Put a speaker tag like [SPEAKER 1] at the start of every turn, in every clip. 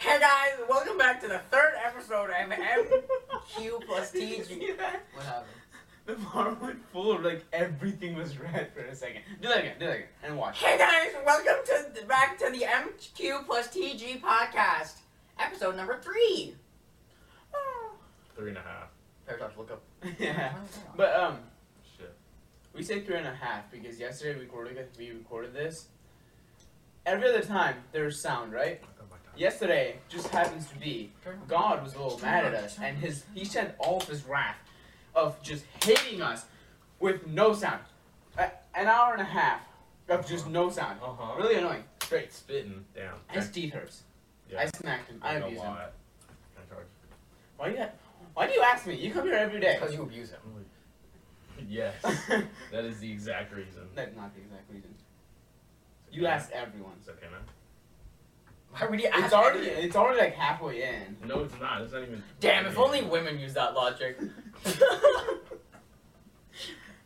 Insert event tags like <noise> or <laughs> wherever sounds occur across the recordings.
[SPEAKER 1] <laughs>
[SPEAKER 2] what
[SPEAKER 1] Did you
[SPEAKER 2] stage
[SPEAKER 1] see
[SPEAKER 2] you?
[SPEAKER 1] that?
[SPEAKER 2] What happened?
[SPEAKER 1] The bar went full. Like everything was red for a second. Do that again. Do that again. And watch.
[SPEAKER 2] Hey guys, welcome to the, back to the MQ plus TG podcast, episode number three.
[SPEAKER 1] Ah.
[SPEAKER 2] Oh.
[SPEAKER 3] Three and a half.
[SPEAKER 2] Paradox, look up.
[SPEAKER 1] <laughs> yeah. But um,
[SPEAKER 3] Shit.
[SPEAKER 1] we said three and a half because yesterday we recorded we recorded this. Every other time there's sound, right?
[SPEAKER 3] I got my time.
[SPEAKER 1] Yesterday just happens to be God was a little mad at us, and his he sent all of his wrath of just hating us with no sound. A, an hour and a half of just no sound.
[SPEAKER 3] Uh huh.
[SPEAKER 1] Really annoying. Great.
[SPEAKER 3] Spitting. Damn.
[SPEAKER 1] And Uh-huh. his teeth hurts.
[SPEAKER 3] Yeah.
[SPEAKER 1] I smacked him. I
[SPEAKER 3] know
[SPEAKER 1] abused him.
[SPEAKER 3] why. I charge. <laughs>
[SPEAKER 1] Why do you? Why do you ask me? You come here every day. <laughs>
[SPEAKER 2] Because you abuse him.
[SPEAKER 3] Yes.
[SPEAKER 1] That's
[SPEAKER 3] that is the exact reason.
[SPEAKER 1] not the exact reason. You asked everyone.
[SPEAKER 3] It's okay now.
[SPEAKER 2] Why would you ask?
[SPEAKER 1] It's already.
[SPEAKER 2] me?
[SPEAKER 1] It's already like halfway in.
[SPEAKER 3] No, it's not. It's not even.
[SPEAKER 2] Damn, if only women use that logic.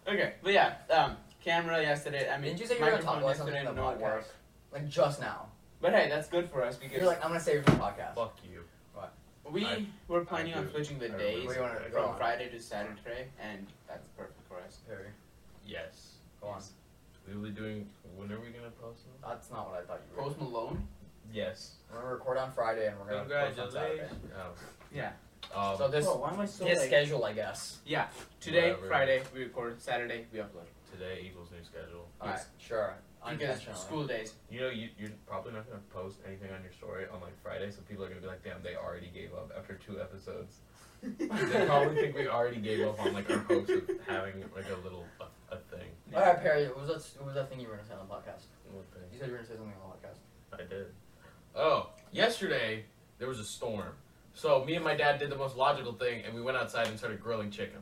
[SPEAKER 1] Okay, but yeah. Um, camera yesterday. I mean,
[SPEAKER 2] Didn't you say you were gonna talk
[SPEAKER 1] microphone
[SPEAKER 2] about something
[SPEAKER 1] yesterday,
[SPEAKER 2] in the
[SPEAKER 1] no work.
[SPEAKER 2] podcast? like just now.
[SPEAKER 1] But hey, that's good for us because
[SPEAKER 2] You're like, I'm gonna save it for the podcast.
[SPEAKER 3] Fuck you.
[SPEAKER 1] we
[SPEAKER 3] I-
[SPEAKER 1] were planning
[SPEAKER 3] I
[SPEAKER 1] on
[SPEAKER 3] do.
[SPEAKER 1] switching the
[SPEAKER 3] I
[SPEAKER 1] days
[SPEAKER 2] Where you wanna go
[SPEAKER 1] from
[SPEAKER 2] on?
[SPEAKER 1] Friday to Saturday, and that's perfect for us.
[SPEAKER 2] Here,
[SPEAKER 3] Yes.
[SPEAKER 2] go on.
[SPEAKER 1] Yes.
[SPEAKER 3] We were doing. When are we gonna post them?
[SPEAKER 2] That's not what I thought you were.
[SPEAKER 1] Post Malone.
[SPEAKER 3] Yes.
[SPEAKER 2] We're gonna record on Friday and we're gonna post on Saturday.
[SPEAKER 3] Congratulations.
[SPEAKER 1] Yeah.
[SPEAKER 3] Oh. Um,
[SPEAKER 2] So this
[SPEAKER 1] why am I so
[SPEAKER 2] his schedule, I guess.
[SPEAKER 1] Yeah. Today,
[SPEAKER 3] Whatever.
[SPEAKER 1] Friday, we record. Saturday, we upload.
[SPEAKER 3] today equals new schedule.
[SPEAKER 1] Alright.
[SPEAKER 2] Yes, Sure.
[SPEAKER 1] Because
[SPEAKER 2] Unintentionally.
[SPEAKER 1] school
[SPEAKER 2] <laughs>
[SPEAKER 1] days.
[SPEAKER 3] You know, you, you're probably not gonna post anything on your story on like Friday, so people are gonna be like, "Damn, they already gave up after two episodes." they probably think we already gave up on like our hopes of having like a little a, a thing.
[SPEAKER 2] All right,
[SPEAKER 1] <laughs>
[SPEAKER 2] Perry. What was that? What was that thing you were gonna say on the podcast?
[SPEAKER 3] What thing?
[SPEAKER 2] You said you were gonna say something on the podcast.
[SPEAKER 3] I did. Oh, yesterday there was a storm, so me and my dad did the most logical thing, and we went outside and started grilling chicken.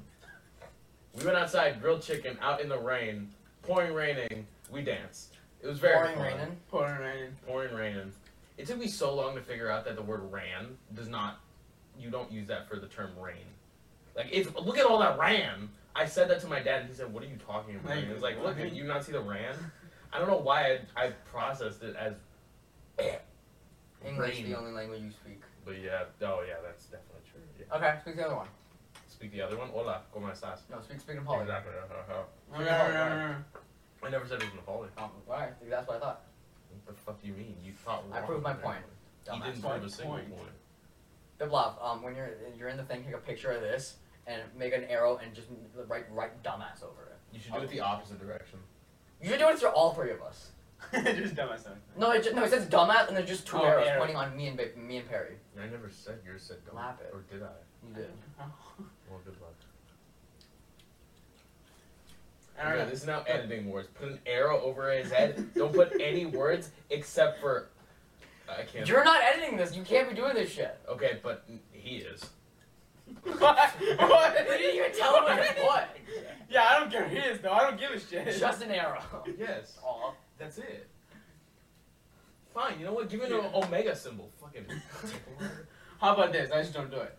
[SPEAKER 3] We went outside, grilled chicken out in the rain, pouring raining. We danced. It was very
[SPEAKER 2] Pouring
[SPEAKER 3] fun.
[SPEAKER 2] raining.
[SPEAKER 1] Pouring rain.
[SPEAKER 3] Pouring raining. It took me so long to figure out that the word ran does not. You don't use that for the term rain. Like it's look at all that ran. I said that to my dad, and he said, "What are you talking about?" And he was like, "Look, did you not see the ran?" I don't know why I, I processed it as.
[SPEAKER 2] English,
[SPEAKER 3] Rain.
[SPEAKER 2] the only language you speak.
[SPEAKER 3] But yeah, oh yeah, that's definitely true. Yeah.
[SPEAKER 2] Okay, speak the other one.
[SPEAKER 3] Speak the other one. Hola, como estás?
[SPEAKER 2] No, speak speak in Polish.
[SPEAKER 3] Exactly. uh-huh.
[SPEAKER 1] <laughs>
[SPEAKER 3] I never said it was Nepali.
[SPEAKER 2] Um, all right, that's what I thought.
[SPEAKER 3] What the fuck do you mean? You thought.
[SPEAKER 2] I
[SPEAKER 3] wrong
[SPEAKER 2] proved my
[SPEAKER 3] there.
[SPEAKER 2] point.
[SPEAKER 3] You
[SPEAKER 2] Dumbass.
[SPEAKER 3] didn't
[SPEAKER 1] Point,
[SPEAKER 3] prove a single
[SPEAKER 1] point.
[SPEAKER 3] point.
[SPEAKER 2] Biblov, um, when you're you're in the thing, take a picture of this and make an arrow and just write write dumbass over it.
[SPEAKER 3] You should do it the opposite direction.
[SPEAKER 2] You should do it for all three of us.
[SPEAKER 1] Just dumb myself.
[SPEAKER 2] No, it just, no, it says dumbass and there's just two
[SPEAKER 1] Oh,
[SPEAKER 2] arrows
[SPEAKER 1] arrow.
[SPEAKER 2] pointing on me and ba- me and Perry.
[SPEAKER 3] I never said yours said don't.
[SPEAKER 2] Lap it.
[SPEAKER 3] Or did I?
[SPEAKER 1] <laughs>
[SPEAKER 2] You did.
[SPEAKER 3] Well, good luck.
[SPEAKER 1] I don't know.
[SPEAKER 3] <laughs> this is now editing words. Put an arrow over his head. don't put any words except for. I can't.
[SPEAKER 2] You're not editing this. You can't be doing this shit.
[SPEAKER 3] okay, but he is.
[SPEAKER 1] what? What?
[SPEAKER 2] What did you even <laughs> tell him what? <laughs> it was?
[SPEAKER 1] Yeah, I don't care who he is though. I don't give a shit.
[SPEAKER 2] Just an arrow.
[SPEAKER 3] Yes.
[SPEAKER 2] <laughs> Aw.
[SPEAKER 3] That's it. Fine. You know what? Give it an omega symbol. Fucking.
[SPEAKER 1] How about this? I just don't do it.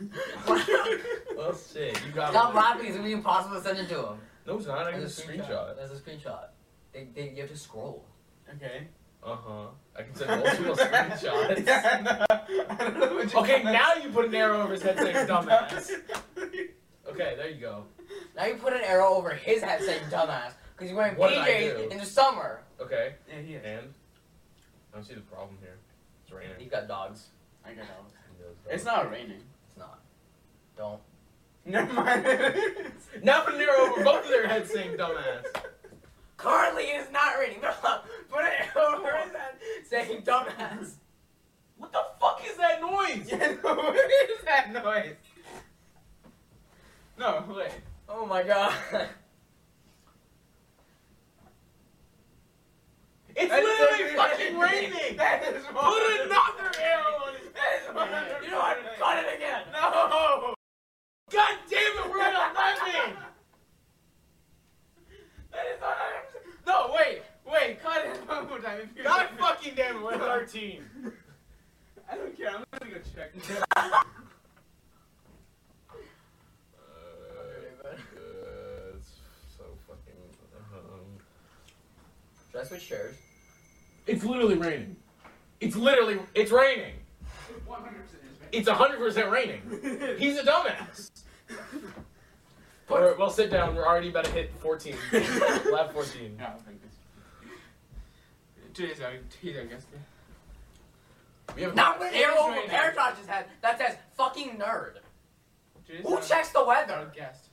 [SPEAKER 3] <laughs> well, shit. You got.
[SPEAKER 2] Stop
[SPEAKER 3] me.
[SPEAKER 2] laughing. It's gonna be impossible to send it to him.
[SPEAKER 3] No, it's not. I can
[SPEAKER 2] There's a
[SPEAKER 3] screenshot.
[SPEAKER 2] There's a screenshot. They, they, you have to scroll.
[SPEAKER 1] <laughs> okay.
[SPEAKER 3] Uh huh. I can send multiple screenshots.
[SPEAKER 1] <laughs> Yeah,
[SPEAKER 2] <laughs>
[SPEAKER 1] I know. I don't know what you
[SPEAKER 3] Okay,
[SPEAKER 1] call
[SPEAKER 3] now
[SPEAKER 1] that.
[SPEAKER 3] you put an arrow over his head
[SPEAKER 1] <laughs>
[SPEAKER 3] saying dumbass. Okay, there you go.
[SPEAKER 2] Now you put an arrow over his head saying dumbass because you're wearing
[SPEAKER 3] What did I do?
[SPEAKER 2] PJs in the summer.
[SPEAKER 3] Okay.
[SPEAKER 1] yeah, he is.
[SPEAKER 3] And I don't see the problem here. It's raining.
[SPEAKER 2] He's got dogs.
[SPEAKER 1] I got out. It's
[SPEAKER 3] It's
[SPEAKER 1] not raining.
[SPEAKER 2] It's not. Don't.
[SPEAKER 1] Never mind. <laughs>
[SPEAKER 3] not. Now put an arrow over both of their heads saying dumbass.
[SPEAKER 2] Currently, it's not raining. put an arrow over his head saying dumbass.
[SPEAKER 3] What the fuck is that noise?
[SPEAKER 1] <laughs> yeah, no, what is that noise? No, wait.
[SPEAKER 2] Oh my god. <laughs>
[SPEAKER 3] It's
[SPEAKER 1] That's
[SPEAKER 3] literally
[SPEAKER 1] so-
[SPEAKER 3] fucking raining.
[SPEAKER 1] That is
[SPEAKER 3] Put another arrow on his
[SPEAKER 1] That is one
[SPEAKER 3] head.
[SPEAKER 1] hundred.
[SPEAKER 2] you know what? Cut it again.
[SPEAKER 1] No.
[SPEAKER 3] God damn it, we're at eleven.
[SPEAKER 1] That is one hundred. No, wait, wait. Cut it one more time. If you-
[SPEAKER 3] God fucking damn it, we're at thirteen.
[SPEAKER 1] I don't care. I'm gonna go <laughs> check.
[SPEAKER 3] Uh, it's so fucking. Um,
[SPEAKER 2] Should I switch chairs?
[SPEAKER 3] it's literally raining. It's literally. It's raining.
[SPEAKER 1] One hundred percent is
[SPEAKER 3] It's 100% raining. He's a dumbass. All right, well, sit down. We're already about to hit <laughs> 14.
[SPEAKER 1] <laughs>
[SPEAKER 3] Lab 14.
[SPEAKER 1] No, I don't think this. Today's our, today's our guest.
[SPEAKER 3] We have
[SPEAKER 2] Not with
[SPEAKER 1] It is
[SPEAKER 2] arrow over
[SPEAKER 1] raining.
[SPEAKER 2] Bear Josh's head that says fucking nerd.
[SPEAKER 1] Today's
[SPEAKER 2] Who
[SPEAKER 1] our-
[SPEAKER 2] checks the
[SPEAKER 1] our
[SPEAKER 2] weather?
[SPEAKER 1] guest. <laughs>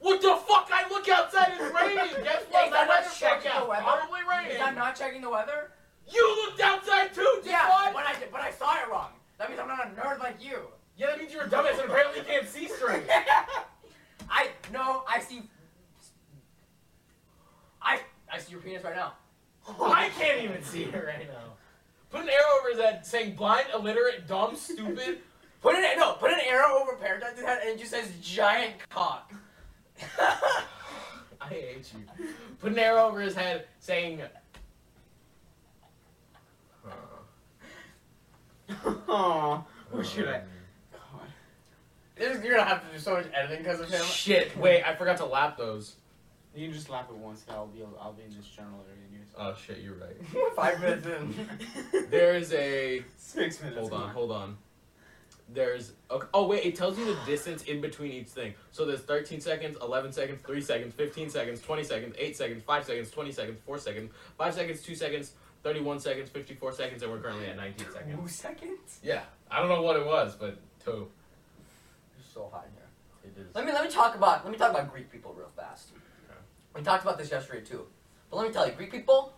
[SPEAKER 3] What the fuck? I look outside. It's raining. Guess what?
[SPEAKER 2] Is that
[SPEAKER 3] My
[SPEAKER 2] not
[SPEAKER 3] weather
[SPEAKER 2] checking the
[SPEAKER 3] forecast
[SPEAKER 2] weather?
[SPEAKER 3] probably
[SPEAKER 2] Is that
[SPEAKER 3] raining.
[SPEAKER 2] not checking the weather?
[SPEAKER 3] You looked outside too. Did
[SPEAKER 2] Yeah,
[SPEAKER 3] what?
[SPEAKER 2] but I did, but I saw it wrong. That means I'm not a nerd like you.
[SPEAKER 3] Yeah, that means you're a dumbass and apparently you can't see straight.
[SPEAKER 2] I no, I see. I I see your penis right now.
[SPEAKER 3] I can't even see it right now. Put an arrow over his head saying blind, illiterate, dumb, stupid. <laughs>
[SPEAKER 2] Put an no, put an arrow over Bear Josh's head and it just says giant cock. <laughs>
[SPEAKER 3] I hate you. Put an arrow over his head saying. Oh,
[SPEAKER 1] Aww. Where should I? God.
[SPEAKER 2] There's- You're gonna have to do so much editing because of him.
[SPEAKER 3] Shit, wait, I forgot to lap those.
[SPEAKER 1] You can just laugh at once. I'll be I'll be in this general area. And yours.
[SPEAKER 3] Oh shit, you're right.
[SPEAKER 2] <laughs> Five minutes in.
[SPEAKER 3] There is a.
[SPEAKER 1] <laughs> Six minutes.
[SPEAKER 3] Oh, Hold on,
[SPEAKER 1] more.
[SPEAKER 3] hold on. There's. Okay, oh, wait, it tells you the distance in between each thing. So there's 13 seconds, 11 seconds, 3 seconds, 15 seconds, 20 seconds, 8 seconds, 5 seconds, 20 seconds, 4 seconds, 5 seconds, 2 seconds, 31 seconds, 54 seconds, and we're currently at 19
[SPEAKER 2] Two
[SPEAKER 3] seconds.
[SPEAKER 2] seconds.
[SPEAKER 3] Yeah, I don't know what it was, but two.
[SPEAKER 2] You're so hot in here.
[SPEAKER 3] It is.
[SPEAKER 2] Let me let me talk about let me talk about Greek people real fast.
[SPEAKER 3] Okay.
[SPEAKER 2] We talked about this yesterday too, but let me tell you, Greek people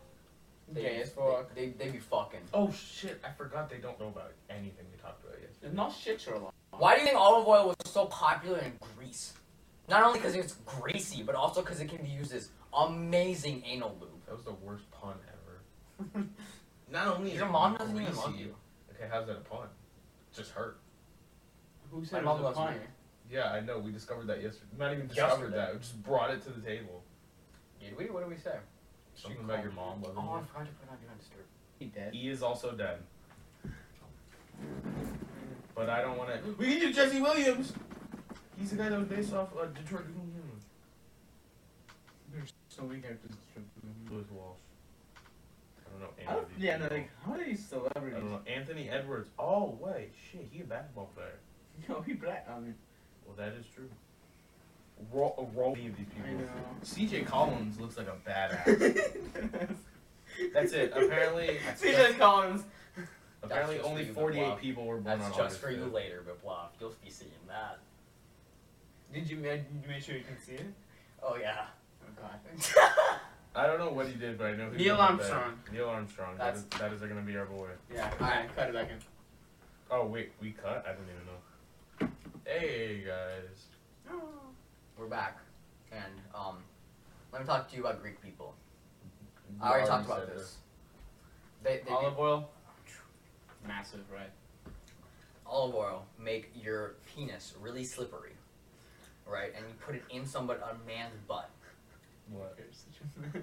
[SPEAKER 2] they
[SPEAKER 1] Gay as
[SPEAKER 2] they-
[SPEAKER 1] fuck.
[SPEAKER 2] They, they be fucking.
[SPEAKER 3] Oh shit, I forgot they don't know about anything we talked about yet.
[SPEAKER 1] There's no shit, Sherlock.
[SPEAKER 2] Why do you think olive oil was so popular in Greece? Not only because it's greasy, but also because it can be used as amazing anal lube.
[SPEAKER 3] That was the worst pun ever. <laughs> Not only is
[SPEAKER 2] Your
[SPEAKER 3] it
[SPEAKER 2] mom doesn't even
[SPEAKER 3] greasy-
[SPEAKER 2] love you.
[SPEAKER 3] Okay, how's that a pun? Just hurt.
[SPEAKER 1] Who
[SPEAKER 2] My
[SPEAKER 1] said it
[SPEAKER 2] mom
[SPEAKER 1] was a
[SPEAKER 2] loves
[SPEAKER 1] pun?
[SPEAKER 2] me.
[SPEAKER 3] Yeah, I know. We discovered that yesterday. Not even discovered
[SPEAKER 2] Yesterday.
[SPEAKER 3] that. We just brought it to the table.
[SPEAKER 2] Did we? What did we say?
[SPEAKER 3] Something about your mom
[SPEAKER 2] Oh,
[SPEAKER 3] loving
[SPEAKER 2] I forgot to put it on do not disturb.
[SPEAKER 1] He dead.
[SPEAKER 3] you. He is also dead.
[SPEAKER 1] Mm-hmm.
[SPEAKER 3] But I don't want to. We can do Jesse Williams. He's the guy that was based off uh, Detroit.
[SPEAKER 1] There's so many characters.
[SPEAKER 3] Louis Walsh. I don't know. Any
[SPEAKER 1] I
[SPEAKER 3] of
[SPEAKER 1] don't,
[SPEAKER 3] these
[SPEAKER 1] yeah, no,
[SPEAKER 3] people.
[SPEAKER 1] like how are these
[SPEAKER 3] I
[SPEAKER 1] celebrities?
[SPEAKER 3] don't know. Anthony Edwards. Oh wait, shit, he a basketball player.
[SPEAKER 1] <laughs> No, he black. I mean,
[SPEAKER 3] Well, that is true. Roll, uh, roll any of these people.
[SPEAKER 1] I know.
[SPEAKER 3] CJ Collins looks like a
[SPEAKER 1] <laughs>
[SPEAKER 3] badass. That's it. Apparently,
[SPEAKER 1] CJ Collins.
[SPEAKER 3] apparently
[SPEAKER 2] just for
[SPEAKER 3] only
[SPEAKER 2] you,
[SPEAKER 3] 48
[SPEAKER 2] Bob.
[SPEAKER 3] people were born on
[SPEAKER 2] That's just
[SPEAKER 3] August
[SPEAKER 2] for you
[SPEAKER 3] 5th.
[SPEAKER 2] later, but blah, you'll be seeing that.
[SPEAKER 1] Did you make, you make sure you can see it?
[SPEAKER 2] Oh <laughs> yeah.
[SPEAKER 1] Oh God.
[SPEAKER 3] I don't know what he did, but I know he
[SPEAKER 1] Neil
[SPEAKER 3] was on the bed.
[SPEAKER 1] Armstrong.
[SPEAKER 3] Neil Armstrong. That
[SPEAKER 2] That's-
[SPEAKER 3] is, that is going to be our boy.
[SPEAKER 1] Yeah. All right, cut it back in.
[SPEAKER 3] Oh wait, we cut. I didn't even know. Hey guys.
[SPEAKER 2] We're back, and um, let me talk to you about Greek people. I already talked about
[SPEAKER 3] said
[SPEAKER 2] this. They, they
[SPEAKER 1] Olive oil. Massive, right?
[SPEAKER 2] olive oil make your penis really slippery, right? And you put it in somebody a man's butt.
[SPEAKER 3] What?
[SPEAKER 1] You're such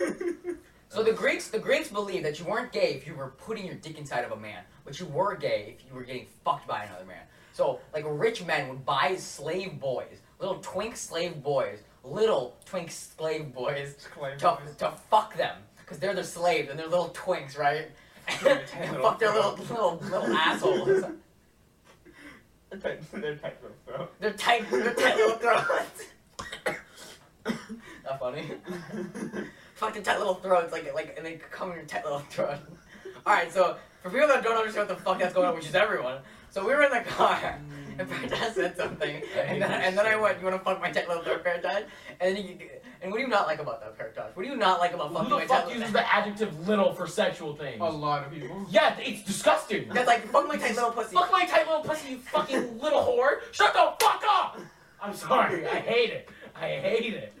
[SPEAKER 1] a mess.
[SPEAKER 2] So the Greeks, the Greeks believed that you weren't gay if you were putting your dick inside of a man, but you were gay if you were getting fucked by another man. So like rich men would buy slave boys, little twink slave boys, little twink slave boys
[SPEAKER 1] Clay
[SPEAKER 2] to,
[SPEAKER 1] boys.
[SPEAKER 2] to fuck them because they're the slaves and they're little twinks, right? <laughs> and <laughs> fuck their little little little
[SPEAKER 1] <laughs>
[SPEAKER 2] assholes.
[SPEAKER 1] They're tight- They're tight rope, <laughs> bro.
[SPEAKER 2] They're tight. They're tight little throats. <laughs> Not funny. Fucking tight little throats, like like, and they come in your tight little <laughs> throat. All right, so for people that don't understand what the fuck that's going on, which is everyone, so we were in the car. <laughs> And Paradise said something, and then, and then I went, "You want to fuck my tight little throat, Paradise?" And then you, and what do you not like about that, Paradise? What do you not like about fucking
[SPEAKER 3] Who
[SPEAKER 2] my
[SPEAKER 3] the
[SPEAKER 2] tight
[SPEAKER 3] fuck Oh.
[SPEAKER 2] little
[SPEAKER 3] uses the adjective little for sexual things?
[SPEAKER 1] A lot of people.
[SPEAKER 3] Yeah, it's disgusting.
[SPEAKER 2] That's like fuck my tight little pussy.
[SPEAKER 3] Fuck my tight little pussy, you fucking little whore! Shut the fuck up! I'm sorry, I hate it. I hate it.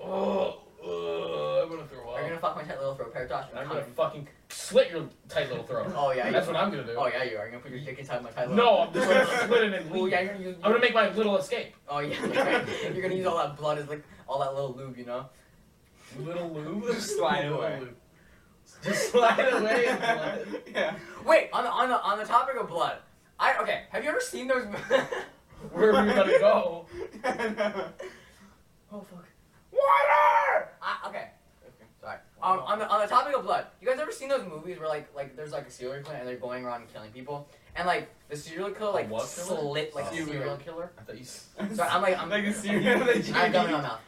[SPEAKER 3] Oh, uh, I'm gonna throw
[SPEAKER 2] Are you gonna
[SPEAKER 3] up.
[SPEAKER 2] fuck my tight little throat, Paradise?
[SPEAKER 3] I'm gonna fucking slit your tight little throat.
[SPEAKER 2] <laughs> Oh yeah. You,
[SPEAKER 3] That's what I'm gonna do.
[SPEAKER 2] Oh yeah, you are. You're gonna put your dick inside my tight little.
[SPEAKER 3] No, I'm just gonna split it and
[SPEAKER 2] Oh
[SPEAKER 3] leave.
[SPEAKER 2] yeah, you're gonna use.
[SPEAKER 3] I'm gonna make my little escape.
[SPEAKER 2] Oh yeah, <laughs> right. you're gonna use all that blood as like all that little lube, you know?
[SPEAKER 3] Little
[SPEAKER 1] <laughs>
[SPEAKER 3] lube?
[SPEAKER 1] Just slide
[SPEAKER 3] Little
[SPEAKER 1] away.
[SPEAKER 3] lube. Just slide away and let it-
[SPEAKER 1] yeah. <laughs>
[SPEAKER 2] Wait, on the on the on the topic of blood, I okay. Have you ever seen those?
[SPEAKER 3] Where are we gonna go?
[SPEAKER 2] <laughs> oh fuck!
[SPEAKER 3] Water!
[SPEAKER 2] I, okay.
[SPEAKER 1] Okay.
[SPEAKER 2] Sorry. Um, on the on the topic of blood, you guys ever seen those movies where like like there's like a serial killer and they're going around and killing people, and like the serial killer like
[SPEAKER 3] what killer?
[SPEAKER 2] slit like a
[SPEAKER 3] Serial
[SPEAKER 2] serial killer.
[SPEAKER 3] I thought you. s-
[SPEAKER 2] So I'm like I'm
[SPEAKER 1] <laughs> like a serial.
[SPEAKER 2] I'm coming on now.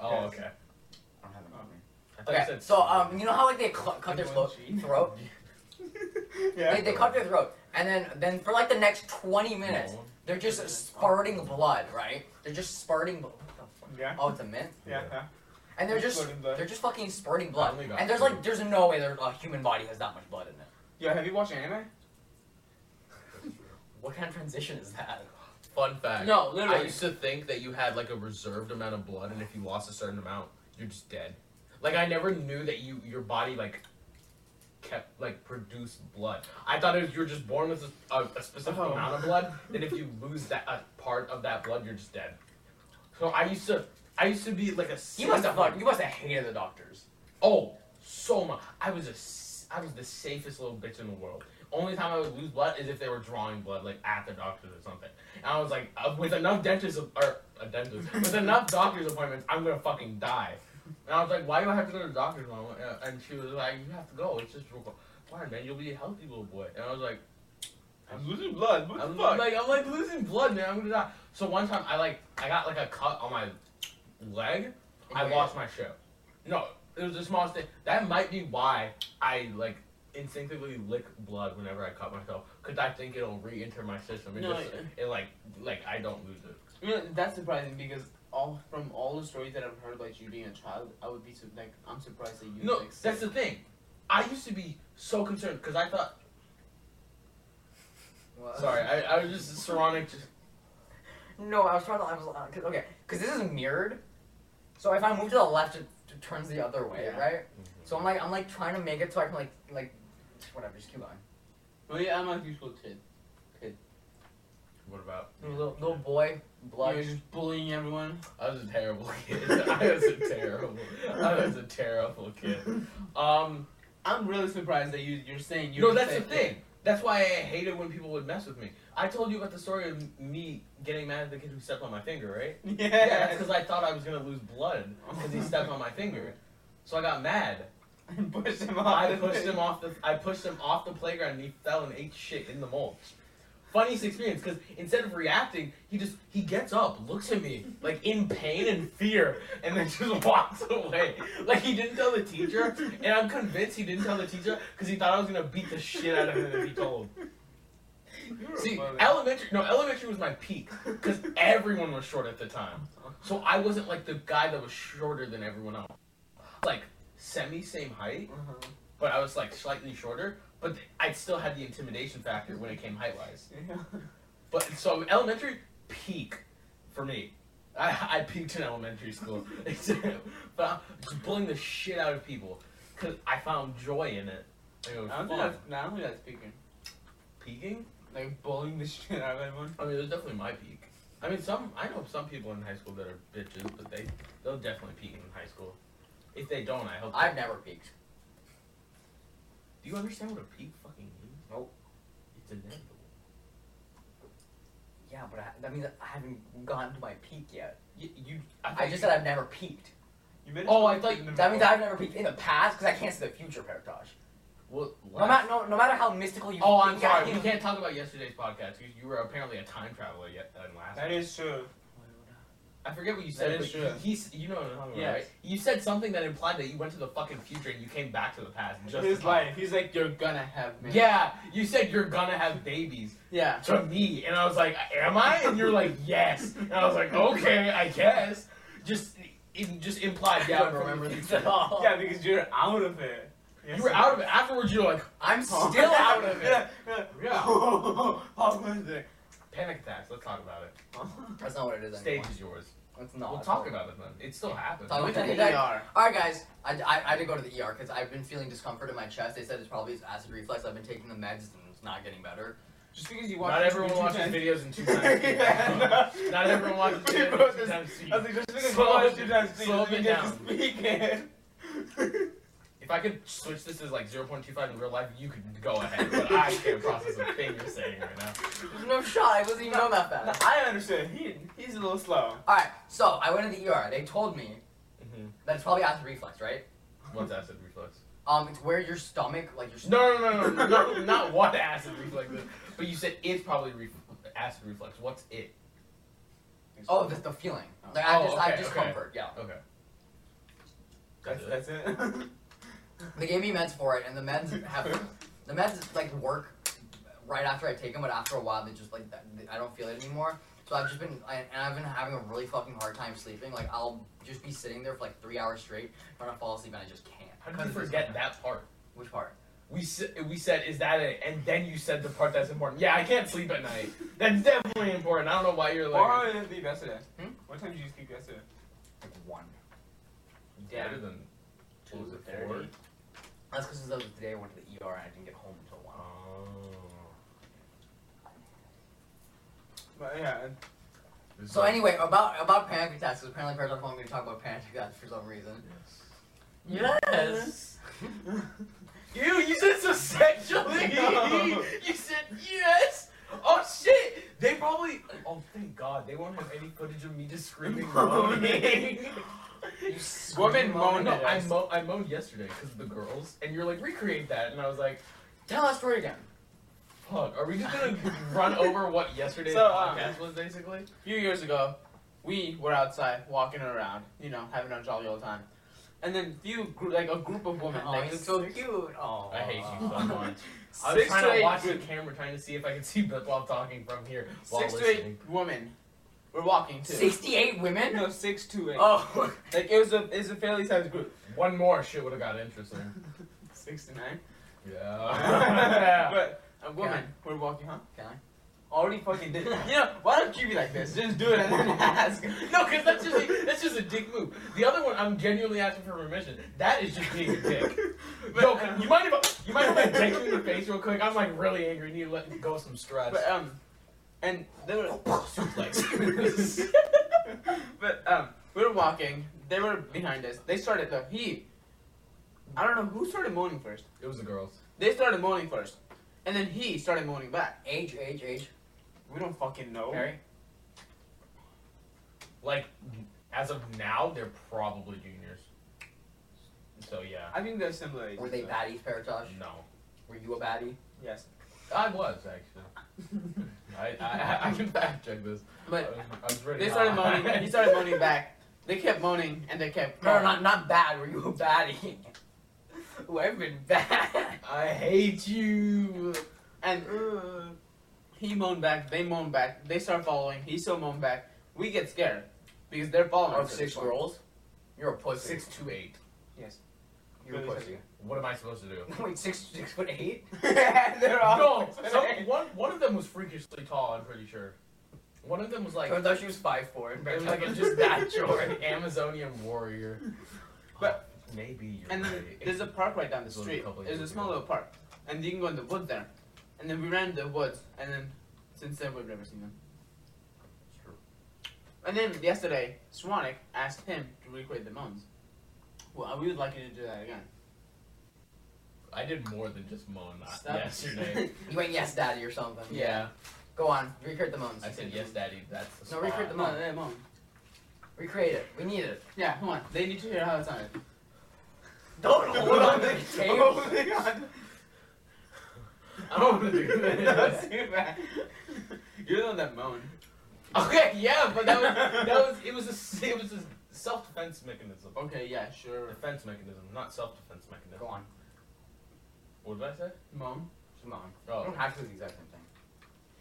[SPEAKER 3] Oh,
[SPEAKER 1] Yes.
[SPEAKER 3] okay.
[SPEAKER 2] I don't have it on me.
[SPEAKER 3] I thought you
[SPEAKER 2] Okay,
[SPEAKER 3] said
[SPEAKER 2] so um, you know how like they cl- cut their <laughs> throat, throat?
[SPEAKER 1] yeah.
[SPEAKER 2] They, they cut their throat, and then then for like the next twenty minutes,
[SPEAKER 3] No.
[SPEAKER 2] they're just spurting blood, right? They're just spurting. bl- What the fuck?
[SPEAKER 1] Yeah.
[SPEAKER 2] Oh, it's a mint.
[SPEAKER 1] Yeah. yeah.
[SPEAKER 2] And they're just
[SPEAKER 1] Exploding blood.
[SPEAKER 2] they're just fucking spurting
[SPEAKER 3] I
[SPEAKER 2] blood.
[SPEAKER 3] only got
[SPEAKER 2] And there's
[SPEAKER 3] two.
[SPEAKER 2] like there's no way there's a human body has that much blood in it.
[SPEAKER 1] Yo, have you watched anime?
[SPEAKER 2] What kind of transition is that?
[SPEAKER 3] Fun fact.
[SPEAKER 2] No,
[SPEAKER 3] I
[SPEAKER 2] literally.
[SPEAKER 3] used to think that you had like a reserved amount of blood, and if you lost a certain amount, you're just dead. Like I never knew that you your body like kept like produced blood. I thought it was you were just born with a, a, a specific
[SPEAKER 1] Oh.
[SPEAKER 3] amount of blood, and if you lose that a part of that blood, you're just dead. So I used to I used to be like a.
[SPEAKER 2] You must have fucking you must have hated the doctors.
[SPEAKER 3] Oh, so much. I was a s- I was the safest little bitch in the world. Only time I would lose blood is if they were drawing blood, like at the doctor's or something. And I was like, uh, with enough dentist or a dentist, with enough doctor's appointments, I'm gonna fucking die. And I was like, why do I have to go to the doctor's mom? Uh, And she was like, you have to go. It's just real fine, man. You'll be a healthy little boy. And I was like.
[SPEAKER 1] I'm losing blood. What
[SPEAKER 3] I'm
[SPEAKER 1] the fuck?
[SPEAKER 3] like I'm like losing blood, man. I'm gonna die. So one time I like I got like a cut on my leg. I
[SPEAKER 2] Okay.
[SPEAKER 3] lost my show. No, it was the smallest thing. That might be why I like instinctively lick blood whenever I cut myself, cause I think it'll re-enter my system. It
[SPEAKER 1] No,
[SPEAKER 3] just
[SPEAKER 1] yeah.
[SPEAKER 3] it like like I don't lose it.
[SPEAKER 1] You know, that's surprising because all from all the stories that I've heard about you being a child, I would be su- like I'm surprised that you.
[SPEAKER 3] No,
[SPEAKER 1] like, said-
[SPEAKER 3] that's the thing. I used to be so concerned because I thought. Sorry, I, I was just seronic. Just
[SPEAKER 2] No, I was trying to. I was uh, 'cause- okay, because this is mirrored. So if I move to the left, it, it turns the other way,
[SPEAKER 1] Yeah.
[SPEAKER 2] right?
[SPEAKER 3] Mm-hmm.
[SPEAKER 2] So I'm like I'm like trying to make it so I can like like whatever, just keep going.
[SPEAKER 1] Oh yeah, I'm a useful kid.
[SPEAKER 3] what about?
[SPEAKER 2] Little, little boy,
[SPEAKER 1] Like
[SPEAKER 2] blood.
[SPEAKER 1] You're just bullying everyone.
[SPEAKER 3] I was a terrible <laughs> kid. I was a terrible. I was a terrible kid. Um,
[SPEAKER 1] <laughs> I'm really surprised that you you're saying you.
[SPEAKER 3] no,
[SPEAKER 1] were
[SPEAKER 3] that's the
[SPEAKER 1] safe.
[SPEAKER 3] thing. That's why I hated when people would mess with me. I told you about the story of me getting mad at the kid who stepped on my finger,
[SPEAKER 1] <laughs>
[SPEAKER 3] right?
[SPEAKER 1] <laughs> Yeah.
[SPEAKER 3] Yeah, that's because I thought I was gonna lose blood because he stepped on my finger. So I got mad.
[SPEAKER 1] And pushed him off.
[SPEAKER 3] <laughs> I
[SPEAKER 1] the
[SPEAKER 3] pushed
[SPEAKER 1] thing. <laughs>
[SPEAKER 3] him off the. I pushed him off the playground and he fell and ate shit in the mulch. Funniest experience because instead of reacting, he just he gets up, looks at me like in pain and fear, and then just <laughs> walks away. Like he didn't tell the teacher, and I'm convinced he didn't tell the teacher because he thought I was gonna beat the shit out of him if he told.
[SPEAKER 1] You're a
[SPEAKER 3] See,
[SPEAKER 1] bully.
[SPEAKER 3] elementary no elementary was my peak because everyone was short at the time, so I wasn't like the guy that was shorter than everyone else, like semi same height
[SPEAKER 1] Uh-huh.
[SPEAKER 3] but I was like slightly shorter. But th- I still had the intimidation factor when it came height wise. But so elementary peak for me. I, I peaked in elementary
[SPEAKER 1] <laughs>
[SPEAKER 3] school, <laughs> but I'm just bullying the shit out of people because I found joy in it. It was
[SPEAKER 1] I don't
[SPEAKER 3] fun.
[SPEAKER 1] think that's. No, I don't think that's speaking.
[SPEAKER 3] Peaking?
[SPEAKER 1] Like bullying the <laughs> shit out of everyone.
[SPEAKER 3] I mean, it was definitely my peak. I mean, some I know some people in high school that are bitches, but they they'll definitely peak in high school. If they don't, I hope.
[SPEAKER 2] I've
[SPEAKER 3] they-
[SPEAKER 2] never peaked.
[SPEAKER 3] Do you understand what a peak fucking means?
[SPEAKER 2] Nope.
[SPEAKER 3] It's inevitable.
[SPEAKER 2] Yeah, but I, that means I haven't gone to my peak yet.
[SPEAKER 3] You, you
[SPEAKER 2] I just said I've never peaked.
[SPEAKER 1] You made
[SPEAKER 3] Oh, I thought you-
[SPEAKER 2] That means I've never peaked in the past because I can't see the future, Paritosh.
[SPEAKER 3] Well,
[SPEAKER 2] No, ma- no, no matter how mystical you <laughs>
[SPEAKER 3] Oh, I'm
[SPEAKER 2] think I
[SPEAKER 3] sorry. We
[SPEAKER 2] am-
[SPEAKER 3] can't talk about yesterday's podcast because you were apparently a time traveler yet and last.
[SPEAKER 1] That is true.
[SPEAKER 3] I forget what you
[SPEAKER 1] that
[SPEAKER 3] said.
[SPEAKER 1] is
[SPEAKER 3] but
[SPEAKER 1] true.
[SPEAKER 3] He, he's- you know what I'm talking about,
[SPEAKER 1] Yes.
[SPEAKER 3] right? You said something that implied that you went to the fucking future and you came back to the past. Just
[SPEAKER 1] His
[SPEAKER 3] to talk.
[SPEAKER 1] life. He's like, you're gonna have me.
[SPEAKER 3] Yeah, you said you're gonna have babies
[SPEAKER 1] Yeah.
[SPEAKER 3] to me, and I was like, "Am I?" And you're like, "Yes," and I was like, "Okay, I guess." Just, it just implied.
[SPEAKER 2] I
[SPEAKER 3] Yeah,
[SPEAKER 2] don't
[SPEAKER 3] I'm from the
[SPEAKER 2] remember
[SPEAKER 3] <laughs>
[SPEAKER 2] this <laughs>
[SPEAKER 3] future.
[SPEAKER 2] at all.
[SPEAKER 1] Yeah, because you're out of it.
[SPEAKER 3] You were out of it afterwards. You're like
[SPEAKER 2] I'm
[SPEAKER 3] <laughs>
[SPEAKER 1] Oh.
[SPEAKER 2] still out of it.
[SPEAKER 1] Yeah, yeah.
[SPEAKER 3] Yeah.
[SPEAKER 1] Oh, was it?
[SPEAKER 3] panic attacks. Let's talk about it.
[SPEAKER 2] That's not what it is
[SPEAKER 3] Stage
[SPEAKER 2] anymore.
[SPEAKER 3] is yours.
[SPEAKER 2] It's not.
[SPEAKER 3] We'll
[SPEAKER 2] It's
[SPEAKER 3] talk
[SPEAKER 2] not.
[SPEAKER 3] about it then. It still happens.
[SPEAKER 2] Talk
[SPEAKER 1] I went to
[SPEAKER 2] Okay.
[SPEAKER 1] the ER.
[SPEAKER 2] All right, guys. I, I, I did go to the ER because I've been feeling discomfort in my chest. They said it's probably acid reflux. I've been taking the meds and it's not getting better.
[SPEAKER 1] Just because you watch
[SPEAKER 3] <laughs> Not everyone
[SPEAKER 1] YouTube
[SPEAKER 3] watches
[SPEAKER 1] channels- <laughs>
[SPEAKER 3] videos in two times. speed.
[SPEAKER 1] Yeah, no.
[SPEAKER 3] Not
[SPEAKER 1] <laughs>
[SPEAKER 3] everyone watches
[SPEAKER 1] We
[SPEAKER 3] videos
[SPEAKER 1] both
[SPEAKER 3] in two
[SPEAKER 1] just-
[SPEAKER 3] times. speed.
[SPEAKER 1] I was like, just because
[SPEAKER 3] Slow
[SPEAKER 1] you watch
[SPEAKER 3] it-
[SPEAKER 1] YouTube channels, doesn't
[SPEAKER 3] slow
[SPEAKER 1] mean
[SPEAKER 3] it
[SPEAKER 1] you get to
[SPEAKER 3] down.
[SPEAKER 1] speak it.
[SPEAKER 3] If I could switch this as like 0.25 in real life, you could go ahead. But I can't process a thing you're saying right now.
[SPEAKER 2] There's no shot. I wasn't even on
[SPEAKER 1] <laughs>
[SPEAKER 2] that
[SPEAKER 1] No,
[SPEAKER 2] fast.
[SPEAKER 1] I understand. He he's a little slow.
[SPEAKER 2] E Mm-hmm. All right. So I went to the ER. They told me that it's probably acid reflux, right?
[SPEAKER 3] What's acid reflux?
[SPEAKER 2] Um, it's where your stomach, like your stomach.
[SPEAKER 3] No, no, no, no, no, no not what acid reflux is. But you said it's probably re- acid reflux. What's it?
[SPEAKER 2] Oh, that's the feeling.
[SPEAKER 1] Oh.
[SPEAKER 2] Like, I
[SPEAKER 3] Oh,
[SPEAKER 2] just, I have
[SPEAKER 3] okay, okay.
[SPEAKER 2] discomfort. Yeah.
[SPEAKER 3] Okay.
[SPEAKER 1] that's, that's it.
[SPEAKER 3] <laughs>
[SPEAKER 2] They gave me meds for it, and the meds have the meds like work right after I take them, but after a while they just like that, I don't feel it anymore. So I've just been I, and I've been having a really fucking hard time sleeping. Like I'll just be sitting there for like three hours straight trying to fall asleep, and I just can't.
[SPEAKER 3] How did
[SPEAKER 2] Because of
[SPEAKER 3] you
[SPEAKER 2] this
[SPEAKER 3] forget
[SPEAKER 2] fucking-
[SPEAKER 3] that part?
[SPEAKER 2] Which part?
[SPEAKER 3] We s- we said is that it, and then you said the part that's important. Yeah, I can't sleep at night. That's definitely important. I don't know why you're
[SPEAKER 1] What time
[SPEAKER 3] like.
[SPEAKER 1] did you sleep yesterday?
[SPEAKER 2] Hmm?
[SPEAKER 1] What time did you sleep yesterday?
[SPEAKER 2] Like one.
[SPEAKER 3] Better than two
[SPEAKER 1] Two
[SPEAKER 3] or
[SPEAKER 1] thirty.
[SPEAKER 3] four.
[SPEAKER 2] That's because that was the day I went to the ER and I didn't get home until one.
[SPEAKER 3] Oh,
[SPEAKER 1] But <laughs> yeah,
[SPEAKER 3] This
[SPEAKER 2] So
[SPEAKER 3] is-
[SPEAKER 2] anyway, about about panic attacks. 'cause apparently, Paradox I'm going to talk about panic attacks for some reason.
[SPEAKER 3] Yes.
[SPEAKER 2] Yes.
[SPEAKER 3] You you said so sexually.
[SPEAKER 1] No.
[SPEAKER 3] You said yes. Oh shit! They probably. Oh thank God they won't have any footage of me just screaming moaning.
[SPEAKER 1] women
[SPEAKER 3] Oh
[SPEAKER 1] moaned
[SPEAKER 3] no,
[SPEAKER 1] at
[SPEAKER 3] I
[SPEAKER 1] us.
[SPEAKER 3] mo- I moaned yesterday because of the girls, and you're like recreate that, and I was like,
[SPEAKER 2] Tell that story again.
[SPEAKER 3] fuck, are we just
[SPEAKER 1] <laughs>
[SPEAKER 3] gonna run over what yesterday's
[SPEAKER 1] So, um,
[SPEAKER 3] podcast was basically?
[SPEAKER 1] A few years ago, we were outside walking around, you know, having a jolly old time, and then few gr- like a group of women,
[SPEAKER 2] Oh,
[SPEAKER 1] like
[SPEAKER 2] you're so cute. Oh.
[SPEAKER 3] I hate <laughs> you so much. I was
[SPEAKER 1] six
[SPEAKER 3] trying
[SPEAKER 1] to
[SPEAKER 3] to
[SPEAKER 1] eight
[SPEAKER 3] watch the
[SPEAKER 1] group-
[SPEAKER 3] camera, trying to see if I could see Biplov talking from here while
[SPEAKER 1] six to
[SPEAKER 3] listening.
[SPEAKER 1] eight women, were walking too.
[SPEAKER 2] Sixty-eight women.
[SPEAKER 1] No, six to eight.
[SPEAKER 2] <laughs> Oh.
[SPEAKER 1] Like it was a it's a fairly sized group.
[SPEAKER 3] One more shit would have got interesting.
[SPEAKER 1] Six to <laughs> nine.
[SPEAKER 3] Yeah.
[SPEAKER 1] but a woman, we're walking, huh?
[SPEAKER 2] Can I?
[SPEAKER 1] Already fucking did. You know, why don't you be like this? Just do it and then <laughs> ask.
[SPEAKER 3] <laughs> No, because that's just that's just a dick move. The other one, I'm genuinely asking for permission. That is just being a dick.
[SPEAKER 1] But,
[SPEAKER 3] Yo,
[SPEAKER 1] um,
[SPEAKER 3] you mind if I, you mind if I take you in the face real quick? I'm like really angry. Need to let go of some stress.
[SPEAKER 1] But um, and they were
[SPEAKER 3] Suplex.
[SPEAKER 1] <laughs> but um, we were walking. They were behind us. They started the he. I don't know who started moaning first.
[SPEAKER 3] it was the girls.
[SPEAKER 1] They started moaning first, and then he started moaning back.
[SPEAKER 2] <laughs> Age, age, age.
[SPEAKER 1] We don't fucking
[SPEAKER 3] Oh.
[SPEAKER 1] know.
[SPEAKER 2] Harry.
[SPEAKER 3] Like as of now, they're probably juniors. So yeah.
[SPEAKER 1] I think they're similar. ages,
[SPEAKER 2] Were they
[SPEAKER 1] though.
[SPEAKER 2] baddies, Paratosh?
[SPEAKER 3] No,
[SPEAKER 2] Were you a baddie?
[SPEAKER 1] Yes.
[SPEAKER 3] I was actually.
[SPEAKER 1] <laughs>
[SPEAKER 3] I I, I can fact check this. I
[SPEAKER 1] But
[SPEAKER 3] was, I was ready.
[SPEAKER 1] they started
[SPEAKER 3] <laughs>
[SPEAKER 1] moaning. He started moaning back. They kept moaning and they kept.
[SPEAKER 2] No, no, not not bad. Were you a baddie? <laughs> Ooh, I've been bad.
[SPEAKER 3] I hate you.
[SPEAKER 1] And uh, he moaned back. They moaned back. They start following. He still moaned back. We get scared because they're following.
[SPEAKER 2] Of
[SPEAKER 1] us at
[SPEAKER 2] six
[SPEAKER 1] this point.
[SPEAKER 2] girls. You're a pussy.
[SPEAKER 3] Six to eight.
[SPEAKER 1] Yes.
[SPEAKER 2] You're a
[SPEAKER 3] <laughs>
[SPEAKER 2] pussy. <laughs>
[SPEAKER 3] What am I supposed to do?
[SPEAKER 2] Wait, six six foot
[SPEAKER 3] <laughs>
[SPEAKER 2] eight?
[SPEAKER 1] <laughs>
[SPEAKER 2] <laughs>
[SPEAKER 1] they're all.
[SPEAKER 3] No,
[SPEAKER 1] <laughs>
[SPEAKER 3] some, one one of them was freakishly tall. I'm pretty sure. One of them was like
[SPEAKER 2] Turns out she was five four.
[SPEAKER 3] it was like a <laughs>
[SPEAKER 1] <laughs>
[SPEAKER 3] just that short Amazonian warrior.
[SPEAKER 1] But-
[SPEAKER 3] maybe you're
[SPEAKER 1] And then
[SPEAKER 3] right.
[SPEAKER 1] there's a park right down the
[SPEAKER 3] It's only a
[SPEAKER 1] street.
[SPEAKER 3] couple of
[SPEAKER 1] There's a
[SPEAKER 3] years
[SPEAKER 1] small
[SPEAKER 3] ago.
[SPEAKER 1] little park, and you can go in the woods there. And then we ran in the woods, and then since then we've never seen them.
[SPEAKER 3] It's true.
[SPEAKER 1] And then yesterday, Swanik asked him to recreate the moans. Well, we would like you to do that again.
[SPEAKER 3] I did more than just moan that
[SPEAKER 1] Stop. <laughs>
[SPEAKER 3] yesterday.
[SPEAKER 2] <laughs> You went yes, daddy, or something.
[SPEAKER 3] yeah,
[SPEAKER 2] Go on, recreate the moans.
[SPEAKER 3] I said yes, daddy. That's the
[SPEAKER 2] No,
[SPEAKER 3] spot.
[SPEAKER 2] recreate the
[SPEAKER 1] No, they moan.
[SPEAKER 2] Recreate it. We need it.
[SPEAKER 1] Yeah, come on. They need to hear how it sounded.
[SPEAKER 2] Don't
[SPEAKER 1] <laughs>
[SPEAKER 2] hold on to the
[SPEAKER 1] Oh
[SPEAKER 2] table.
[SPEAKER 1] my <laughs> god.
[SPEAKER 3] I
[SPEAKER 2] <laughs>
[SPEAKER 3] don't want to do
[SPEAKER 1] That's
[SPEAKER 3] this.
[SPEAKER 1] too bad. <laughs> You're the one that moaned.
[SPEAKER 3] <laughs> okay, yeah, but that was that was it was a s- it was a self defense mechanism.
[SPEAKER 1] Okay, yeah, sure.
[SPEAKER 3] Defense mechanism, not self defense mechanism.
[SPEAKER 2] Go on.
[SPEAKER 3] What did I say?
[SPEAKER 1] Moan.
[SPEAKER 2] Come on. I
[SPEAKER 3] Oh,
[SPEAKER 2] don't have to do the exact same thing.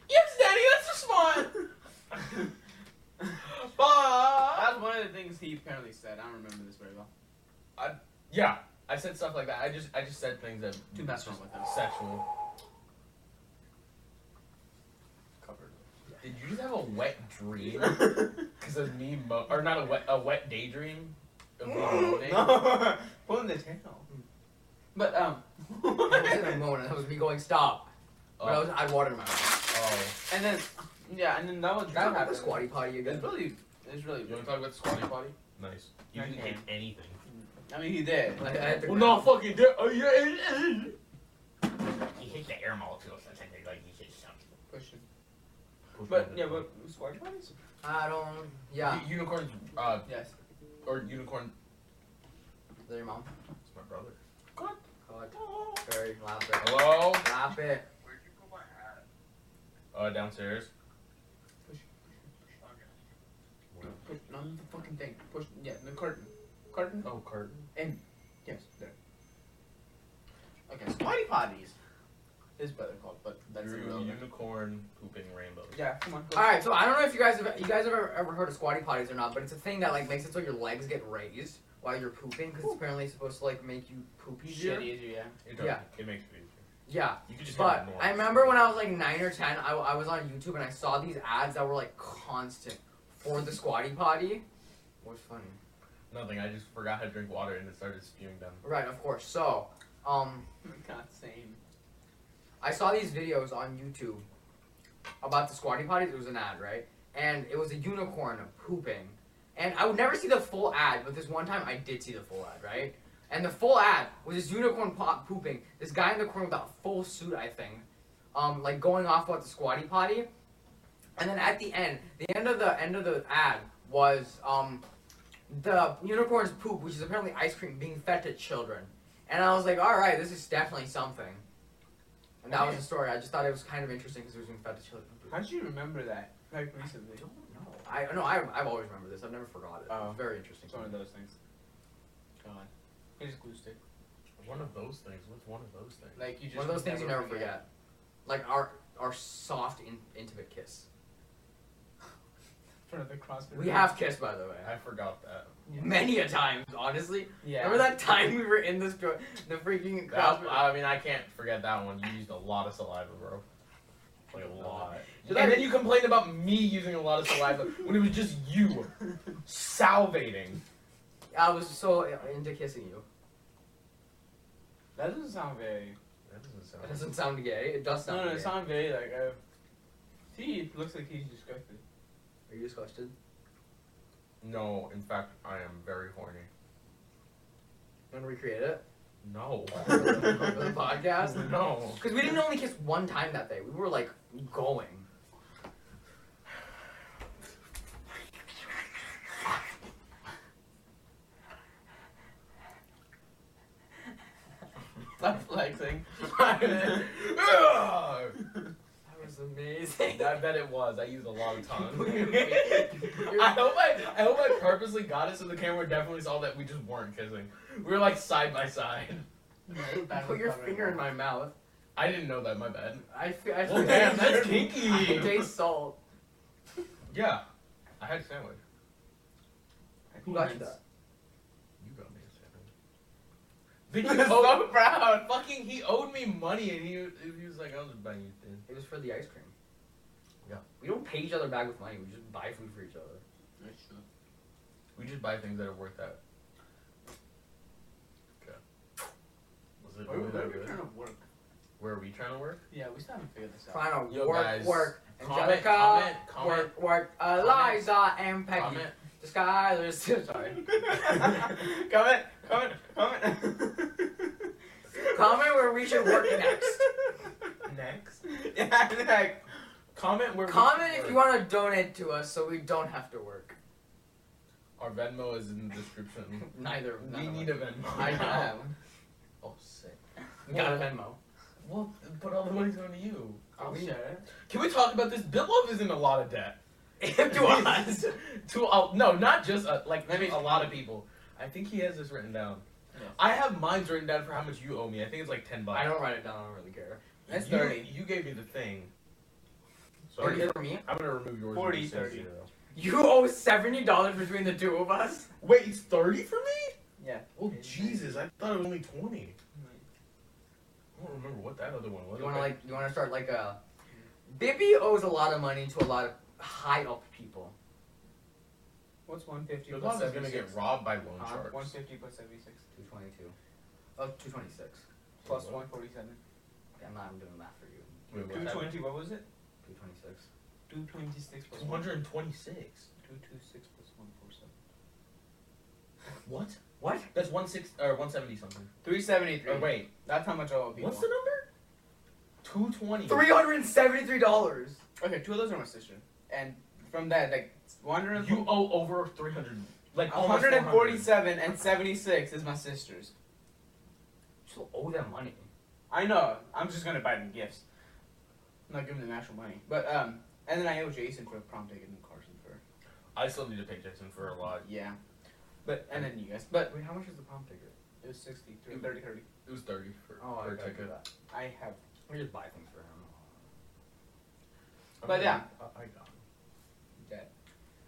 [SPEAKER 1] Yes, Daddy, that's a smart.
[SPEAKER 3] Fuck.
[SPEAKER 1] That's one of the things he apparently said. I don't remember this very well.
[SPEAKER 3] yeah, I said stuff like that. I just I just said things that
[SPEAKER 1] Too bad wrong with us.
[SPEAKER 3] sexual.
[SPEAKER 1] Covered.
[SPEAKER 3] Did you just have a wet <laughs> dream? Because of me, mo- or not a wet, a wet <laughs> daydream. Of me <laughs> moaning?
[SPEAKER 1] no. Pulling the tail. But um.
[SPEAKER 2] I was in a moan, and that was me going stop.
[SPEAKER 3] Oh,
[SPEAKER 2] But I was I had water in my mouth.
[SPEAKER 3] oh.
[SPEAKER 1] and then yeah, and then that was
[SPEAKER 2] That
[SPEAKER 1] that
[SPEAKER 2] happened.
[SPEAKER 1] happened.
[SPEAKER 2] Squatty potty again.
[SPEAKER 1] It's really, it's really.
[SPEAKER 3] You want to talk about the squatty potty? Nice. You didn't
[SPEAKER 1] Okay.
[SPEAKER 3] hit anything.
[SPEAKER 1] I mean, he did.
[SPEAKER 2] I, I had to
[SPEAKER 3] Well, no, fucking. Di- oh, yeah, it is. He hit the air molecules. I think like he hit something.
[SPEAKER 1] Question. But yeah, but squatty potties.
[SPEAKER 2] I don't. Yeah.
[SPEAKER 3] U- unicorns, uh,
[SPEAKER 1] Yes.
[SPEAKER 3] or unicorn.
[SPEAKER 2] Is that your mom?
[SPEAKER 3] Smart. brother.
[SPEAKER 2] God.
[SPEAKER 3] Oh.
[SPEAKER 2] Very loud. Very
[SPEAKER 3] Hello?
[SPEAKER 2] Stop it.
[SPEAKER 4] Where'd you put my hat?
[SPEAKER 3] Uh, downstairs.
[SPEAKER 4] Okay.
[SPEAKER 1] Push, not the fucking thing. Push, yeah, the curtain. Curtain?
[SPEAKER 3] Oh, curtain.
[SPEAKER 1] Yes, there. Okay, Smarty Potties. His brother called, but that's
[SPEAKER 3] Drew,
[SPEAKER 1] irrelevant.
[SPEAKER 3] unicorn pooping rainbows.
[SPEAKER 1] Yeah, come on.
[SPEAKER 2] All right, so I don't know if you guys have you guys have ever, ever heard of squatty potties or not, but it's a thing that like makes it so your legs get raised while you're pooping because it's apparently supposed to like make you poop
[SPEAKER 1] Shit
[SPEAKER 2] easier.
[SPEAKER 1] easier, yeah.
[SPEAKER 3] It does.
[SPEAKER 2] Yeah.
[SPEAKER 3] It makes it easier.
[SPEAKER 2] Yeah,
[SPEAKER 3] You could just
[SPEAKER 2] but
[SPEAKER 3] have
[SPEAKER 2] I remember when I was like nine or ten, I, I was on YouTube and I saw these ads that were like constant for the squatty potty. What's funny?
[SPEAKER 3] Nothing. I just forgot how to drink water and it started spewing down.
[SPEAKER 2] Right, of course. So, um,
[SPEAKER 1] God, same.
[SPEAKER 2] I saw these videos on YouTube about the squatty potties. It was an ad, right? And it was a unicorn pooping. And I would never see the full ad, but this one time I did see the full ad, right? And the full ad was this unicorn po- pooping. This guy in the corner without full suit, I think, um, like going off about the squatty potty. And then at the end, the end of the end of the ad was um, the unicorn's poop, which is apparently ice cream being fed to children. And I was like, all right, this is definitely something. And that was the story. I just thought it was kind of interesting because it was being fed to children.
[SPEAKER 1] How did you remember that? Like recently.
[SPEAKER 2] I don't know. I no, I I've always remembered this. I've never forgot it.
[SPEAKER 1] Oh.
[SPEAKER 2] It's very interesting.
[SPEAKER 1] It's one of those things. God. Here's a glue stick.
[SPEAKER 3] One of those things. What's one of those things?
[SPEAKER 1] Like you just
[SPEAKER 2] One of those things you never forget. Like our our soft in, intimate kiss.
[SPEAKER 1] In front of the CrossFit.
[SPEAKER 2] We have kissed by the way.
[SPEAKER 3] I forgot that.
[SPEAKER 2] <laughs> Many a times, honestly.
[SPEAKER 1] Yeah.
[SPEAKER 2] Remember that time we were in this dro- the freaking
[SPEAKER 3] that.
[SPEAKER 2] crowd?
[SPEAKER 3] I mean, I can't forget that one. You used a lot of saliva, bro. Like a lot.
[SPEAKER 2] Did
[SPEAKER 3] And
[SPEAKER 2] I-
[SPEAKER 3] then you complained about me using a lot of saliva when it was just
[SPEAKER 2] <laughs>
[SPEAKER 3] you salivating.
[SPEAKER 2] I was so into kissing you.
[SPEAKER 1] That doesn't sound very.
[SPEAKER 3] That doesn't sound.
[SPEAKER 2] It doesn't sound gay. It does
[SPEAKER 1] No,
[SPEAKER 2] sound
[SPEAKER 1] no,
[SPEAKER 2] gay.
[SPEAKER 1] it sounds very like. Uh, see, it looks like he's disgusted.
[SPEAKER 2] <laughs> Are you disgusted?
[SPEAKER 3] No, in fact, I am very horny.
[SPEAKER 2] Want to recreate it <laughs>
[SPEAKER 3] No. <laughs>
[SPEAKER 2] for the podcast?
[SPEAKER 3] no. <laughs>
[SPEAKER 2] Because we didn't only kiss one time that day. We were like going.
[SPEAKER 1] Stop <laughs> flexing.
[SPEAKER 2] That was amazing.
[SPEAKER 3] I bet it was. I used a lot of tongue.
[SPEAKER 1] <laughs>
[SPEAKER 2] You're-
[SPEAKER 3] <laughs> I hope I, I hope I purposely got it so the camera definitely saw that we just weren't kissing. We were like side by side.
[SPEAKER 2] Put your finger in my mouth.
[SPEAKER 3] I didn't know that. My bad.
[SPEAKER 2] I feel. I
[SPEAKER 3] Well,
[SPEAKER 2] feel-
[SPEAKER 3] damn, that's <laughs>
[SPEAKER 2] I
[SPEAKER 3] kinky.
[SPEAKER 2] taste salt.
[SPEAKER 3] Yeah, I had a sandwich.
[SPEAKER 2] Who got you that?
[SPEAKER 3] You got me a
[SPEAKER 1] I'm
[SPEAKER 3] <laughs> sandwich.
[SPEAKER 1] so proud.
[SPEAKER 3] Fucking, he owed me money, and he he was like, "I was buying you thin."
[SPEAKER 2] It was for the ice cream.
[SPEAKER 3] Yeah.
[SPEAKER 2] We don't pay each other back with money. We just buy food for each other.
[SPEAKER 3] We just buy things that are worth that. Okay. Was it
[SPEAKER 1] Where,
[SPEAKER 3] really
[SPEAKER 1] where are
[SPEAKER 3] that
[SPEAKER 1] we
[SPEAKER 3] good?
[SPEAKER 1] trying to work?
[SPEAKER 3] Where are we trying to work?
[SPEAKER 1] Yeah, we still haven't figured this out.
[SPEAKER 2] Trying to
[SPEAKER 3] Yo,
[SPEAKER 2] work,
[SPEAKER 3] guys,
[SPEAKER 2] work.
[SPEAKER 3] comment,
[SPEAKER 2] Angelica,
[SPEAKER 3] comment, comment,
[SPEAKER 2] work, work. Eliza and Peggy.
[SPEAKER 3] Comment.
[SPEAKER 2] The Skylar's. <laughs> Sorry.
[SPEAKER 1] <laughs> comment, comment, comment.
[SPEAKER 2] Comment where we should work <laughs> next.
[SPEAKER 3] Next.
[SPEAKER 1] Yeah, like,
[SPEAKER 3] Comment where. we
[SPEAKER 2] Comment
[SPEAKER 3] should
[SPEAKER 2] if you
[SPEAKER 3] work.
[SPEAKER 2] want to donate to us so we don't have to work.
[SPEAKER 3] Our Venmo is in the <laughs> description.
[SPEAKER 2] Neither. of
[SPEAKER 3] we
[SPEAKER 2] none of
[SPEAKER 3] need
[SPEAKER 2] us.
[SPEAKER 3] a Venmo.
[SPEAKER 2] I know.
[SPEAKER 3] <laughs> Oh, sick.
[SPEAKER 2] We got a Venmo.
[SPEAKER 3] Well, but all the money's going to you.
[SPEAKER 2] Oh,
[SPEAKER 1] I'll share it.
[SPEAKER 3] Can we talk about this? Bitlov is in a lot of <laughs> debt.
[SPEAKER 2] to us.
[SPEAKER 3] <laughs> to uh, no, not just uh, like
[SPEAKER 1] Let me-
[SPEAKER 3] a lot of people. I think he has this written down.
[SPEAKER 1] Yes.
[SPEAKER 3] I have mine written down for how much you owe me. I think it's like ten bucks.
[SPEAKER 2] I don't write it down. I don't really care.
[SPEAKER 1] That's
[SPEAKER 3] you,
[SPEAKER 1] 30.
[SPEAKER 3] You gave me the thing. So
[SPEAKER 2] Are
[SPEAKER 3] I'm
[SPEAKER 2] you
[SPEAKER 3] gonna,
[SPEAKER 2] for me?
[SPEAKER 3] I'm gonna remove yours.
[SPEAKER 1] 40,
[SPEAKER 3] and just say
[SPEAKER 1] 30.
[SPEAKER 3] zero.
[SPEAKER 2] You owe seventy dollars between the two of us.
[SPEAKER 3] Wait, it's thirty for me?
[SPEAKER 1] Yeah.
[SPEAKER 3] Oh Jesus! I thought it was only twenty. I don't remember what that other one was.
[SPEAKER 2] You wanna like? You wanna start like a? Bibby owes a lot of money to a lot of high up people.
[SPEAKER 1] What's 150
[SPEAKER 3] Bitlov
[SPEAKER 1] plus
[SPEAKER 3] is gonna
[SPEAKER 1] 76?
[SPEAKER 3] get robbed by loan
[SPEAKER 1] Huh?
[SPEAKER 3] sharks.
[SPEAKER 1] 150 plus 76
[SPEAKER 2] Two twenty two. Oh, 226.
[SPEAKER 1] plus
[SPEAKER 3] What?
[SPEAKER 1] 147.
[SPEAKER 2] Okay, I'm not doing math for you.
[SPEAKER 3] Wait, what's that?
[SPEAKER 1] 220, what was it?
[SPEAKER 2] 226.
[SPEAKER 1] 226 plus 100.
[SPEAKER 3] 226.
[SPEAKER 1] 226 plus 147.
[SPEAKER 3] What?
[SPEAKER 2] What?
[SPEAKER 3] That's one six or one seventy something.
[SPEAKER 1] 373.
[SPEAKER 3] Or Oh, wait,
[SPEAKER 1] That's how much I owe people.
[SPEAKER 3] what's the number? Two twenty.
[SPEAKER 2] Three hundred and seventy three dollars.
[SPEAKER 1] Okay, two of those are my sister. And from that, like, 100
[SPEAKER 3] You owe oh over three hundred. Like almost 400.
[SPEAKER 1] 147 and 76 is my sister's.
[SPEAKER 3] still owe them money.
[SPEAKER 1] I know. I'm just gonna buy them gifts. I'm not giving them actual money. But um, and then I owe Jason for a prom ticket and Carson for
[SPEAKER 3] I still need to pay Jason for a lot.
[SPEAKER 1] yeah. But and then you guys. But
[SPEAKER 5] Wait, how much is the prom ticket?
[SPEAKER 1] it was 60, 30, 30, 30.
[SPEAKER 3] It was thirty for,
[SPEAKER 5] Oh,
[SPEAKER 3] for
[SPEAKER 5] I gotta
[SPEAKER 3] a
[SPEAKER 5] do
[SPEAKER 3] ticket.
[SPEAKER 5] that.
[SPEAKER 1] I have.
[SPEAKER 5] We just buy things for him.
[SPEAKER 1] But
[SPEAKER 3] I'm gonna-
[SPEAKER 1] yeah.
[SPEAKER 3] I, I got. it.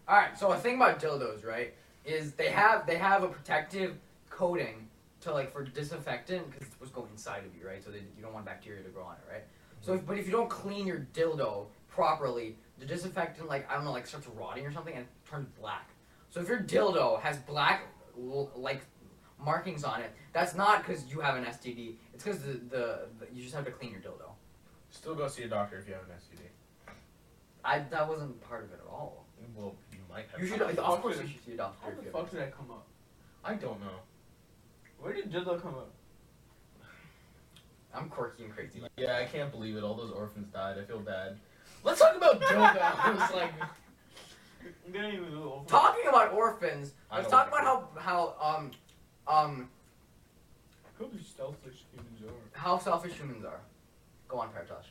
[SPEAKER 2] All right. So a thing about dildos, right, is they have they have a protective coating to like for disinfectant because it's what's going inside of you, right? So they, you don't want bacteria to grow on it, right? So, if, but if you don't clean your dildo properly, the disinfectant like I don't know like starts rotting or something and it turns black. So if your dildo has black l- like markings on it, that's not because you have an STD. It's because the, the the you just have to clean your dildo.
[SPEAKER 3] Still go see a doctor if you have an STD.
[SPEAKER 2] I that wasn't part of it at all.
[SPEAKER 3] Well, you might have.
[SPEAKER 2] You should
[SPEAKER 1] the
[SPEAKER 2] of
[SPEAKER 1] fuck
[SPEAKER 2] course
[SPEAKER 1] did-
[SPEAKER 2] you should see
[SPEAKER 1] How
[SPEAKER 2] a doctor. if
[SPEAKER 1] the
[SPEAKER 2] you-
[SPEAKER 1] fuck did I come up?
[SPEAKER 3] I don't know.
[SPEAKER 1] Where did dildo come up?
[SPEAKER 2] I'm quirky and crazy.
[SPEAKER 3] Yeah, I can't believe it. All those orphans died. I feel bad. Let's talk about
[SPEAKER 1] <laughs>
[SPEAKER 3] dildos. like,
[SPEAKER 1] I'm gonna use a little.
[SPEAKER 2] Talking about orphans,
[SPEAKER 3] I
[SPEAKER 2] let's
[SPEAKER 3] don't
[SPEAKER 2] talk
[SPEAKER 3] like
[SPEAKER 2] about how how um um
[SPEAKER 1] Who selfish humans are?
[SPEAKER 2] how selfish humans are. Go on, Paritosh.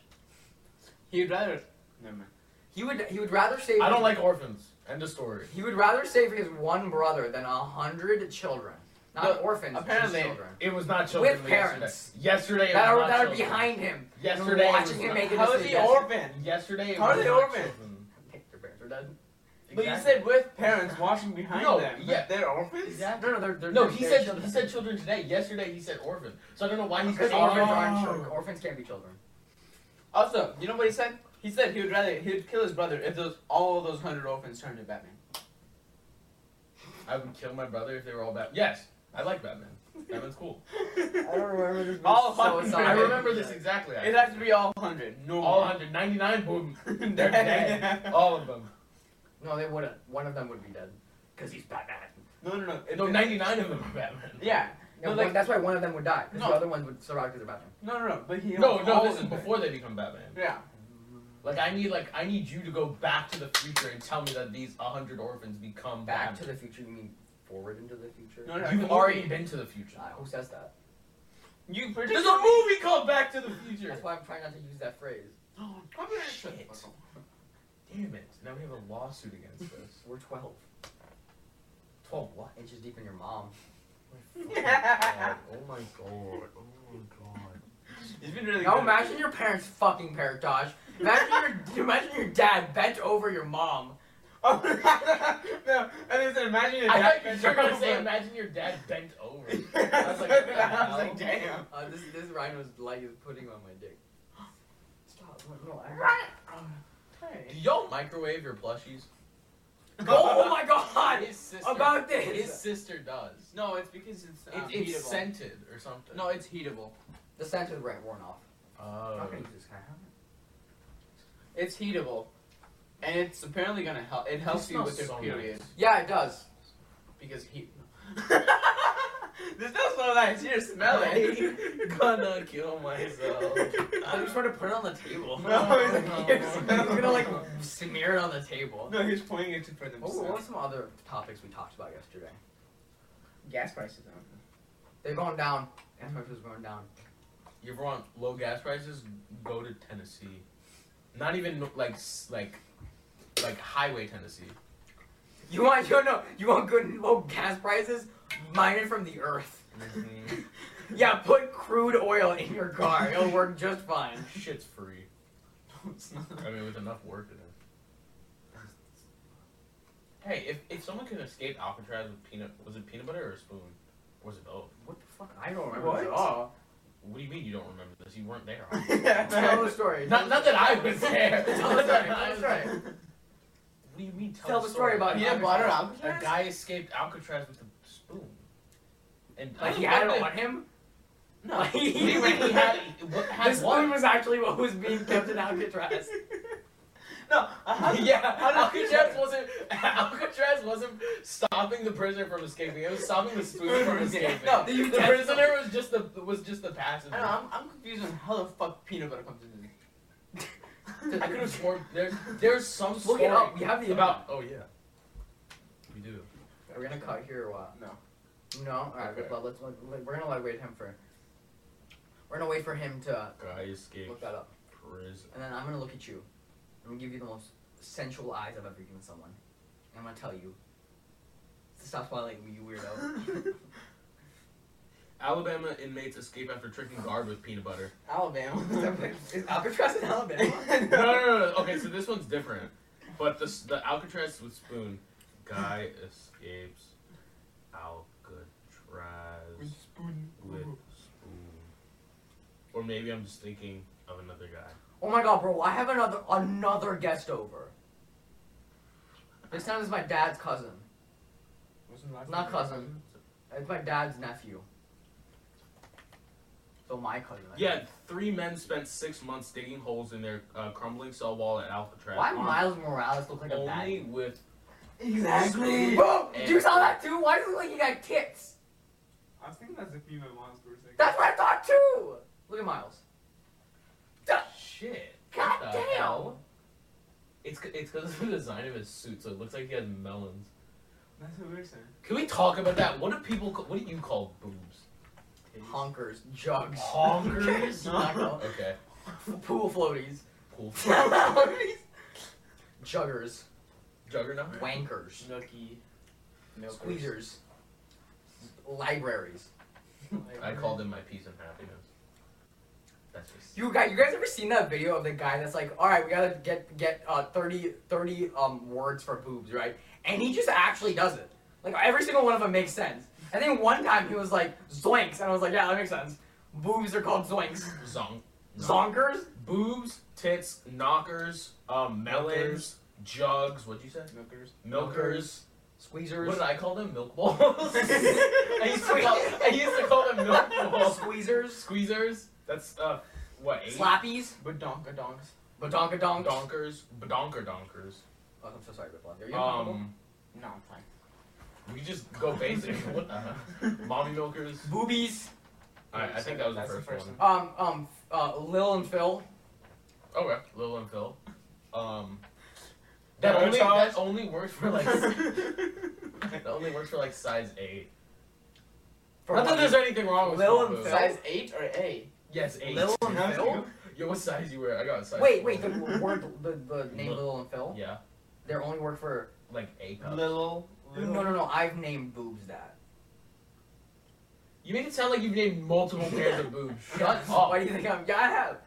[SPEAKER 1] He'd rather. Never mind.
[SPEAKER 2] He would he would rather save.
[SPEAKER 3] I don't
[SPEAKER 2] his-
[SPEAKER 3] like orphans. End of story.
[SPEAKER 2] He would rather save his one brother than a hundred children, not
[SPEAKER 3] No,
[SPEAKER 2] orphans. just
[SPEAKER 1] apparently-
[SPEAKER 2] children
[SPEAKER 3] It was not children.
[SPEAKER 2] With
[SPEAKER 3] but yesterday.
[SPEAKER 2] parents.
[SPEAKER 3] Yesterday. it
[SPEAKER 2] that
[SPEAKER 3] was
[SPEAKER 2] are
[SPEAKER 3] not
[SPEAKER 2] that are
[SPEAKER 3] children.
[SPEAKER 2] behind him.
[SPEAKER 3] Yesterday. it
[SPEAKER 2] watching
[SPEAKER 3] was
[SPEAKER 2] him
[SPEAKER 3] <laughs> not-
[SPEAKER 2] make it
[SPEAKER 1] How
[SPEAKER 2] to
[SPEAKER 1] is he
[SPEAKER 2] yes.
[SPEAKER 1] orphan?
[SPEAKER 3] Yesterday. it
[SPEAKER 1] How are
[SPEAKER 3] was
[SPEAKER 1] they
[SPEAKER 3] not
[SPEAKER 1] orphans?
[SPEAKER 3] children.
[SPEAKER 2] Their parents are dead.
[SPEAKER 1] But you
[SPEAKER 3] Exactly.
[SPEAKER 1] said with parents watching behind
[SPEAKER 3] No,
[SPEAKER 1] them.
[SPEAKER 3] yeah.
[SPEAKER 1] but they're orphans.
[SPEAKER 3] Exactly.
[SPEAKER 2] No, no, they're, they're
[SPEAKER 3] No,
[SPEAKER 2] they're-
[SPEAKER 3] he
[SPEAKER 2] they're
[SPEAKER 3] said
[SPEAKER 2] children.
[SPEAKER 3] he said children today. Yesterday he said orphan. So I don't know why he's
[SPEAKER 2] because
[SPEAKER 3] saying
[SPEAKER 2] orphans
[SPEAKER 3] orphan.
[SPEAKER 2] aren't
[SPEAKER 1] Oh.
[SPEAKER 2] children. Orphans can't be children.
[SPEAKER 1] Also, you know what he said? He said he would rather he would kill his brother if those all those hundred orphans turned to <laughs> Batman.
[SPEAKER 3] I would kill my brother if they were all Batman. Yes, I like Batman.
[SPEAKER 1] <laughs>
[SPEAKER 3] Batman's cool.
[SPEAKER 2] remember this.
[SPEAKER 1] All
[SPEAKER 2] so
[SPEAKER 1] of us-
[SPEAKER 2] aside.
[SPEAKER 3] I remember this exactly.
[SPEAKER 1] It'd have to be all hundred. No.
[SPEAKER 3] All 199
[SPEAKER 1] <laughs>
[SPEAKER 3] boom. They're dead. All of them.
[SPEAKER 2] No, they wouldn't. One of them would be dead. Because he's Batman.
[SPEAKER 1] No, no, no.
[SPEAKER 3] No, 99 of them are Batman.
[SPEAKER 1] Yeah.
[SPEAKER 2] No,
[SPEAKER 1] No,
[SPEAKER 2] one-
[SPEAKER 1] like-
[SPEAKER 2] that's why one of them would die. Because
[SPEAKER 1] No.
[SPEAKER 2] the other ones would survive because they're Batman.
[SPEAKER 1] No, no, no. But he.
[SPEAKER 3] No,
[SPEAKER 1] owns all
[SPEAKER 3] no, this
[SPEAKER 1] of
[SPEAKER 3] is
[SPEAKER 1] them.
[SPEAKER 3] before they become Batman.
[SPEAKER 1] Yeah.
[SPEAKER 3] Like I need, like I need you to go back to the future and tell me that these 100 orphans become
[SPEAKER 2] Back to
[SPEAKER 3] Batman.
[SPEAKER 2] the future, you mean forward into the future?
[SPEAKER 1] No, no.
[SPEAKER 3] You've already been to the future.
[SPEAKER 2] God, who says that?
[SPEAKER 1] You
[SPEAKER 3] There's
[SPEAKER 1] predicted.
[SPEAKER 3] a movie called Back to the Future.
[SPEAKER 2] That's why I'm trying not to use that phrase.
[SPEAKER 1] Oh,
[SPEAKER 3] Shit. <laughs> Damn it! Now we have a lawsuit against us.
[SPEAKER 2] We're 12
[SPEAKER 3] 12 what?
[SPEAKER 2] inches deep in your mom.
[SPEAKER 3] Oh my god. Oh my god. Oh my god.
[SPEAKER 1] He's been really.
[SPEAKER 2] Now
[SPEAKER 1] good.
[SPEAKER 2] imagine your parents fucking Paritosh. Imagine your imagine your dad bent over your mom.
[SPEAKER 1] <laughs> Oh, no, and then said, imagine your
[SPEAKER 3] I
[SPEAKER 1] dad
[SPEAKER 3] thought
[SPEAKER 1] bent
[SPEAKER 3] you were
[SPEAKER 1] <laughs>
[SPEAKER 3] gonna say,
[SPEAKER 1] over.
[SPEAKER 3] imagine your dad bent <laughs> over.
[SPEAKER 1] I was like, I was
[SPEAKER 2] No.
[SPEAKER 1] like, damn.
[SPEAKER 2] Uh, this this rhino's light is putting on my dick. Stop! No, no, <gasps> I-
[SPEAKER 3] Do y'all microwave your plushies?
[SPEAKER 2] oh,
[SPEAKER 1] <laughs>
[SPEAKER 2] oh <laughs> my god!
[SPEAKER 3] His sister.
[SPEAKER 2] About
[SPEAKER 3] His
[SPEAKER 2] this.
[SPEAKER 3] sister does.
[SPEAKER 1] No, it's because it's um,
[SPEAKER 3] It, it's
[SPEAKER 1] heatable.
[SPEAKER 3] scented or something.
[SPEAKER 1] No, it's heatable.
[SPEAKER 2] The scent is right worn off.
[SPEAKER 3] Oh.
[SPEAKER 2] I'm not gonna use this kind.
[SPEAKER 1] It's heatable, and it's apparently gonna help. It helps you
[SPEAKER 3] smells
[SPEAKER 1] with your
[SPEAKER 3] so
[SPEAKER 1] period
[SPEAKER 2] Yeah,
[SPEAKER 1] <laughs>
[SPEAKER 2] it does.
[SPEAKER 1] because heat. <laughs> this does smell nice. Here, smell it. <laughs>
[SPEAKER 3] Gonna kill <laughs> myself.
[SPEAKER 2] I
[SPEAKER 3] uh,
[SPEAKER 2] just want to put it on the table.
[SPEAKER 1] No, he's like,
[SPEAKER 3] <laughs> no,
[SPEAKER 1] "Here,
[SPEAKER 2] I'm
[SPEAKER 1] smell it."
[SPEAKER 2] gonna like smear it on the table.
[SPEAKER 1] <laughs> No, he's pointing it to for
[SPEAKER 2] What were, Oh, what were
[SPEAKER 1] themselves.
[SPEAKER 2] some other topics we talked about yesterday?
[SPEAKER 1] Gas prices.
[SPEAKER 2] They're going down. Gas prices are going down.
[SPEAKER 3] You ever want low gas prices? Go to Tennessee. Not even like s- like like highway Tennessee.
[SPEAKER 2] You want you know you want good low gas prices? Mine it from the earth.
[SPEAKER 3] Mm-hmm.
[SPEAKER 2] Yeah, put crude oil in your car. It'll work just fine.
[SPEAKER 3] Shit's free.
[SPEAKER 1] No, it's <laughs> not.
[SPEAKER 3] I mean, with enough work in it. Hey, if, if someone could escape Alcatraz with peanut, was it peanut butter or a spoon? Or was it both?
[SPEAKER 2] What the fuck? I don't remember
[SPEAKER 1] What?
[SPEAKER 2] this at all.
[SPEAKER 3] What do you mean you don't remember this? You weren't there. Oh,
[SPEAKER 2] Tell the story.
[SPEAKER 3] <laughs> not, not that I was <laughs> there.
[SPEAKER 2] Tell
[SPEAKER 3] Not
[SPEAKER 2] the
[SPEAKER 3] that
[SPEAKER 2] story.
[SPEAKER 3] I
[SPEAKER 2] Tell the
[SPEAKER 3] was
[SPEAKER 2] story.
[SPEAKER 3] there. <laughs> What do you mean tell,
[SPEAKER 2] Tell the story about
[SPEAKER 1] Peanut butter Alcatraz?
[SPEAKER 3] A guy escaped Alcatraz with a spoon. And
[SPEAKER 2] Like he had it on him.
[SPEAKER 6] <laughs>
[SPEAKER 3] No, he, he had, what, <laughs> had
[SPEAKER 2] This
[SPEAKER 3] one.
[SPEAKER 2] one was actually what was being kept in
[SPEAKER 3] <laughs>
[SPEAKER 2] Alcatraz.
[SPEAKER 1] No.
[SPEAKER 6] <laughs>
[SPEAKER 1] uh, how did-
[SPEAKER 3] yeah,
[SPEAKER 1] How did
[SPEAKER 3] Alcatraz wasn't Alcatraz wasn't stopping the prisoner from escaping. It was stopping the
[SPEAKER 1] <laughs>
[SPEAKER 3] spoon from escaping.
[SPEAKER 1] No,
[SPEAKER 2] you
[SPEAKER 3] the
[SPEAKER 2] guys-
[SPEAKER 3] prisoner was just the was just the
[SPEAKER 1] I
[SPEAKER 3] passenger.
[SPEAKER 1] don't know. I'm, I'm confused on how the fuck peanut butter comes into this.
[SPEAKER 6] <laughs>
[SPEAKER 3] I could have sworn there's there's some
[SPEAKER 2] Look
[SPEAKER 3] story
[SPEAKER 2] it up. We have the
[SPEAKER 3] about. Oh yeah, we do.
[SPEAKER 2] Are we gonna cut here or what?
[SPEAKER 1] No.
[SPEAKER 2] No. All right.
[SPEAKER 3] Okay.
[SPEAKER 2] Well, let's. let- We're gonna let wait him for We're gonna wait for him to uh,
[SPEAKER 6] Guy escaped
[SPEAKER 2] look that up,
[SPEAKER 6] prison.
[SPEAKER 2] and then I'm gonna look at you. I'm gonna give you the most sensual eyes I've ever given someone. And I'm gonna tell you. Stop smiling at me, you
[SPEAKER 1] <laughs>
[SPEAKER 2] weirdo. <laughs>
[SPEAKER 6] Alabama inmates escape after tricking guard with peanut butter. <laughs>
[SPEAKER 1] <laughs> Alabama.
[SPEAKER 2] Is Alcatraz in Alabama?
[SPEAKER 1] <laughs>
[SPEAKER 6] No, no, no, no. Okay, so this one's different. But the the Alcatraz with spoon guy escapes Alcatraz
[SPEAKER 1] spoon.
[SPEAKER 6] with spoon. Or maybe I'm just thinking of another guy.
[SPEAKER 2] Oh my god, bro! I have another another guest over. This time it's my dad's cousin.
[SPEAKER 1] Wasn't last
[SPEAKER 2] Not
[SPEAKER 1] name-
[SPEAKER 2] cousin. It's my dad's nephew. So my cousin. I
[SPEAKER 6] Yeah,
[SPEAKER 2] think.
[SPEAKER 6] three men spent six months digging holes in their uh, crumbling cell wall at Alcatraz.
[SPEAKER 2] Why
[SPEAKER 6] armed
[SPEAKER 2] Miles Morales look like a
[SPEAKER 6] only
[SPEAKER 2] baddie?
[SPEAKER 6] with
[SPEAKER 1] Exactly.
[SPEAKER 2] Bro, you
[SPEAKER 6] And-
[SPEAKER 2] saw that too? Why does it look like he got tits?
[SPEAKER 7] I was thinking that's a female monster for a second.
[SPEAKER 2] That's what I thought too. Look at Miles.
[SPEAKER 6] shit.
[SPEAKER 2] God
[SPEAKER 6] What the
[SPEAKER 2] damn.
[SPEAKER 6] hell? It's c- it's because of the design of his suit, so it looks like he has melons.
[SPEAKER 7] That's what we we're saying.
[SPEAKER 6] Can we talk about that? What do people? Call, what do you call boobs?
[SPEAKER 2] Honkers, jugs, <laughs>
[SPEAKER 6] Honkers?
[SPEAKER 2] Knuckle.
[SPEAKER 6] Okay.
[SPEAKER 2] <laughs> pool floaties,
[SPEAKER 6] Cool.
[SPEAKER 2] juggers,
[SPEAKER 6] Juggernaut.
[SPEAKER 2] wankers,
[SPEAKER 1] Snooki.
[SPEAKER 6] <laughs>
[SPEAKER 2] squeezers, libraries.
[SPEAKER 6] I <laughs> called him my peace and happiness. That's just.
[SPEAKER 2] You guys, you guys ever seen that video of the guy that's like, all right, we gotta get get uh, 30, 30 um words for boobs, right? And he just actually does it. Like every single one of them makes sense. And then one time he was like zoinks, and I was like, yeah, that makes sense. Boobs are called zoinks.
[SPEAKER 6] Zonk.
[SPEAKER 2] Zonkers,
[SPEAKER 6] Boobs, tits, knockers, um, melons, jugs. What'd you say?
[SPEAKER 1] <laughs> Snookers.
[SPEAKER 6] Milkers.
[SPEAKER 2] squeezers, <laughs>
[SPEAKER 6] What did I call them? Milk balls. I used to call. I
[SPEAKER 2] <laughs>
[SPEAKER 6] used to call them
[SPEAKER 3] <laughs>
[SPEAKER 6] milk balls.
[SPEAKER 2] squeezers,
[SPEAKER 6] Squeezers. That's uh, what eight?
[SPEAKER 2] slappies,
[SPEAKER 1] Badonka donks.
[SPEAKER 2] badonka donks.
[SPEAKER 6] Donkers. Badonker donkers.
[SPEAKER 2] Oh, I'm so sorry, Riplon. Are you uncomfortable?
[SPEAKER 6] Um,
[SPEAKER 1] No, I'm fine.
[SPEAKER 6] we could just go <laughs> basic. what the hell? Mommy milkers.
[SPEAKER 2] Boobies,
[SPEAKER 6] Alright, I think that was the
[SPEAKER 1] That's
[SPEAKER 6] first, one.
[SPEAKER 2] um, um, uh, Lil and Phil.
[SPEAKER 6] Okay, Lil and Phil. Um,
[SPEAKER 1] That
[SPEAKER 6] that only
[SPEAKER 1] Charles?
[SPEAKER 6] that only works for <laughs> like that only works for <laughs> like size eight.
[SPEAKER 2] For
[SPEAKER 6] Not that
[SPEAKER 2] money.
[SPEAKER 6] there's anything wrong with
[SPEAKER 2] Lil
[SPEAKER 6] small
[SPEAKER 2] and
[SPEAKER 6] boobs.
[SPEAKER 1] <laughs>
[SPEAKER 2] Phil?
[SPEAKER 1] Size 8 or A?
[SPEAKER 6] Yes, eight.
[SPEAKER 2] Lil and
[SPEAKER 7] How's it
[SPEAKER 2] Phil.
[SPEAKER 7] going?
[SPEAKER 6] Yo, what size you wear? I got a size.
[SPEAKER 2] Wait, wait. The
[SPEAKER 6] four.
[SPEAKER 2] word, the, the name Lil and Phil.
[SPEAKER 6] Yeah,
[SPEAKER 2] They only work for.
[SPEAKER 6] like A cup.
[SPEAKER 1] Little.
[SPEAKER 2] No, no, no. I've named boobs that.
[SPEAKER 6] You make it sound like you've named multiple pairs of <laughs> boobs. Shut
[SPEAKER 2] Yes.
[SPEAKER 6] up.
[SPEAKER 2] Why do you think I'm? Yeah, I have.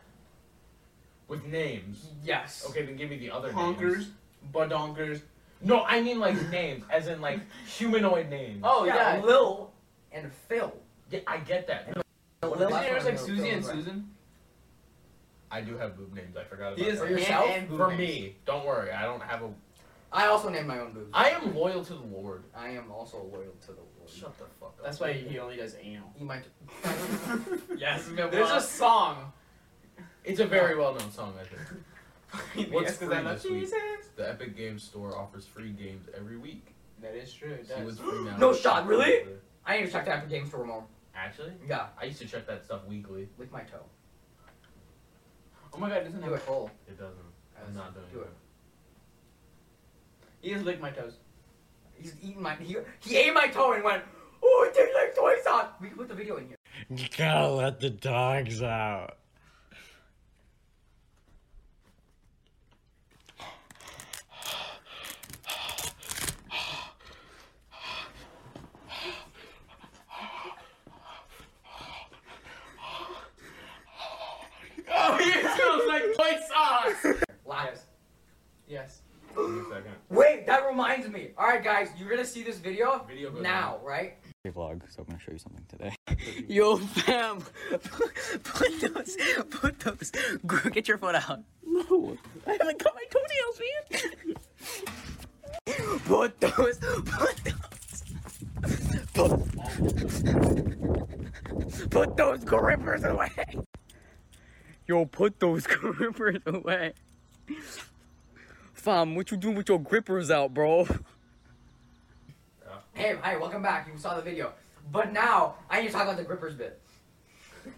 [SPEAKER 6] With names.
[SPEAKER 2] Yes.
[SPEAKER 6] Okay, then give me the other names.
[SPEAKER 1] Honkers. Badonkers.
[SPEAKER 6] No, I mean like names, as in like humanoid names.
[SPEAKER 1] Oh, yeah.
[SPEAKER 2] Lil and Phil.
[SPEAKER 6] yeah, I get that.
[SPEAKER 2] Lil
[SPEAKER 1] Isn't
[SPEAKER 2] Lil-
[SPEAKER 1] there like
[SPEAKER 2] Phil,
[SPEAKER 1] Susie and
[SPEAKER 2] right?
[SPEAKER 1] Susan?
[SPEAKER 6] I do have boob names. I forgot about
[SPEAKER 1] He is
[SPEAKER 2] For
[SPEAKER 6] that.
[SPEAKER 1] a
[SPEAKER 2] yourself?
[SPEAKER 1] man and
[SPEAKER 6] For
[SPEAKER 1] boob man.
[SPEAKER 6] me, don't worry. I don't have a.
[SPEAKER 2] I also named my own boobs.
[SPEAKER 6] I am loyal to the Lord.
[SPEAKER 2] I am also loyal to the Lord.
[SPEAKER 6] Shut the fuck up.
[SPEAKER 1] That's why he only does anal.
[SPEAKER 2] You might.
[SPEAKER 6] Yes.
[SPEAKER 1] <laughs> There's a
[SPEAKER 2] <laughs>
[SPEAKER 1] song.
[SPEAKER 6] It's a very well known song. I think What's
[SPEAKER 1] Yes, 'cause I
[SPEAKER 6] free
[SPEAKER 1] love
[SPEAKER 6] this week?
[SPEAKER 1] Jesus.
[SPEAKER 6] the Epic Games Store offers free games every week.
[SPEAKER 1] That is true. It
[SPEAKER 6] See
[SPEAKER 1] does.
[SPEAKER 6] what's free now.
[SPEAKER 2] No shot, really? I need to check that for games for more.
[SPEAKER 6] Actually,
[SPEAKER 2] Yeah,
[SPEAKER 6] I used to check that stuff weekly.
[SPEAKER 2] lick my toe.
[SPEAKER 1] Oh my god, it doesn't have
[SPEAKER 2] Do
[SPEAKER 1] a
[SPEAKER 2] it.
[SPEAKER 1] hole.
[SPEAKER 6] It doesn't.
[SPEAKER 2] I
[SPEAKER 6] I'm
[SPEAKER 2] was-
[SPEAKER 6] not doing
[SPEAKER 2] do it.
[SPEAKER 6] it.
[SPEAKER 1] He just licked my toes.
[SPEAKER 2] He's eating my. He, he ate my toe and went. Oh, it tastes like soy sauce. We can put the video in here.
[SPEAKER 8] You gotta let the dogs
[SPEAKER 2] <laughs>
[SPEAKER 8] out.
[SPEAKER 6] Oh, it smells like white sauce.
[SPEAKER 2] Laugh.
[SPEAKER 1] Yes. Yes.
[SPEAKER 6] second.
[SPEAKER 2] Wait, that reminds me. All right, guys, you're gonna see this video
[SPEAKER 6] Video goes
[SPEAKER 2] now, right?
[SPEAKER 9] Vlog, so I'm gonna show you something today.
[SPEAKER 2] Yo, fam, put those, put those. Get your foot out.
[SPEAKER 9] No.
[SPEAKER 2] I haven't cut my toenails, man. Put those, put those, put, put those grippers away. Yo, put those grippers away. Fam, what you doing with your grippers out, bro? Hey, hi, welcome back. You saw the video. But now, I need to talk about the grippers bit.
[SPEAKER 6] Oh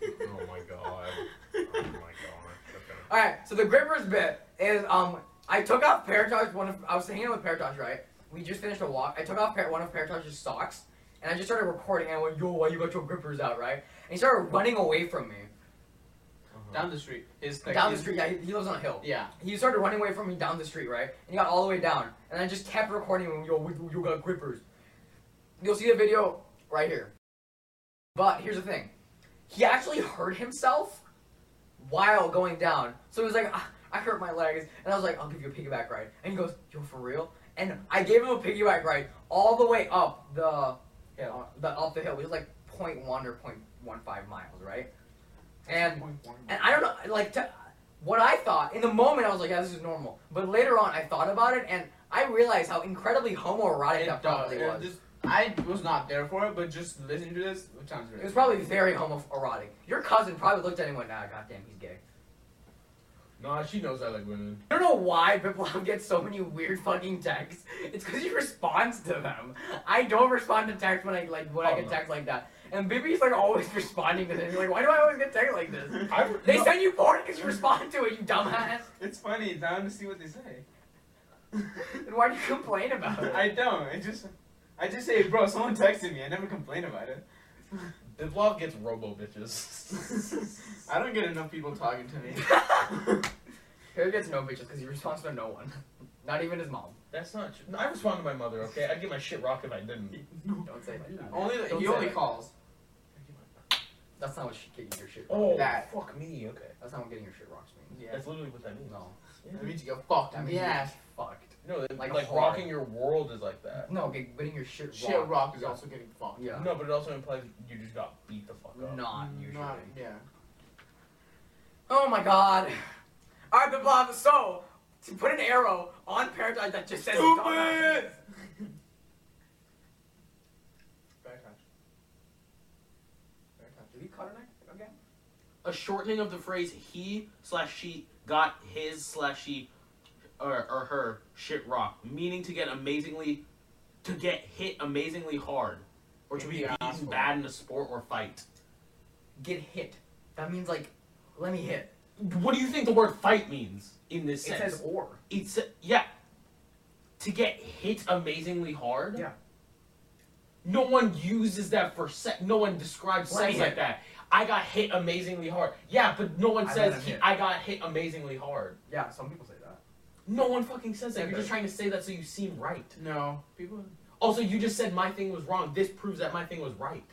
[SPEAKER 6] my god. Oh my god. Okay.
[SPEAKER 2] All right, so the grippers bit is um, I took off Paratosh one of I was hanging out with Paratosh right. We just finished a walk. I took off Par- one of Paratosh's socks, and I just started recording. And I went, "Yo, why you got your grippers out, right?" And he started running away from me.
[SPEAKER 1] Down the street. His thing.
[SPEAKER 2] down the
[SPEAKER 1] his-
[SPEAKER 2] street. Yeah, he, he lives on a hill.
[SPEAKER 1] Yeah.
[SPEAKER 2] He started running away from me down the street, right? And he got all the way down, and I just kept recording him. Yo, we, you got grippers. You'll see the video right here. But here's the thing, he actually hurt himself while going down. So he was like, "Ah, I hurt my legs, and I was like, I'll give you a piggyback ride. And he goes, Yo, for real? And I gave him a piggyback ride all the way up the hill, the up the hill, which is like 0.1 or 0.15 miles, right? And and I don't know, like, to, what I thought in the moment, I was like, yeah, this is normal. But later on, I thought about it and I realized how incredibly homoerotic
[SPEAKER 1] It
[SPEAKER 2] that
[SPEAKER 1] does.
[SPEAKER 2] probably
[SPEAKER 1] It
[SPEAKER 2] was.
[SPEAKER 1] uh, just- I was not there for it, but just listening to this, it sounds
[SPEAKER 2] It
[SPEAKER 1] really
[SPEAKER 2] was probably
[SPEAKER 1] <laughs>
[SPEAKER 2] very homoerotic. Your cousin probably looked at him and went, nah, goddamn, he's gay.
[SPEAKER 6] Nah, she knows I like women.
[SPEAKER 2] I don't know why <laughs> Biplom gets so many weird fucking texts. It's because he responds to them. I don't respond to texts when I like when I
[SPEAKER 6] Oh,
[SPEAKER 2] get
[SPEAKER 6] no.
[SPEAKER 2] texts like that. And Bibi's like always <laughs> responding to them. He's like, why do I always get texts like this?
[SPEAKER 6] I,
[SPEAKER 2] They
[SPEAKER 6] no,
[SPEAKER 2] send you porn because you respond to it, you dumbass.
[SPEAKER 7] It's funny. It's down to see what they
[SPEAKER 2] <laughs>
[SPEAKER 7] say.
[SPEAKER 2] Then why do you complain about it?
[SPEAKER 7] I don't. I just, I just say, bro, someone texted me. I never complain about it.
[SPEAKER 6] the vlog gets robo bitches. <laughs>
[SPEAKER 1] I don't get enough people talking to me. <laughs>
[SPEAKER 2] Harry gets no bitches because he responds to no one. <laughs> Not even his mom.
[SPEAKER 6] That's not true. I respond to my mother, okay? I'd get my shit rocked if I didn't.
[SPEAKER 2] Don't say that.
[SPEAKER 1] only
[SPEAKER 2] Don't
[SPEAKER 1] he
[SPEAKER 2] say
[SPEAKER 1] only
[SPEAKER 2] that.
[SPEAKER 1] calls.
[SPEAKER 2] That's not what she getting your shit.
[SPEAKER 6] Oh,
[SPEAKER 1] That.
[SPEAKER 6] fuck me, okay.
[SPEAKER 2] That's not what getting your shit rocks means.
[SPEAKER 1] Yeah.
[SPEAKER 6] That's literally what that means.
[SPEAKER 2] No.
[SPEAKER 1] That means you go fucked.
[SPEAKER 2] That
[SPEAKER 1] I
[SPEAKER 2] means
[SPEAKER 1] mean,
[SPEAKER 2] you're
[SPEAKER 1] yeah.
[SPEAKER 2] fucked.
[SPEAKER 6] No, that-
[SPEAKER 2] Like
[SPEAKER 6] like,
[SPEAKER 2] hard.
[SPEAKER 6] rocking your world is like that.
[SPEAKER 2] No, get, getting your shit rocked.
[SPEAKER 1] Shit rock is also getting fucked.
[SPEAKER 2] Yeah.
[SPEAKER 6] No, but it also implies you just got beat the fuck up.
[SPEAKER 2] Not usually.
[SPEAKER 1] Not, yeah.
[SPEAKER 2] Oh my god. Alright, but blah, so, to put an arrow on Paradise that just says dumbass.
[SPEAKER 1] Back touch. Back touch.
[SPEAKER 2] Did we cut it again?
[SPEAKER 3] a shortening of the phrase he slash she got his slash she or, or her shit rock, meaning to get amazingly to get hit amazingly hard or to
[SPEAKER 1] In
[SPEAKER 3] be
[SPEAKER 1] the
[SPEAKER 3] beaten
[SPEAKER 1] asshole.
[SPEAKER 3] bad in a sport or fight.
[SPEAKER 2] Get hit. That means, like, let me hit.
[SPEAKER 3] What do you think the word fight means in this
[SPEAKER 2] It
[SPEAKER 3] sense?
[SPEAKER 2] says or.
[SPEAKER 3] it's yeah. To get hit amazingly hard?
[SPEAKER 2] Yeah.
[SPEAKER 3] No one uses that for sex. No one describes
[SPEAKER 2] Let me
[SPEAKER 3] sex like
[SPEAKER 2] hit.
[SPEAKER 3] that. I got hit amazingly hard. Yeah, but no one
[SPEAKER 2] I let
[SPEAKER 3] says
[SPEAKER 2] him
[SPEAKER 3] he,
[SPEAKER 2] hit.
[SPEAKER 3] I got hit amazingly hard.
[SPEAKER 2] Yeah, some people say that.
[SPEAKER 3] No one fucking says that.
[SPEAKER 2] Yeah,
[SPEAKER 3] You're just
[SPEAKER 2] but-
[SPEAKER 3] trying to say that so you seem right.
[SPEAKER 1] No. People.
[SPEAKER 3] Also, you just said my thing was wrong. This proves that my thing was right.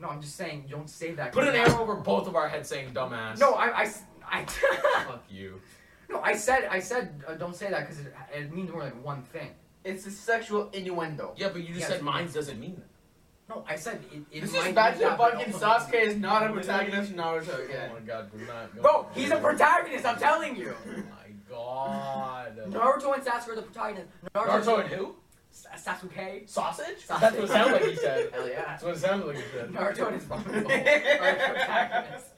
[SPEAKER 2] No, I'm just saying, don't say that.
[SPEAKER 3] Put an arrow over both of our heads saying dumbass.
[SPEAKER 2] No, I, <laughs> I, s- I-
[SPEAKER 3] Fuck you.
[SPEAKER 2] no, I said, I said, uh, don't say that because it, it means more than one thing.
[SPEAKER 1] It's a sexual innuendo.
[SPEAKER 3] Yeah, but you just
[SPEAKER 2] Yeah,
[SPEAKER 3] said
[SPEAKER 2] it's-
[SPEAKER 3] mine doesn't mean that.
[SPEAKER 2] No, I said it. it
[SPEAKER 1] This
[SPEAKER 2] might
[SPEAKER 1] is back
[SPEAKER 2] mean
[SPEAKER 1] to the
[SPEAKER 2] that, but
[SPEAKER 1] fucking
[SPEAKER 2] also-
[SPEAKER 1] Sasuke is not a protagonist in Naruto again. <laughs>
[SPEAKER 6] Oh my god, we're not going
[SPEAKER 2] Bro, he's a protagonist. I'm telling you.
[SPEAKER 6] Oh my god.
[SPEAKER 2] <laughs> Naruto and Sasuke are the protagonists.
[SPEAKER 6] Naruto and who?
[SPEAKER 2] Sa- Sasuke.
[SPEAKER 6] Sausage?
[SPEAKER 2] Sausage.
[SPEAKER 6] That's what it sounded like he said.
[SPEAKER 2] Hell yeah.
[SPEAKER 6] That's what it sounded like he
[SPEAKER 2] <laughs>
[SPEAKER 6] said.
[SPEAKER 2] Naruto and his mom
[SPEAKER 1] <laughs>
[SPEAKER 2] are the protagonists.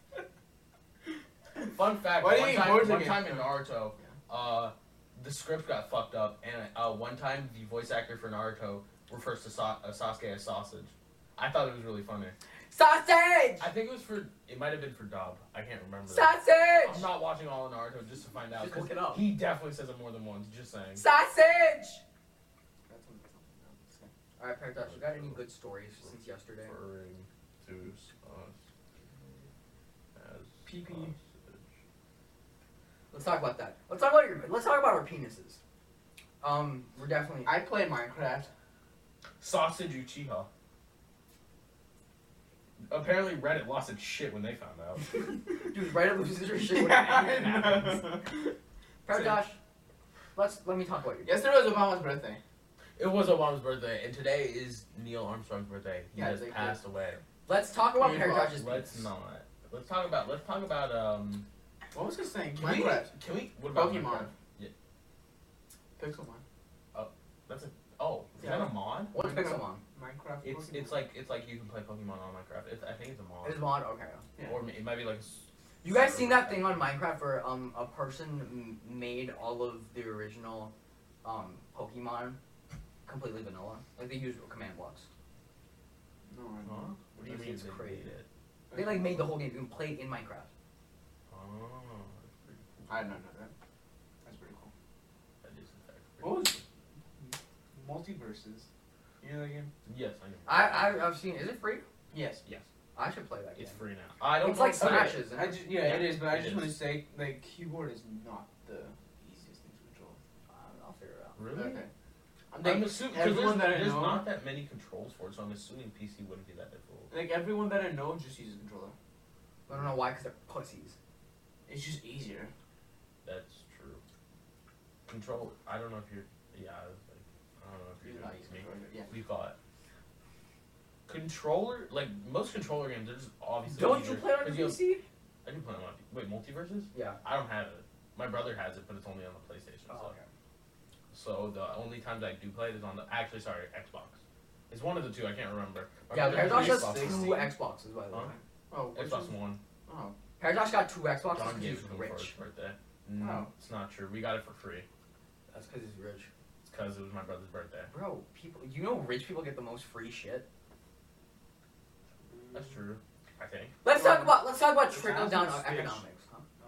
[SPEAKER 6] Fun fact:
[SPEAKER 1] Why do you
[SPEAKER 6] one,
[SPEAKER 1] eat
[SPEAKER 6] time,
[SPEAKER 1] boards
[SPEAKER 6] one
[SPEAKER 1] again?
[SPEAKER 6] time in Naruto, uh, the script got fucked up, and uh, one time the voice actor for Naruto refers to Sa- uh, Sasuke as sausage. I thought it was really funny.
[SPEAKER 2] Sausage.
[SPEAKER 6] I think it was for. It might have been for Dob. I can't remember. I'm
[SPEAKER 2] Sausage.
[SPEAKER 6] not watching all of Naruto just to find out.
[SPEAKER 2] Just
[SPEAKER 6] 'cause
[SPEAKER 2] look it up.
[SPEAKER 6] He definitely says it more than once. Just saying.
[SPEAKER 2] Sausage. <laughs>
[SPEAKER 1] That's what it's all about.
[SPEAKER 2] All right, Paradox. You got any good stories since yesterday?
[SPEAKER 6] Referring to Sasuke as
[SPEAKER 1] Pee-pee.
[SPEAKER 6] sausage.
[SPEAKER 2] Let's talk about that. Let's talk about your. Let's talk about our penises. Um, we're definitely.
[SPEAKER 1] I play Minecraft.
[SPEAKER 6] Sausage Uchiha. Apparently, Reddit lost its shit when they found out.
[SPEAKER 2] Dude, Reddit loses
[SPEAKER 1] <laughs>
[SPEAKER 2] your <laughs> shit. when anything happens.
[SPEAKER 1] Yeah, I know.
[SPEAKER 2] Paradosh, let's let me talk about you.
[SPEAKER 1] <laughs> Yesterday was Obama's birthday.
[SPEAKER 6] <laughs> It was Obama's birthday, and today is Neil Armstrong's birthday. He
[SPEAKER 1] Yeah,
[SPEAKER 6] has
[SPEAKER 1] thank you.
[SPEAKER 6] passed away.
[SPEAKER 2] Let's talk about
[SPEAKER 1] Wait,
[SPEAKER 2] Paradosh's
[SPEAKER 6] Let's
[SPEAKER 2] penis.
[SPEAKER 6] not. Let's talk about. Let's talk about. Um.
[SPEAKER 1] What was his thing?
[SPEAKER 6] Can we?
[SPEAKER 1] Minecraft.
[SPEAKER 6] Can we? What about
[SPEAKER 1] Pokemon.
[SPEAKER 6] Minecraft?
[SPEAKER 1] Pixelmon.
[SPEAKER 6] That's a. Oh, is
[SPEAKER 1] Yeah.
[SPEAKER 6] that a mod?
[SPEAKER 2] What's Pixelmon?
[SPEAKER 1] Minecraft.
[SPEAKER 6] It's
[SPEAKER 1] Pokemon.
[SPEAKER 6] it's like it's like you can play Pokemon on Minecraft. It's, I think it's a mod.
[SPEAKER 2] It's mod. Okay.
[SPEAKER 1] Yeah.
[SPEAKER 6] Or ma- it might be like. a s-
[SPEAKER 2] You guys seen that thing on Minecraft where um a person m- made all of the original um Pokemon completely vanilla? Like they used command blocks.
[SPEAKER 1] No,
[SPEAKER 6] Huh?
[SPEAKER 1] I don't.
[SPEAKER 6] What do you
[SPEAKER 2] That
[SPEAKER 6] mean
[SPEAKER 2] seems
[SPEAKER 6] they
[SPEAKER 2] crazy.
[SPEAKER 6] made it?
[SPEAKER 2] They like made the whole game. You can play it in Minecraft.
[SPEAKER 6] Oh,
[SPEAKER 1] I don't know that. That's pretty cool.
[SPEAKER 6] that is in fact.
[SPEAKER 1] What was
[SPEAKER 6] crazy.
[SPEAKER 1] Multiverses. You know that game?
[SPEAKER 6] Yes, I know.
[SPEAKER 2] I, I I've seen. Is it free?
[SPEAKER 1] Yes.
[SPEAKER 6] Yes.
[SPEAKER 2] I should play that game.
[SPEAKER 6] It's free now. I don't
[SPEAKER 2] It's
[SPEAKER 6] know
[SPEAKER 2] like
[SPEAKER 6] what
[SPEAKER 2] Smash.
[SPEAKER 6] Smash is.
[SPEAKER 1] I just, yeah, it is, but I
[SPEAKER 6] It
[SPEAKER 1] just
[SPEAKER 6] is.
[SPEAKER 1] want to say, like, keyboard is not the easiest thing to control.
[SPEAKER 2] I'll I'll figure it out.
[SPEAKER 6] Really?
[SPEAKER 1] Okay.
[SPEAKER 6] I'm
[SPEAKER 1] Like,
[SPEAKER 6] assuming because
[SPEAKER 1] everyone
[SPEAKER 6] there's,
[SPEAKER 1] that I
[SPEAKER 6] there's
[SPEAKER 1] know-
[SPEAKER 6] not that many controls for it, so I'm assuming PC wouldn't be that difficult.
[SPEAKER 1] Like, everyone that I know just uses a controller.
[SPEAKER 2] I don't know why, because they're pussies.
[SPEAKER 1] It's just easier.
[SPEAKER 6] That's true. Control. I don't know if you're. Yeah. I was like, I don't know if you're
[SPEAKER 1] You're not
[SPEAKER 6] gonna beat
[SPEAKER 1] using
[SPEAKER 6] me.
[SPEAKER 1] a controller, yeah.
[SPEAKER 6] We got controller. Like most controller games, they're just obviously.
[SPEAKER 2] Don't you
[SPEAKER 6] easier,
[SPEAKER 2] play it on your
[SPEAKER 6] 'cause you have-
[SPEAKER 2] PC?
[SPEAKER 6] I do play on my. Wait, multiverses?
[SPEAKER 2] Yeah.
[SPEAKER 6] I don't have it. My brother has it, but it's only on the PlayStation. so.
[SPEAKER 2] Oh, okay.
[SPEAKER 6] So the only times I do play it is on the actually sorry Xbox. It's one of the two. I can't remember. My
[SPEAKER 2] Yeah,
[SPEAKER 6] brother
[SPEAKER 2] Paradox
[SPEAKER 6] has
[SPEAKER 2] has two
[SPEAKER 1] 360.
[SPEAKER 2] Xboxes, by the way.
[SPEAKER 6] Huh?
[SPEAKER 1] Oh, which
[SPEAKER 6] Xbox
[SPEAKER 1] is-
[SPEAKER 6] One.
[SPEAKER 1] Oh,
[SPEAKER 2] Paradox got two Xboxes
[SPEAKER 6] John
[SPEAKER 2] because
[SPEAKER 6] gave
[SPEAKER 2] he's
[SPEAKER 6] it to me for his
[SPEAKER 2] rich.
[SPEAKER 6] birthday. No,
[SPEAKER 1] Oh.
[SPEAKER 6] it's not true. We got it for free.
[SPEAKER 2] That's because he's rich.
[SPEAKER 6] It's because it was my brother's birthday.
[SPEAKER 2] Bro, people, you know rich people get the most free shit.
[SPEAKER 6] That's true. I think.
[SPEAKER 2] Let's talk about let's talk about
[SPEAKER 1] It
[SPEAKER 2] trickle
[SPEAKER 1] sounds
[SPEAKER 2] down
[SPEAKER 1] like Stitch.
[SPEAKER 2] economics. Huh?
[SPEAKER 1] No.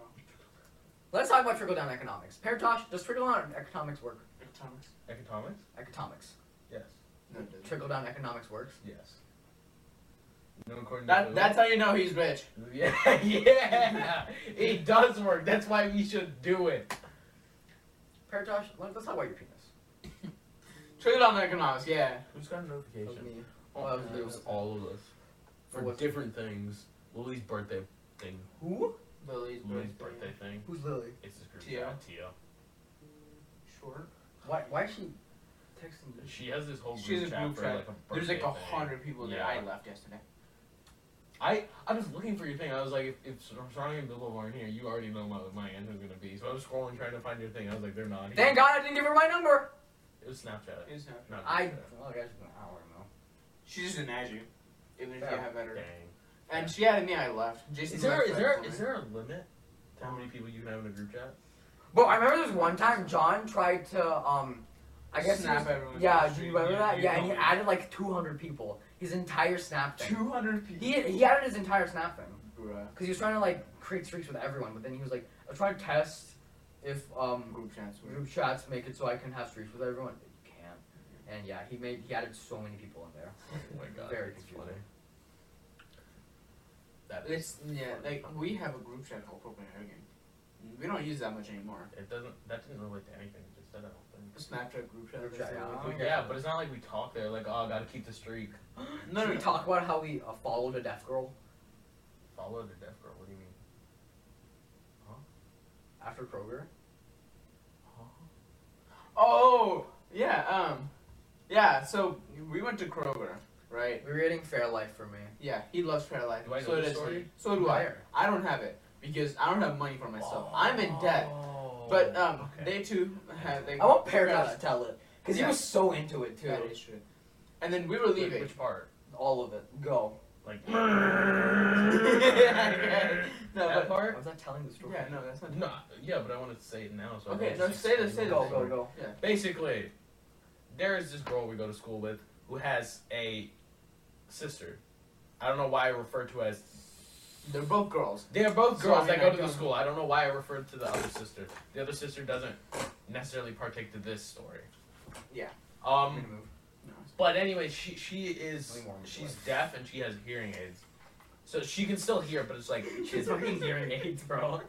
[SPEAKER 2] Let's talk about trickle down economics. Paratosh, does trickle down economics work?
[SPEAKER 1] economics.
[SPEAKER 6] Economics?
[SPEAKER 2] Economics.
[SPEAKER 6] Yes.
[SPEAKER 1] No, it doesn't.
[SPEAKER 2] Trickle down economics works.
[SPEAKER 6] Yes. No, according to
[SPEAKER 1] That,
[SPEAKER 6] Lou-
[SPEAKER 1] that's how you know he's rich.
[SPEAKER 6] <laughs> yeah, yeah. It does work. That's why we should do it.
[SPEAKER 2] Paratosh, let, let's talk about your penis.
[SPEAKER 1] Trade on the economics, yeah.
[SPEAKER 6] Who's got a notification?
[SPEAKER 2] Well,
[SPEAKER 6] it
[SPEAKER 2] it
[SPEAKER 6] was
[SPEAKER 2] was
[SPEAKER 6] all of us for
[SPEAKER 2] What was it?
[SPEAKER 6] different things. Lily's birthday thing.
[SPEAKER 2] Who?
[SPEAKER 1] Lily's
[SPEAKER 6] Lily's birthday thing.
[SPEAKER 2] Who's Lily?
[SPEAKER 6] It's this group
[SPEAKER 1] Tio.
[SPEAKER 6] chat. Tio.
[SPEAKER 1] Short.
[SPEAKER 2] Why? Why is she texting me?
[SPEAKER 6] She has this whole group
[SPEAKER 1] She has a
[SPEAKER 6] chat
[SPEAKER 1] group
[SPEAKER 6] for
[SPEAKER 1] chat.
[SPEAKER 6] like a birthday
[SPEAKER 1] There's like a
[SPEAKER 6] thing.
[SPEAKER 1] hundred people that
[SPEAKER 6] Yeah.
[SPEAKER 1] I left yesterday.
[SPEAKER 6] I I was looking for your thing. I was like, if, if Sarani and Bilbo aren't here, you already know my my answer's gonna be. So I was scrolling trying to find your thing. I was like, they're not here.
[SPEAKER 2] Thank God I didn't give her my number.
[SPEAKER 6] It was Snapchat.
[SPEAKER 1] It's not.
[SPEAKER 6] Not
[SPEAKER 2] I.
[SPEAKER 6] Snapchat.
[SPEAKER 2] Oh, guys, it's been an hour now.
[SPEAKER 1] She just didn't add you. Even if you
[SPEAKER 2] Oh. Yeah.
[SPEAKER 1] have
[SPEAKER 6] Dang.
[SPEAKER 1] better. And she added me, I left. Jason
[SPEAKER 6] Is there
[SPEAKER 1] left
[SPEAKER 6] is
[SPEAKER 1] right
[SPEAKER 6] there
[SPEAKER 1] before
[SPEAKER 6] is
[SPEAKER 1] me.
[SPEAKER 6] there a limit to how many people you can have in a group chat?
[SPEAKER 2] But I remember this one time John tried to um, I guess he
[SPEAKER 1] Snap
[SPEAKER 2] was-
[SPEAKER 1] everyone
[SPEAKER 2] Yeah,
[SPEAKER 1] on
[SPEAKER 2] do
[SPEAKER 1] the
[SPEAKER 2] you
[SPEAKER 1] street.
[SPEAKER 2] remember
[SPEAKER 1] Yeah,
[SPEAKER 2] that?
[SPEAKER 1] you
[SPEAKER 2] Yeah,
[SPEAKER 1] told
[SPEAKER 2] and he
[SPEAKER 1] me.
[SPEAKER 2] added like 200 people. His entire Snap thing.
[SPEAKER 1] Two hundred people.
[SPEAKER 2] He he added his entire Snap thing
[SPEAKER 1] Bruh.
[SPEAKER 2] because he was trying to like create streaks with everyone, but then he was like, I'm trying to test if um
[SPEAKER 1] Group chats. were-
[SPEAKER 2] group chats make it so I can have streaks with everyone. But you can't. And yeah, he made he added so many people in there.
[SPEAKER 6] Oh my god.
[SPEAKER 2] Very
[SPEAKER 6] that's
[SPEAKER 2] confusing.
[SPEAKER 6] funny. That is.
[SPEAKER 1] It's yeah, like we have a group chat called Pokemon Air Game. We don't use that much anymore.
[SPEAKER 6] It doesn't. That didn't relate to anything you just said. I don't think.
[SPEAKER 1] Snapchat group chat.
[SPEAKER 2] Group chat,
[SPEAKER 1] is the
[SPEAKER 6] Oh
[SPEAKER 2] yeah.
[SPEAKER 1] only thing.
[SPEAKER 6] Yeah, but it's not like we talk there. Like, oh, gotta keep the streak.
[SPEAKER 1] No,
[SPEAKER 2] Should
[SPEAKER 1] no,
[SPEAKER 2] we
[SPEAKER 1] no.
[SPEAKER 2] talk about how we uh, followed a deaf girl
[SPEAKER 6] Follow the deaf girl. What do you mean?
[SPEAKER 2] after Kroger?
[SPEAKER 1] Oh yeah, um, yeah. So we went to Kroger, right?
[SPEAKER 2] We were getting Fairlife for me.
[SPEAKER 1] Yeah, he loves Fairlife.
[SPEAKER 6] Do I know
[SPEAKER 1] so
[SPEAKER 6] this
[SPEAKER 1] does
[SPEAKER 6] story?
[SPEAKER 1] he. So do I.
[SPEAKER 2] Liar.
[SPEAKER 1] I don't have it because I don't have money for myself. I'm in debt. But um,
[SPEAKER 6] Oh, Okay.
[SPEAKER 1] they too have. They
[SPEAKER 2] I want Paradox to tell it because
[SPEAKER 1] Yeah.
[SPEAKER 2] he was so into it too.
[SPEAKER 1] That is true. And then we were
[SPEAKER 6] Wait,
[SPEAKER 1] <laughs> leaving.
[SPEAKER 6] which part?
[SPEAKER 2] All of it. Go.
[SPEAKER 1] <laughs>
[SPEAKER 6] Like.
[SPEAKER 3] <laughs>
[SPEAKER 1] Yeah, no,
[SPEAKER 6] that
[SPEAKER 1] but,
[SPEAKER 2] I
[SPEAKER 6] part?
[SPEAKER 2] was not telling the story.
[SPEAKER 1] <laughs> yeah, no, that's not.
[SPEAKER 6] No, yeah, but I want to say it now. So I
[SPEAKER 1] Okay,
[SPEAKER 6] can
[SPEAKER 1] no,
[SPEAKER 6] just
[SPEAKER 1] say this,
[SPEAKER 6] explain
[SPEAKER 1] say
[SPEAKER 6] the
[SPEAKER 2] Go
[SPEAKER 1] this.
[SPEAKER 2] go
[SPEAKER 6] story.
[SPEAKER 2] go.
[SPEAKER 6] Basically, there is this girl we go to school with who has a sister. I don't know why I refer to as.
[SPEAKER 1] They're both girls.
[SPEAKER 6] They are both girls
[SPEAKER 1] Sorry,
[SPEAKER 6] that go
[SPEAKER 1] I
[SPEAKER 6] to the
[SPEAKER 1] don't-
[SPEAKER 6] school. I don't know why I referred to the other sister. The other sister doesn't necessarily partake to this story.
[SPEAKER 1] Yeah.
[SPEAKER 2] I'm
[SPEAKER 6] Um.
[SPEAKER 2] gonna move.
[SPEAKER 1] No,
[SPEAKER 6] But anyway, she she is
[SPEAKER 2] Nothing wrong with
[SPEAKER 6] she's
[SPEAKER 2] life.
[SPEAKER 6] deaf and she has hearing aids, so she can still hear, but it's like
[SPEAKER 2] She has fucking hearing aids, bro.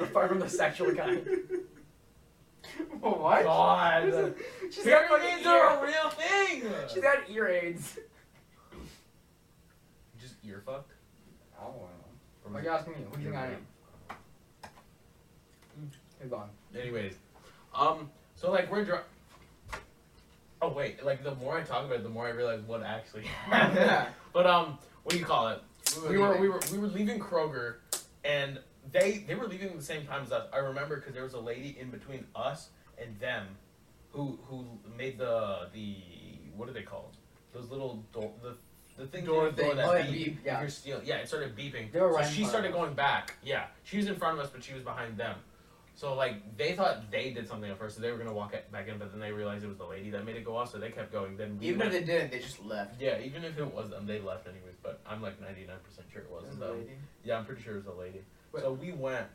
[SPEAKER 2] Apart from the sexual <laughs> kind.
[SPEAKER 1] what?
[SPEAKER 6] God.
[SPEAKER 2] She's got
[SPEAKER 6] hearing
[SPEAKER 2] fucking
[SPEAKER 6] aids are a
[SPEAKER 2] ear.
[SPEAKER 6] real thing.
[SPEAKER 2] She's got ear aids.
[SPEAKER 6] just ear fucked.
[SPEAKER 2] Oh,
[SPEAKER 6] Or
[SPEAKER 2] Why
[SPEAKER 6] was
[SPEAKER 2] are you asking me? What do you think I
[SPEAKER 6] Ear
[SPEAKER 2] am? You're gone.
[SPEAKER 6] fucked? Anyways, um, so like we're dr- Oh wait, like the more I talk about it, the more I realize what actually <laughs> happened.
[SPEAKER 1] <laughs> Yeah.
[SPEAKER 6] But um, what do you call it? We were
[SPEAKER 1] leaving.
[SPEAKER 6] we were we were leaving Kroger, and they they were leaving at the same time as us. I remember because there was a lady in between us and them, who who made the the what are they called? Those little door the the thing
[SPEAKER 1] Door
[SPEAKER 6] door, door
[SPEAKER 1] thing.
[SPEAKER 6] that
[SPEAKER 2] Oh, yeah,
[SPEAKER 6] beep.
[SPEAKER 2] beep,
[SPEAKER 6] if
[SPEAKER 2] yeah.
[SPEAKER 6] You're stealing. Yeah, it started beeping.
[SPEAKER 2] They were
[SPEAKER 6] so
[SPEAKER 2] right in
[SPEAKER 6] she
[SPEAKER 2] front
[SPEAKER 6] started
[SPEAKER 2] of us.
[SPEAKER 6] going back. Yeah, she was in front of us, but she was behind them. So like they thought they did something at first, so they were gonna walk it back in, but then they realized it was the lady that made it go off, so they kept going. Then we
[SPEAKER 1] Even if
[SPEAKER 6] went-
[SPEAKER 1] they didn't, they just left.
[SPEAKER 6] yeah, even if it was them, they left anyways. But I'm like 99% sure it wasn't them. Yeah, I'm pretty sure it was a lady.
[SPEAKER 1] But-
[SPEAKER 6] so we went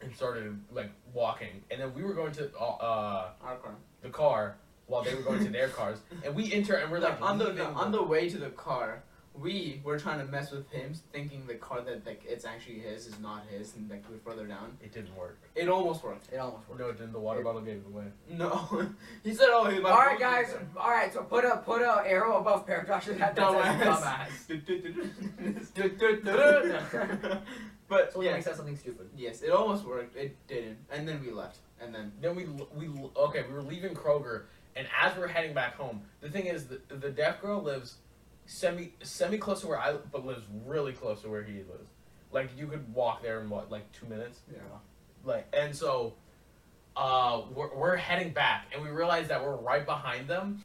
[SPEAKER 6] and started like walking, and then we were going to uh, uh
[SPEAKER 1] Our car. <laughs>
[SPEAKER 6] the car while they were going to their cars, and we enter and we're like
[SPEAKER 1] on the
[SPEAKER 6] leaving
[SPEAKER 1] on the way to the car, we were trying to mess with him, thinking the card that like it's actually his is not his, and like we're further down.
[SPEAKER 6] It didn't work.
[SPEAKER 1] It almost worked.
[SPEAKER 2] It almost worked.
[SPEAKER 6] No, it didn't. The water
[SPEAKER 1] It-
[SPEAKER 6] bottle gave it away.
[SPEAKER 1] No, <laughs> he said, "Oh, he
[SPEAKER 2] all right, guys. All right, so put a put a arrow above Paradox. That
[SPEAKER 1] Dumbass.
[SPEAKER 2] dumbass.
[SPEAKER 1] <laughs> but
[SPEAKER 2] <laughs> So we
[SPEAKER 1] yeah,
[SPEAKER 2] yeah. said something stupid.
[SPEAKER 1] yes, it almost worked. It didn't, and then we left, and then
[SPEAKER 6] Then we l- we l- okay. We were leaving Kroger, and as we we're heading back home, the thing is, the, the deaf girl lives semi semi close to where I, li- but lives really close to where he lives. Like you could walk there in what like two minutes.
[SPEAKER 1] yeah,
[SPEAKER 6] Like and so, uh, we're we're heading back, and we realize that we're right behind them.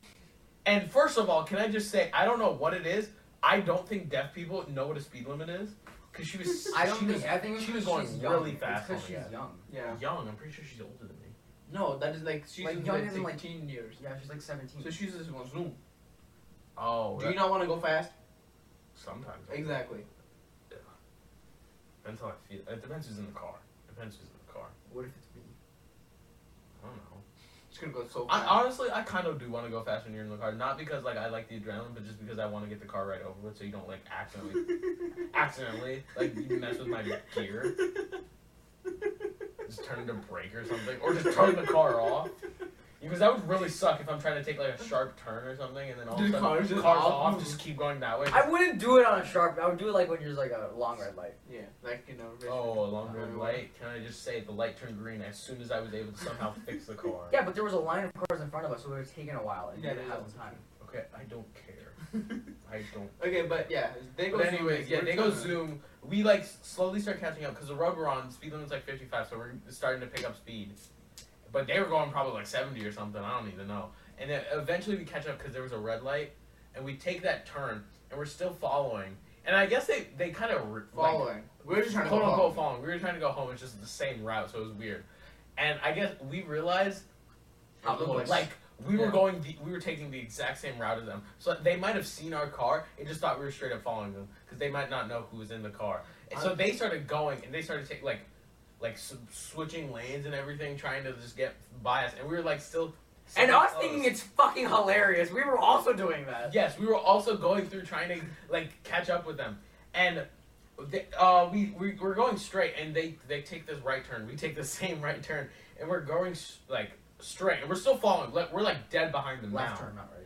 [SPEAKER 6] And first of all, can I just say I don't know what it is. I don't think deaf people know what a speed limit is, because she was
[SPEAKER 2] <laughs> I don't
[SPEAKER 6] she
[SPEAKER 2] think.
[SPEAKER 6] was
[SPEAKER 2] I think it's
[SPEAKER 6] she was
[SPEAKER 2] 'cause
[SPEAKER 6] going
[SPEAKER 2] she's
[SPEAKER 6] really
[SPEAKER 2] young.
[SPEAKER 6] fast
[SPEAKER 2] Because
[SPEAKER 6] on
[SPEAKER 2] she's
[SPEAKER 6] that.
[SPEAKER 2] young.
[SPEAKER 1] yeah.
[SPEAKER 6] young. I'm pretty sure she's older than me.
[SPEAKER 1] No, that is like she's
[SPEAKER 2] Like,
[SPEAKER 1] in
[SPEAKER 2] younger
[SPEAKER 1] like mm.
[SPEAKER 2] than, like-
[SPEAKER 1] 16 years.
[SPEAKER 2] Yeah, she's like 17.
[SPEAKER 1] So she's just going zoom.
[SPEAKER 6] Oh,
[SPEAKER 1] Do you not want to go fast?
[SPEAKER 6] Sometimes.
[SPEAKER 1] Exactly.
[SPEAKER 6] Depends how I feel. It depends who's in the car. Depends who's in the car.
[SPEAKER 2] what if it's me?
[SPEAKER 6] I don't know.
[SPEAKER 1] It's gonna go so
[SPEAKER 6] I
[SPEAKER 1] fast.
[SPEAKER 6] honestly, I kind of do want to go fast when you're in the car, not because like I like the adrenaline, but just because I want to get the car right over with, so you don't like
[SPEAKER 2] <laughs>
[SPEAKER 6] accidentally, accidentally like you mess with my gear, just turn into brake or something, or just turn the car off. Because that would really suck if I'm trying to take like a sharp turn or something, and then all of a
[SPEAKER 1] Dude,
[SPEAKER 6] sudden
[SPEAKER 1] cars just
[SPEAKER 6] cars
[SPEAKER 1] off.
[SPEAKER 6] off, just keep going that way.
[SPEAKER 2] I wouldn't do it on a sharp. I would do it like when you're like a long red light.
[SPEAKER 1] yeah, like you know.
[SPEAKER 6] Oh, a long red
[SPEAKER 1] Uh,
[SPEAKER 6] light. Can I just say the light turned green as soon as I was able to somehow fix the car?
[SPEAKER 2] Yeah, but there was a line of cars in front of us, so it was taking a while. And
[SPEAKER 1] Yeah,
[SPEAKER 2] yeah, didn't
[SPEAKER 1] that
[SPEAKER 2] have
[SPEAKER 1] is
[SPEAKER 2] the time.
[SPEAKER 6] Okay, I don't care. I don't.
[SPEAKER 1] <laughs> Okay, but yeah, they go.
[SPEAKER 6] But
[SPEAKER 1] zoom
[SPEAKER 6] anyways,
[SPEAKER 1] is
[SPEAKER 6] yeah,
[SPEAKER 1] we're
[SPEAKER 6] they go
[SPEAKER 1] trying to-
[SPEAKER 6] zoom. We like s- slowly start catching up because the road we're on, speed limit's like 55, so we're starting to pick up speed. But they were going probably like 70 or something. I don't even know. And then eventually we catch up because there was a red light, and we take that turn, and we're still following. And I guess they they kind of re- like,
[SPEAKER 1] Following. we're just trying to
[SPEAKER 6] quote
[SPEAKER 1] go
[SPEAKER 6] unquote
[SPEAKER 1] forward.
[SPEAKER 6] following. We were trying to go home. It's just the same route, so it was weird. And I guess we realized, um,
[SPEAKER 2] How the boys-
[SPEAKER 6] like we were
[SPEAKER 1] Yeah.
[SPEAKER 6] going, the, we were taking the exact same route as them. So they might have seen our car and just thought we were straight up following them because they might not know who was in the car. And so they started going and they started taking like, like s- switching lanes and everything, trying to just get by us. And we were like still. so
[SPEAKER 2] And us
[SPEAKER 6] close.
[SPEAKER 2] thinking it's fucking hilarious. We were also doing that.
[SPEAKER 6] Yes, we were also going through trying to like catch up with them, and they, uh, we, we we're going straight, and they they take this right turn. We take the <laughs> same right turn, and we're going s- like straight, and we're still following. Like, we're like dead behind them
[SPEAKER 2] Left
[SPEAKER 6] now.
[SPEAKER 2] turn, not right.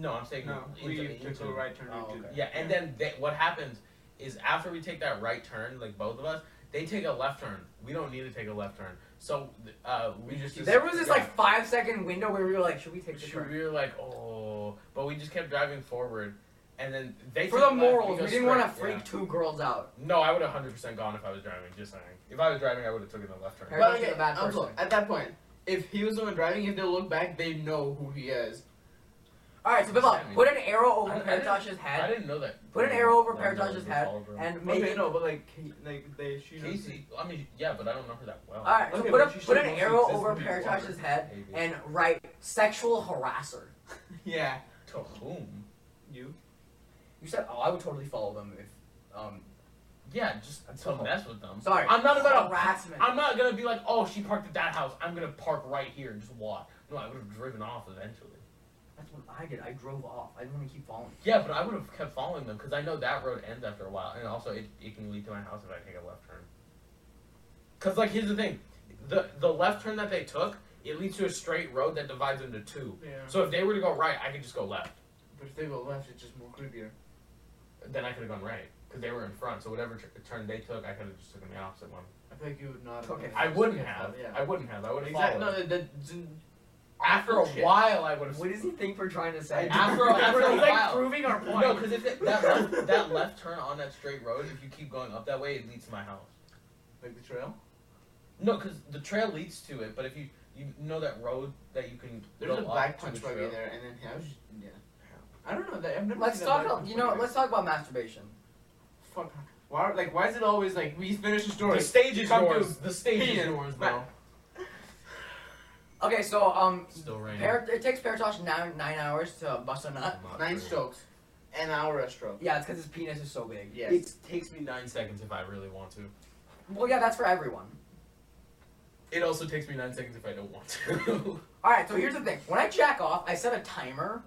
[SPEAKER 6] No, I'm saying
[SPEAKER 1] No,
[SPEAKER 6] into-
[SPEAKER 1] we
[SPEAKER 6] into-
[SPEAKER 1] took the right turn.
[SPEAKER 2] Oh,
[SPEAKER 1] into-
[SPEAKER 2] okay.
[SPEAKER 6] <laughs> Yeah, and then they, what happens is after we take that right turn, like both of us, they take a left turn. We don't need to take a left turn, so uh, we just
[SPEAKER 2] There was this
[SPEAKER 6] yeah.
[SPEAKER 2] like five second window where we were like, should we take the
[SPEAKER 6] Shoot,
[SPEAKER 2] turn?
[SPEAKER 6] we were like, oh, but we just kept driving forward, and then they
[SPEAKER 2] For
[SPEAKER 6] took
[SPEAKER 2] the
[SPEAKER 6] left,
[SPEAKER 2] morals, we
[SPEAKER 6] go
[SPEAKER 2] didn't want to
[SPEAKER 6] straight,
[SPEAKER 2] freak two girls out.
[SPEAKER 6] yeah. No, I would have hundred percent gone if I was driving. Just saying, if I was driving, I would have taken the left turn.
[SPEAKER 2] Right.
[SPEAKER 1] But
[SPEAKER 2] Everyone's
[SPEAKER 1] okay,
[SPEAKER 2] a bad
[SPEAKER 1] I'm
[SPEAKER 2] person.
[SPEAKER 1] sorry, at that point, if he was the one driving, if they look back, they know who he is.
[SPEAKER 2] All right, so Bivol,
[SPEAKER 6] Exactly.
[SPEAKER 2] put an arrow
[SPEAKER 6] I- I
[SPEAKER 2] over
[SPEAKER 6] didn't-
[SPEAKER 2] Paradox's
[SPEAKER 6] I
[SPEAKER 2] head
[SPEAKER 6] didn't know that.
[SPEAKER 2] Put an arrow over
[SPEAKER 6] That was
[SPEAKER 2] Paradox's
[SPEAKER 6] all
[SPEAKER 2] head
[SPEAKER 6] over him.
[SPEAKER 2] and make
[SPEAKER 1] okay,
[SPEAKER 2] it.
[SPEAKER 1] no, but like, he, like they shoot him.
[SPEAKER 6] Casey, I mean, yeah, but I don't know her that well.
[SPEAKER 2] All right, so
[SPEAKER 1] Okay,
[SPEAKER 2] put,
[SPEAKER 1] but
[SPEAKER 2] a,
[SPEAKER 1] she
[SPEAKER 2] put an
[SPEAKER 1] should also
[SPEAKER 2] arrow
[SPEAKER 1] exist
[SPEAKER 2] over
[SPEAKER 6] in the water.
[SPEAKER 2] Paradox's head
[SPEAKER 6] Maybe.
[SPEAKER 2] and write sexual harasser.
[SPEAKER 1] Yeah,
[SPEAKER 6] to whom?
[SPEAKER 1] you.
[SPEAKER 2] You said, oh, I would totally follow them if. Um,
[SPEAKER 6] Yeah, just to
[SPEAKER 2] Cool.
[SPEAKER 6] mess with them.
[SPEAKER 2] sorry,
[SPEAKER 6] I'm not about to.
[SPEAKER 2] harassment.
[SPEAKER 6] I'm not gonna be like, oh, she parked at that house. I'm gonna park right here and just walk. No, I would have driven off eventually.
[SPEAKER 2] That's what I did. I drove off. I didn't want to keep following.
[SPEAKER 6] Yeah, but I would have kept following them because I know that road ends after a while, and also it, it can lead to my house if I take a left turn. Cause like here's the thing, the the left turn that they took it leads to a straight road that divides into two.
[SPEAKER 1] Yeah.
[SPEAKER 6] So if they were to go right, I could just go left.
[SPEAKER 1] But if they go left, it's just more creepier.
[SPEAKER 6] Then I could have gone right because they were in front. So whatever tr- turn they took, I could have just taken the opposite one.
[SPEAKER 1] I feel like you would not.
[SPEAKER 2] Okay.
[SPEAKER 6] I wouldn't have.
[SPEAKER 1] Yeah.
[SPEAKER 6] I wouldn't have. I would have
[SPEAKER 1] Exactly.
[SPEAKER 6] followed.
[SPEAKER 1] No, that, that,
[SPEAKER 6] after a
[SPEAKER 1] Bullshit.
[SPEAKER 6] while, I would have.
[SPEAKER 2] What does he think we're trying to say? <laughs>
[SPEAKER 6] After- after a
[SPEAKER 2] We're, like
[SPEAKER 6] while.
[SPEAKER 2] proving our point.
[SPEAKER 6] No, because if it, that left, that left turn on that straight road, if you keep going up that way, it leads to my house.
[SPEAKER 1] like the trail.
[SPEAKER 6] No, because the trail leads to it, but if you you know that road that you can
[SPEAKER 1] There's
[SPEAKER 6] go
[SPEAKER 1] a black
[SPEAKER 6] up to
[SPEAKER 1] punch
[SPEAKER 6] the
[SPEAKER 1] buggy
[SPEAKER 6] trail.
[SPEAKER 1] there, and then how's yeah. I don't know that. I've never.
[SPEAKER 2] Let's
[SPEAKER 1] seen a
[SPEAKER 2] talk.
[SPEAKER 1] black
[SPEAKER 2] About,
[SPEAKER 1] punch
[SPEAKER 2] you know,
[SPEAKER 1] buggy.
[SPEAKER 2] let's talk about masturbation.
[SPEAKER 1] Fuck. Why? Like, why is it always like we finish the story?
[SPEAKER 6] The stage is
[SPEAKER 1] Come
[SPEAKER 6] yours.
[SPEAKER 1] to
[SPEAKER 6] The stage is
[SPEAKER 1] penis.
[SPEAKER 6] yours, bro.
[SPEAKER 1] Right.
[SPEAKER 2] Okay, so um,
[SPEAKER 6] Still raining.
[SPEAKER 2] Par- it takes Paratosh nine nine hours to bust a nut.
[SPEAKER 1] Nine strokes, an hour a stroke.
[SPEAKER 2] Yeah, it's because his penis is so big.
[SPEAKER 1] Yes.
[SPEAKER 6] It takes me nine seconds if I really want to.
[SPEAKER 2] Well, yeah, that's for everyone.
[SPEAKER 6] It also takes me nine <laughs> seconds if I don't want to.
[SPEAKER 2] All right, so here's the thing. When I jack off, I set a timer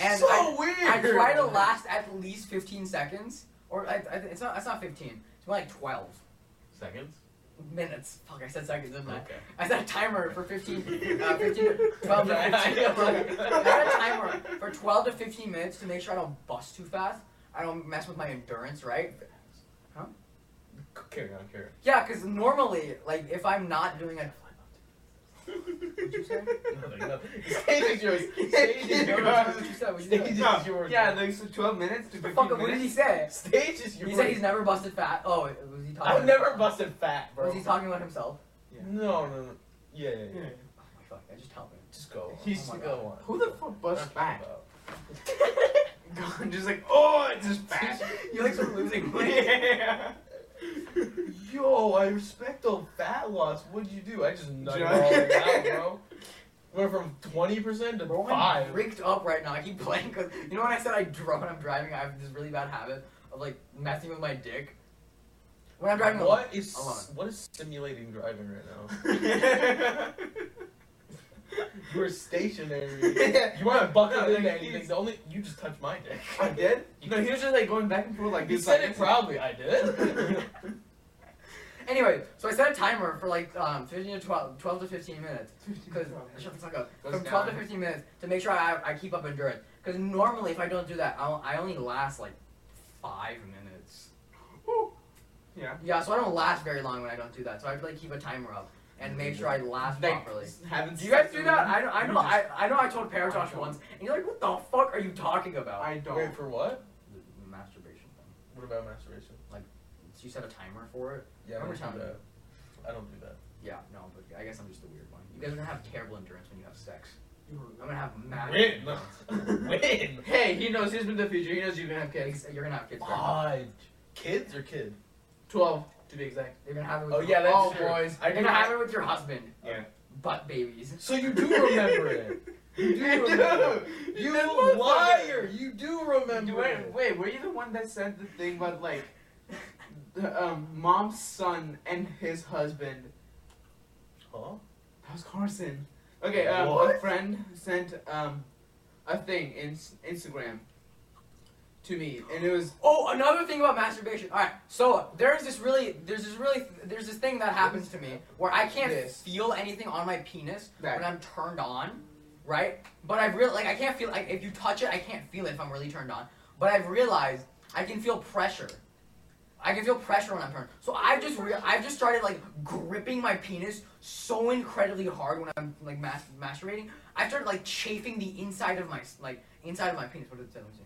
[SPEAKER 2] and
[SPEAKER 1] so
[SPEAKER 2] I,
[SPEAKER 1] weird.
[SPEAKER 2] I try to last at least 15 seconds, or I, I, it's not. It's not 15. It's more like 12
[SPEAKER 6] Seconds?
[SPEAKER 2] minutes. Fuck, I said seconds, didn't I?
[SPEAKER 6] Okay.
[SPEAKER 2] I set a timer for 15, uh, 15 to
[SPEAKER 6] <laughs>
[SPEAKER 2] 12 to
[SPEAKER 6] I
[SPEAKER 2] 15.
[SPEAKER 6] feel like-
[SPEAKER 2] I set a timer for 12 to 15 minutes to make sure I don't bust too fast. I don't mess with my endurance, right?
[SPEAKER 6] <laughs> Carry on, carry on.
[SPEAKER 2] Yeah, because normally, like, if I'm not doing a <laughs>
[SPEAKER 6] Nothing, nothing. Stage is yours. Stage is yours.
[SPEAKER 2] what you said, what you
[SPEAKER 6] Stage
[SPEAKER 2] said.
[SPEAKER 6] is
[SPEAKER 1] No,
[SPEAKER 6] yours.
[SPEAKER 1] Yeah, like so 12 minutes to
[SPEAKER 2] The
[SPEAKER 1] 15
[SPEAKER 2] fuck, what did
[SPEAKER 1] minutes.
[SPEAKER 2] he say?
[SPEAKER 6] Stage is yours.
[SPEAKER 2] He said he's never busted fat. Oh, wait, was he talking?
[SPEAKER 6] I've never busted fat, bro.
[SPEAKER 2] Was he talking about himself?
[SPEAKER 6] No, no, no. Yeah, yeah, yeah.
[SPEAKER 2] Oh my fuck! I just help me.
[SPEAKER 6] <laughs> Just go. on.
[SPEAKER 1] He's-
[SPEAKER 6] oh my go on.
[SPEAKER 1] Who the fuck busts
[SPEAKER 6] Talk
[SPEAKER 1] back? <laughs>
[SPEAKER 6] about-
[SPEAKER 1] God, just like, oh, it's <laughs> just fat.
[SPEAKER 2] You like start losing
[SPEAKER 1] <laughs>
[SPEAKER 2] weight.
[SPEAKER 1] yeah.
[SPEAKER 6] Yo, I respect the fat loss. What'd you do? I just nutted
[SPEAKER 1] Jack.
[SPEAKER 6] all it out, bro. Went from twenty percent
[SPEAKER 2] <laughs>
[SPEAKER 6] to
[SPEAKER 2] Bro, I'm
[SPEAKER 6] five.
[SPEAKER 2] rigged up right now. I keep playing because you know when I said I drove when I'm driving, I have this really bad habit of like messing with my dick. When I'm driving, alone.
[SPEAKER 6] What is
[SPEAKER 2] Hold on.
[SPEAKER 6] what is simulating driving right
[SPEAKER 1] <laughs>
[SPEAKER 6] now? You're stationary. <laughs> You weren't buckled
[SPEAKER 1] No,
[SPEAKER 6] into
[SPEAKER 1] like,
[SPEAKER 6] anything.
[SPEAKER 1] he's-
[SPEAKER 6] The only you just touched my dick.
[SPEAKER 1] I did? No, he was just like going back and forth like
[SPEAKER 6] You
[SPEAKER 1] this.
[SPEAKER 6] said
[SPEAKER 1] like,
[SPEAKER 6] it proudly.
[SPEAKER 1] <laughs>
[SPEAKER 6] I did.
[SPEAKER 2] Anyway, so I set a timer for like um 15 to 12, 12 to 15 minutes. Because shut the fuck up.
[SPEAKER 1] Goes
[SPEAKER 2] From 12 to
[SPEAKER 1] down.
[SPEAKER 2] 15 minutes to make sure I, I keep up endurance. Because normally if I don't do that, I'll, I only last like five minutes.
[SPEAKER 1] Yeah.
[SPEAKER 2] Yeah, so I don't last very long when I don't do that. So I have to like keep a timer up and make sure I last
[SPEAKER 1] Like,
[SPEAKER 2] properly.
[SPEAKER 1] haven't
[SPEAKER 2] Do you guys do
[SPEAKER 1] seen-
[SPEAKER 2] that? I, know- I
[SPEAKER 1] You
[SPEAKER 2] know
[SPEAKER 1] just-
[SPEAKER 2] I, I know I told
[SPEAKER 1] I
[SPEAKER 2] Paratosh
[SPEAKER 1] don't.
[SPEAKER 2] once, and you're like, what the fuck are you talking about?
[SPEAKER 1] I don't.
[SPEAKER 6] Wait for what?
[SPEAKER 2] The masturbation thing.
[SPEAKER 6] What about masturbation?
[SPEAKER 2] So you set a timer for it?
[SPEAKER 6] Yeah, I
[SPEAKER 2] Over
[SPEAKER 6] don't
[SPEAKER 2] time.
[SPEAKER 6] do that. I don't do that.
[SPEAKER 2] Yeah, no, but I guess I'm just the weird one. You guys are gonna have terrible endurance when you have sex. I'm gonna have mad.
[SPEAKER 6] Win, win.
[SPEAKER 1] Hey, he knows he's been the future. He knows you're gonna have kids.
[SPEAKER 2] Ex- You're gonna have kids. right?
[SPEAKER 6] Five kids or kid?
[SPEAKER 1] 12 to be exact.
[SPEAKER 2] You're gonna have it. With
[SPEAKER 6] Oh
[SPEAKER 2] your-
[SPEAKER 6] yeah, that's
[SPEAKER 1] Oh,
[SPEAKER 6] true.
[SPEAKER 1] boys.
[SPEAKER 6] I
[SPEAKER 2] You're
[SPEAKER 6] do
[SPEAKER 2] gonna have it with your husband.
[SPEAKER 1] Yeah.
[SPEAKER 2] Butt babies.
[SPEAKER 6] So you do remember it. <laughs> You
[SPEAKER 1] <laughs>
[SPEAKER 6] do
[SPEAKER 1] <laughs> You
[SPEAKER 6] remember.
[SPEAKER 1] do.
[SPEAKER 6] You
[SPEAKER 1] That motherfucker.
[SPEAKER 6] liar. You do remember
[SPEAKER 1] Wait,
[SPEAKER 6] it.
[SPEAKER 1] wait, were you the one that said the thing about like the um, mom's son and his husband?
[SPEAKER 6] Huh?
[SPEAKER 1] That was Carson. Okay, um, a
[SPEAKER 6] What?
[SPEAKER 1] friend sent um, a thing in s- Instagram to me, and it was
[SPEAKER 2] Oh, another thing about masturbation. All right, so there's this really, there's this really, there's this thing that happens to me where I can't
[SPEAKER 1] This.
[SPEAKER 2] feel anything on my penis
[SPEAKER 1] Right.
[SPEAKER 2] when I'm turned on, right? But I've real like I can't feel like if you touch it, I can't feel it if I'm really turned on. But I've realized I can feel pressure. I can feel pressure when I'm turned. So I've just real, I've just started like gripping my penis so incredibly hard when I'm like mas- masturbating. I started like chafing the inside of my s- like inside of my penis. What did it say? Let me see.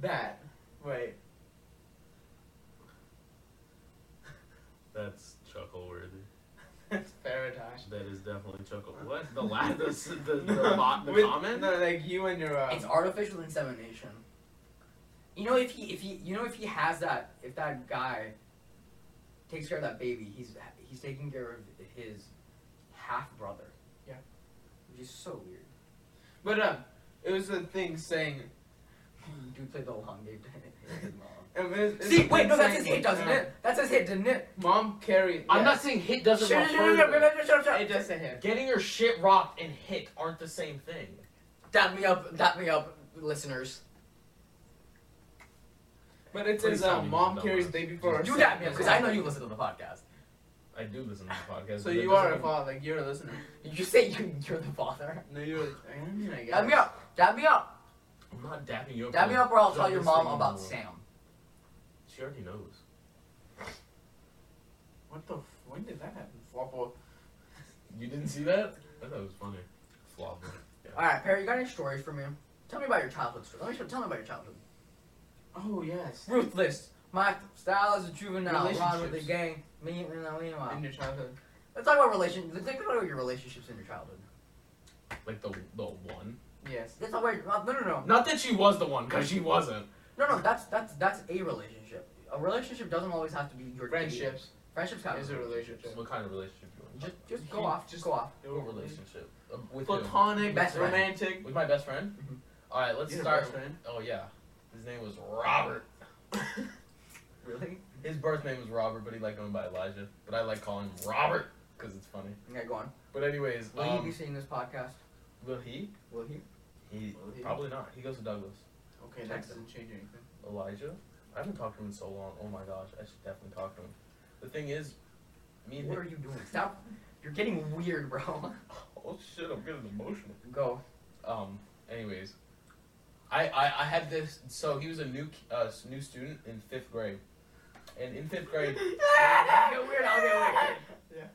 [SPEAKER 1] that. Wait, <laughs>
[SPEAKER 6] That's chuckle worthy.
[SPEAKER 1] that's Paratosh.
[SPEAKER 6] That is definitely chuckle. What the last the
[SPEAKER 1] <laughs>
[SPEAKER 6] the, the,
[SPEAKER 1] With- No, like you and your. Uh,
[SPEAKER 2] It's artificial insemination. You know if he if he you know if he has that if that guy takes care of that baby, he's he's taking care of his half brother.
[SPEAKER 1] Yeah.
[SPEAKER 2] Which is so weird.
[SPEAKER 1] but um, it was a thing saying.
[SPEAKER 2] Dude played the long game with his mom. <laughs>
[SPEAKER 1] It was, it's
[SPEAKER 2] See,
[SPEAKER 1] a
[SPEAKER 2] wait,
[SPEAKER 1] thing
[SPEAKER 2] no, that's
[SPEAKER 1] saying,
[SPEAKER 2] his hit, doesn't
[SPEAKER 1] uh,
[SPEAKER 2] it? That's his hit, didn't it?
[SPEAKER 1] Mom carry.
[SPEAKER 6] I'm
[SPEAKER 1] yeah.
[SPEAKER 6] not saying hit doesn't
[SPEAKER 2] Shut up, shut
[SPEAKER 6] refer
[SPEAKER 2] up, shut up,
[SPEAKER 6] to it.
[SPEAKER 2] shut up, shut
[SPEAKER 1] It
[SPEAKER 2] up.
[SPEAKER 1] does say hit.
[SPEAKER 6] Getting your shit rocked and hit aren't the same thing.
[SPEAKER 2] Dap me up, dap me up, listeners.
[SPEAKER 1] But it
[SPEAKER 6] Please
[SPEAKER 1] says
[SPEAKER 6] tell
[SPEAKER 1] uh,
[SPEAKER 6] me
[SPEAKER 1] mom
[SPEAKER 6] you
[SPEAKER 1] carries
[SPEAKER 6] don't
[SPEAKER 1] baby for her.
[SPEAKER 2] Do
[SPEAKER 1] son.
[SPEAKER 2] that, because I know you listen to the podcast.
[SPEAKER 6] I do listen to the podcast.
[SPEAKER 1] So
[SPEAKER 6] but that
[SPEAKER 1] you
[SPEAKER 6] doesn't
[SPEAKER 1] are a
[SPEAKER 6] mean-
[SPEAKER 1] father. Like you're a listener.
[SPEAKER 2] You say you, you're the <laughs> father.
[SPEAKER 1] No, you're. I mean, I guess.
[SPEAKER 2] Dap me up, dap me up,
[SPEAKER 6] I'm not dapping you up.
[SPEAKER 2] dap me up, or I'll tell your
[SPEAKER 6] Dumbest thing
[SPEAKER 2] mom
[SPEAKER 6] in the
[SPEAKER 2] about
[SPEAKER 6] world.
[SPEAKER 2] Sam.
[SPEAKER 6] She already knows.
[SPEAKER 1] What the? f- When did that happen? oh, Flopple.
[SPEAKER 6] You didn't see that? I thought it was funny. Flop.
[SPEAKER 2] All right, Perry, you got any stories for me? Tell me about your childhood story. Let me show, tell me about your childhood.
[SPEAKER 1] Oh yes.
[SPEAKER 2] Ruthless. My style is a juvenile. Run with the
[SPEAKER 1] Relationships.
[SPEAKER 2] gang. Me, me, me,
[SPEAKER 1] In
[SPEAKER 2] me.
[SPEAKER 1] your childhood.
[SPEAKER 2] Let's talk about relationships. Let's talk about your relationships in your childhood.
[SPEAKER 6] Like the the one.
[SPEAKER 1] Yes.
[SPEAKER 2] Let's talk about uh, no, no, no,
[SPEAKER 6] Not that she was the one, cause she wasn't.
[SPEAKER 2] no, no. That's that's that's a relationship. A relationship doesn't always have to be your
[SPEAKER 1] Friendships
[SPEAKER 2] dating. Friendships count.
[SPEAKER 1] is a relationship.
[SPEAKER 6] What kind of relationship you want?
[SPEAKER 2] Just just go off. Just go off.
[SPEAKER 6] No relationship. Uh, With Mm-hmm. who?
[SPEAKER 1] Platonic,
[SPEAKER 2] Best friend.
[SPEAKER 1] romantic.
[SPEAKER 6] With my best friend.
[SPEAKER 2] Mhm.
[SPEAKER 6] All right, let's
[SPEAKER 1] You're the
[SPEAKER 6] start.
[SPEAKER 1] best friend.
[SPEAKER 6] Oh yeah, his name was Robert.
[SPEAKER 2] Really?
[SPEAKER 6] His birth name was Robert, but he liked going by Elijah. But I like calling him Robert. because it's funny.
[SPEAKER 2] Okay, go on.
[SPEAKER 6] But anyways,
[SPEAKER 2] Will
[SPEAKER 6] um,
[SPEAKER 2] he be seeing this podcast?
[SPEAKER 6] will he?
[SPEAKER 2] Will he?
[SPEAKER 6] He
[SPEAKER 2] Will he?
[SPEAKER 6] probably not. He goes to Douglas.
[SPEAKER 1] Okay, that doesn't change anything.
[SPEAKER 6] Elijah. I haven't talked to him in so long. Oh my gosh, I should definitely talk to him. The thing is, me and
[SPEAKER 2] What are you doing? Stop. You're getting weird, bro.
[SPEAKER 6] oh shit, I'm getting emotional.
[SPEAKER 2] Go.
[SPEAKER 6] Um. Anyways, I I, I had this. So he was a new k- uh, s- new student in fifth grade, and in fifth grade,
[SPEAKER 2] I'll get weird. I'll get weird.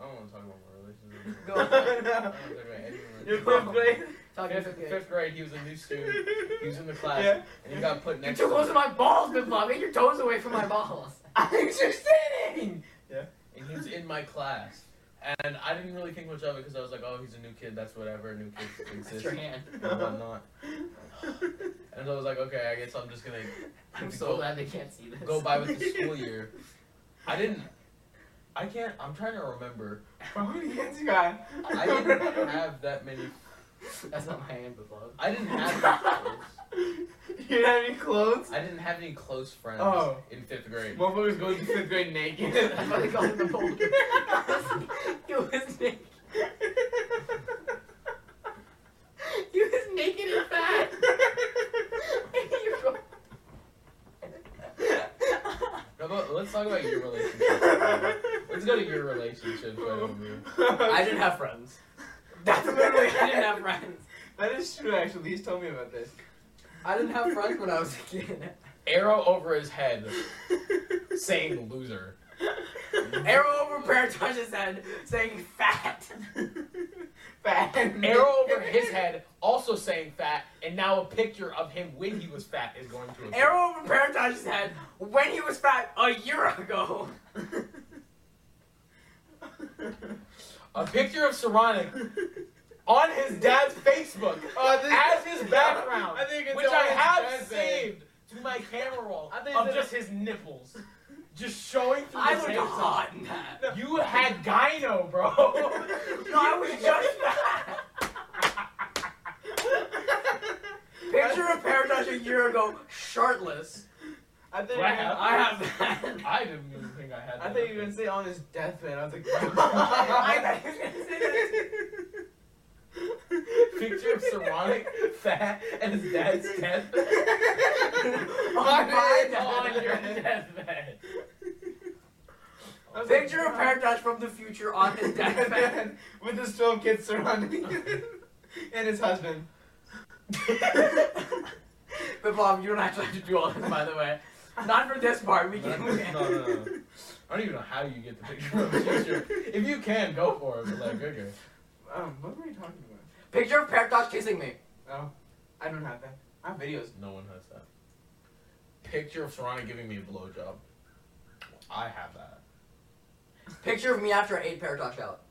[SPEAKER 6] I don't want to talk about my relationship.
[SPEAKER 2] Go.
[SPEAKER 6] I don't want to talk about anyone.
[SPEAKER 1] <laughs> You're fifth grade.
[SPEAKER 2] Talking
[SPEAKER 6] Fifth, fifth grade, he was a new student. He was in the class,
[SPEAKER 1] Yeah.
[SPEAKER 6] and he got put
[SPEAKER 2] You're
[SPEAKER 6] next.
[SPEAKER 2] too close
[SPEAKER 6] to
[SPEAKER 2] to my balls, Big Bob. Get your toes away from my balls.
[SPEAKER 1] I'm just sitting.
[SPEAKER 6] and he was in my class. And I didn't really think much of it because I was like, oh, he's a new kid, that's whatever, new kids
[SPEAKER 2] That's
[SPEAKER 6] exist
[SPEAKER 2] your hand.
[SPEAKER 6] and whatnot. And I was like, okay, I guess I'm just gonna
[SPEAKER 2] <laughs> I'm
[SPEAKER 6] Go-
[SPEAKER 2] so glad they can't see this. <laughs>
[SPEAKER 6] go by with the school year. I didn't. I can't. I'm trying to remember.
[SPEAKER 1] This guy.
[SPEAKER 2] <laughs>
[SPEAKER 6] I didn't have that many.
[SPEAKER 2] That's not my hand, Big <laughs>
[SPEAKER 6] <laughs>
[SPEAKER 2] Bob.
[SPEAKER 6] I didn't have that close.
[SPEAKER 1] You have any clothes?
[SPEAKER 6] I didn't have any close friends
[SPEAKER 1] Oh.
[SPEAKER 6] in fifth grade.
[SPEAKER 1] Motherfucker's going to fifth grade <laughs> naked.
[SPEAKER 2] That's why they call him the
[SPEAKER 1] <laughs>
[SPEAKER 2] boulder. he was naked. He was naked and <laughs> fat. You go-
[SPEAKER 6] No, but let's talk about your relationship. Let's go to your relationship. right over.
[SPEAKER 2] I didn't have friends. That's literally I didn't have friends.
[SPEAKER 1] That is true, actually. He's told me about this.
[SPEAKER 2] I didn't have friends when I was a kid.
[SPEAKER 6] Arrow over his head, saying loser.
[SPEAKER 2] Arrow over Paratosh's head saying fat.
[SPEAKER 1] Fat.
[SPEAKER 6] Arrow
[SPEAKER 1] <laughs>
[SPEAKER 6] over his head, also saying fat, and now a picture of him when he was fat is going to appear.
[SPEAKER 2] Arrow over Paratosh's head when he was fat a year ago.
[SPEAKER 6] A picture of Saronic on his dad's Facebook
[SPEAKER 1] Oh, this-
[SPEAKER 6] as his background,
[SPEAKER 1] I think it's
[SPEAKER 6] which
[SPEAKER 1] on
[SPEAKER 6] I
[SPEAKER 1] his
[SPEAKER 6] have
[SPEAKER 1] dad's <laughs>
[SPEAKER 6] saved to my camera roll
[SPEAKER 1] I think
[SPEAKER 6] of
[SPEAKER 1] it's-
[SPEAKER 6] just his nipples, just showing through
[SPEAKER 2] I
[SPEAKER 6] his
[SPEAKER 2] was
[SPEAKER 6] nipples.
[SPEAKER 2] hot in that.
[SPEAKER 6] You had gyno, bro.
[SPEAKER 2] No, I <laughs> was just fat. Picture of Paratosh a year ago, shirtless.
[SPEAKER 1] I think.
[SPEAKER 6] Wow.
[SPEAKER 2] I have that.
[SPEAKER 6] I didn't even think I had.
[SPEAKER 1] I
[SPEAKER 6] that
[SPEAKER 1] thought you were
[SPEAKER 6] up
[SPEAKER 1] gonna say on his deathbed. I was like, <laughs>
[SPEAKER 2] I thought he was gonna say that.
[SPEAKER 6] there. picture of
[SPEAKER 1] <laughs>
[SPEAKER 6] Saronic fat and his dad's death <laughs>
[SPEAKER 2] my
[SPEAKER 1] Mine
[SPEAKER 2] God.
[SPEAKER 6] on your deathbed.
[SPEAKER 2] Picture of Paradise from the future uh,
[SPEAKER 1] <laughs>
[SPEAKER 2] on his deathbed.
[SPEAKER 1] with his twelve kids surrounding him <laughs> and his <laughs> husband.
[SPEAKER 2] <laughs> but Bob, you don't actually have to do all this, by the way. Not for this part. We
[SPEAKER 6] No,
[SPEAKER 2] can.
[SPEAKER 6] no, no, no. I don't even know how you get the picture of the future. If you can, go for it, but like, okay.
[SPEAKER 1] <laughs> Um, what were you talking about?
[SPEAKER 2] Picture of Paradise kissing me.
[SPEAKER 1] I don't have that. I have videos.
[SPEAKER 6] No one has that. Picture of Serrano giving me a blowjob. I have that.
[SPEAKER 2] Picture of me after I ate Paradise out.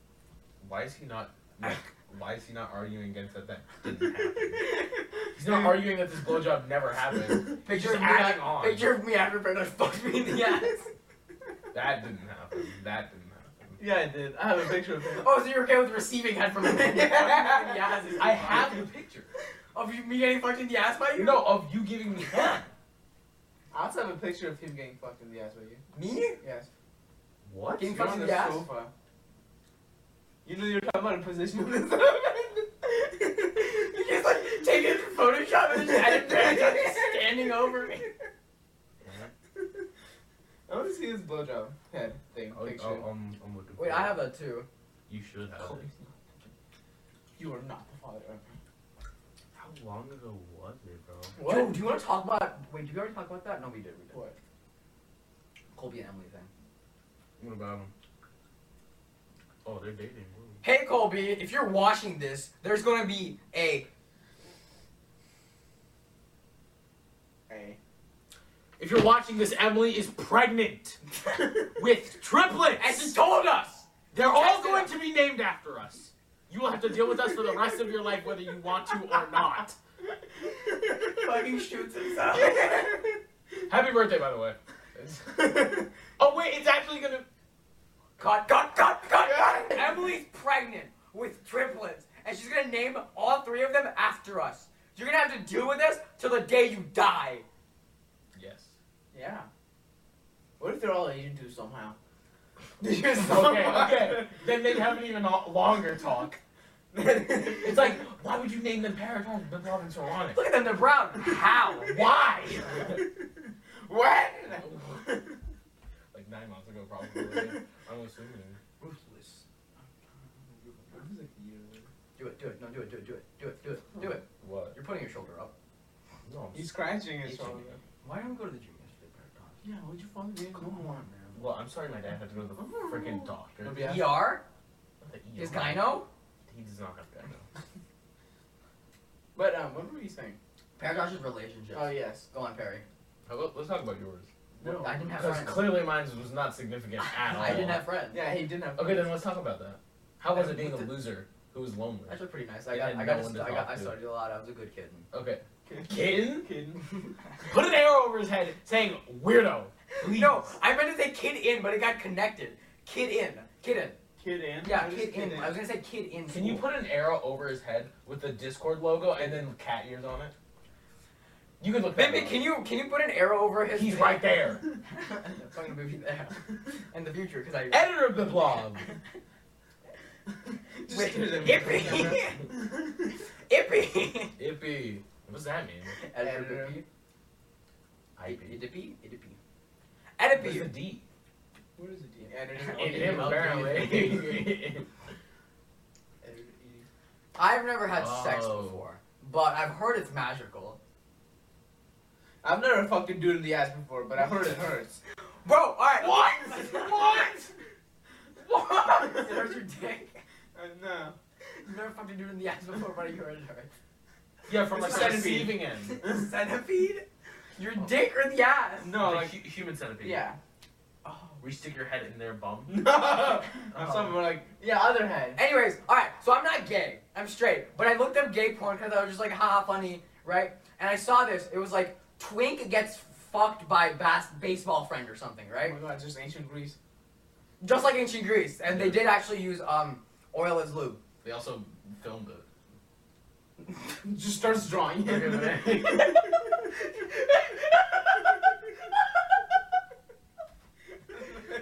[SPEAKER 6] Why is he not? Like, why is he not arguing against that? That didn't happen. <laughs> He's not arguing that this blowjob never happened.
[SPEAKER 2] Picture
[SPEAKER 6] Just
[SPEAKER 2] of me.
[SPEAKER 6] adding
[SPEAKER 2] a-
[SPEAKER 6] on.
[SPEAKER 2] Picture of me after Paradise fucked me in the ass.
[SPEAKER 6] That didn't happen. That didn't <laughs> happen.
[SPEAKER 1] Yeah, I did. I have a picture of him.
[SPEAKER 2] <laughs> Oh, so you're okay with receiving head <laughs> from me? Fucking in the ass is-
[SPEAKER 6] I have the picture.
[SPEAKER 2] Of you, me getting fucked in the ass by you?
[SPEAKER 6] No, of you giving me head.
[SPEAKER 1] I also have a picture of him getting fucked in the ass by you.
[SPEAKER 2] Me?
[SPEAKER 1] Yes.
[SPEAKER 6] What?
[SPEAKER 2] Getting
[SPEAKER 1] You're
[SPEAKER 2] fucked
[SPEAKER 1] on
[SPEAKER 2] in
[SPEAKER 1] the
[SPEAKER 2] the ass?
[SPEAKER 1] sofa. You know you're talking about a position on the <laughs> sofa.
[SPEAKER 2] You just like take it in Photoshop and just edit Paradise standing over me.
[SPEAKER 1] I want to see his blowjob head thing
[SPEAKER 6] Oh,
[SPEAKER 1] picture.
[SPEAKER 6] oh, I'm, I'm looking.
[SPEAKER 2] Wait,
[SPEAKER 6] for
[SPEAKER 2] I
[SPEAKER 6] it.
[SPEAKER 2] have that too.
[SPEAKER 6] You should have. it.
[SPEAKER 1] You are not the father. of-
[SPEAKER 6] How long ago was it, bro?
[SPEAKER 2] What? Yo, do you want to talk about? Wait, did we already talk about that? No, we did. We did.
[SPEAKER 1] What?
[SPEAKER 2] Colby and Emily thing.
[SPEAKER 6] What about him? Oh, they're dating. Whoa.
[SPEAKER 2] Hey Colby, if you're watching this, there's gonna be a
[SPEAKER 1] Hey.
[SPEAKER 6] If you're watching this, Emily is pregnant with triplets.
[SPEAKER 2] <laughs> as you told us.
[SPEAKER 6] They're all going to be named after us. You will have to deal with us for the rest of your life, whether you want to or not.
[SPEAKER 2] <laughs> Fucking shoots <laughs> himself.
[SPEAKER 6] Happy birthday, by the way. oh wait, it's actually gonna.
[SPEAKER 2] cut! Cut! Cut! Cut! <laughs> Cut! Emily's pregnant with triplets, and she's gonna name all three of them after us. You're gonna have to deal with this till the day you die.
[SPEAKER 6] Yes.
[SPEAKER 1] Yeah. What if <laughs> they're all Asian too somehow?
[SPEAKER 6] <laughs> okay, okay. Then they'd have an even lo- longer talk.
[SPEAKER 1] <laughs>
[SPEAKER 6] it's like, why would you name them Oh, Paratons, Biblov, and Saronic?
[SPEAKER 2] Look at them, they're brown. <laughs> How?
[SPEAKER 6] Why?
[SPEAKER 1] <laughs> What?
[SPEAKER 6] like nine months ago, probably. I was assuming.
[SPEAKER 1] Ruthless.
[SPEAKER 2] Do it, do it, no, do it, do it, do it, do it, do it, do it.
[SPEAKER 6] What?
[SPEAKER 2] You're putting your shoulder up.
[SPEAKER 6] No. I'm
[SPEAKER 1] He's
[SPEAKER 6] s-
[SPEAKER 1] scratching his
[SPEAKER 2] He's
[SPEAKER 1] phone.
[SPEAKER 2] changing Why didn't we go to the gym yesterday, Paratons?
[SPEAKER 1] Yeah, what'd you fucking do?
[SPEAKER 2] Come on, man.
[SPEAKER 6] Well, I'm sorry, my dad had to go to the freaking doctor.
[SPEAKER 1] It'll be after-
[SPEAKER 2] ER?
[SPEAKER 6] Not the
[SPEAKER 2] His
[SPEAKER 6] ER.
[SPEAKER 2] gyno?
[SPEAKER 6] He does not have gyno.
[SPEAKER 1] But um, what were you saying?
[SPEAKER 2] Paratons' relationships.
[SPEAKER 1] Oh yes.
[SPEAKER 2] Go on, <laughs> Perry.
[SPEAKER 6] Hello, let's talk about yours.
[SPEAKER 1] No.
[SPEAKER 2] I didn't have
[SPEAKER 6] Because
[SPEAKER 2] friends.
[SPEAKER 6] clearly mine was not significant at all.
[SPEAKER 2] I didn't have friends.
[SPEAKER 1] Yeah, he didn't have.
[SPEAKER 6] Okay, then let's talk about that. How was it being a
[SPEAKER 2] With the-
[SPEAKER 6] loser who was lonely?
[SPEAKER 2] Actually, pretty nice. I
[SPEAKER 6] You
[SPEAKER 2] got,
[SPEAKER 6] had
[SPEAKER 2] I
[SPEAKER 6] no
[SPEAKER 2] got,
[SPEAKER 6] one to
[SPEAKER 2] st- I got,
[SPEAKER 6] talk
[SPEAKER 2] I
[SPEAKER 6] to.
[SPEAKER 2] studied a lot. I was a good kid.
[SPEAKER 6] Okay.
[SPEAKER 1] Kidding?
[SPEAKER 6] Kitten?
[SPEAKER 1] Kidding.
[SPEAKER 6] Put an arrow over his head saying weirdo. Please.
[SPEAKER 2] No, I meant to say kid in, but it got connected. Kid in, kid in.
[SPEAKER 1] Kid in.
[SPEAKER 2] Yeah,
[SPEAKER 1] What is
[SPEAKER 2] kid in.
[SPEAKER 1] in?
[SPEAKER 2] I was gonna say kid in.
[SPEAKER 6] Can you
[SPEAKER 2] school.
[SPEAKER 6] put an arrow over his head with the Discord logo and then cat ears on it? You could look that
[SPEAKER 2] Bimbi,
[SPEAKER 6] up.
[SPEAKER 2] can you can you put an arrow over his?
[SPEAKER 6] He's right there.
[SPEAKER 2] That's gonna move you there in the future because I.
[SPEAKER 6] Editor of the blog.
[SPEAKER 1] <laughs> <laughs> Just
[SPEAKER 2] Wait,
[SPEAKER 1] give it a-
[SPEAKER 2] Ippy,
[SPEAKER 1] <laughs>
[SPEAKER 2] Ippy.
[SPEAKER 6] <laughs> Ippy. What does that mean?
[SPEAKER 2] Editor Ippy.
[SPEAKER 6] Ippy.
[SPEAKER 2] Ippy. Ippy.
[SPEAKER 6] What's the
[SPEAKER 2] Edipi.
[SPEAKER 6] D?
[SPEAKER 1] What is <laughs> it? D?
[SPEAKER 6] In him, <laughs> apparently.
[SPEAKER 2] I've never had sex
[SPEAKER 6] Oh.
[SPEAKER 2] before, but I've heard it's magical.
[SPEAKER 1] I've never fucked a dude in the ass before, but I heard it hurts.
[SPEAKER 2] Bro, all right.
[SPEAKER 1] What? What?
[SPEAKER 2] What? <laughs> it hurts your dick.
[SPEAKER 1] Uh, no.
[SPEAKER 2] You've never fucking dude in the ass before, but you heard it hurts.
[SPEAKER 6] yeah, from like
[SPEAKER 1] It's
[SPEAKER 6] the
[SPEAKER 1] a centipede.
[SPEAKER 6] receiving end.
[SPEAKER 2] Centipede? Your dick or the
[SPEAKER 1] <laughs>
[SPEAKER 2] ass?
[SPEAKER 1] No,
[SPEAKER 6] The
[SPEAKER 1] like <laughs>
[SPEAKER 6] hu- human centipede.
[SPEAKER 1] yeah.
[SPEAKER 2] Oh.
[SPEAKER 6] We stick your head in their bum.
[SPEAKER 1] No. I'm somewhere like yeah, other head.
[SPEAKER 2] Anyways, alright, so I'm not gay. I'm straight. But I looked up gay porn because I was just like, haha, funny, right? And I saw this. It was like, Twink gets fucked by bas- baseball friend or something,
[SPEAKER 1] Oh
[SPEAKER 2] right?
[SPEAKER 1] my god, just ancient Greece.
[SPEAKER 2] Just like ancient Greece. And they did actually use um oil as lube.
[SPEAKER 6] They also filmed it.
[SPEAKER 1] <laughs> Just starts drawing
[SPEAKER 6] Okay,
[SPEAKER 1] him. <laughs>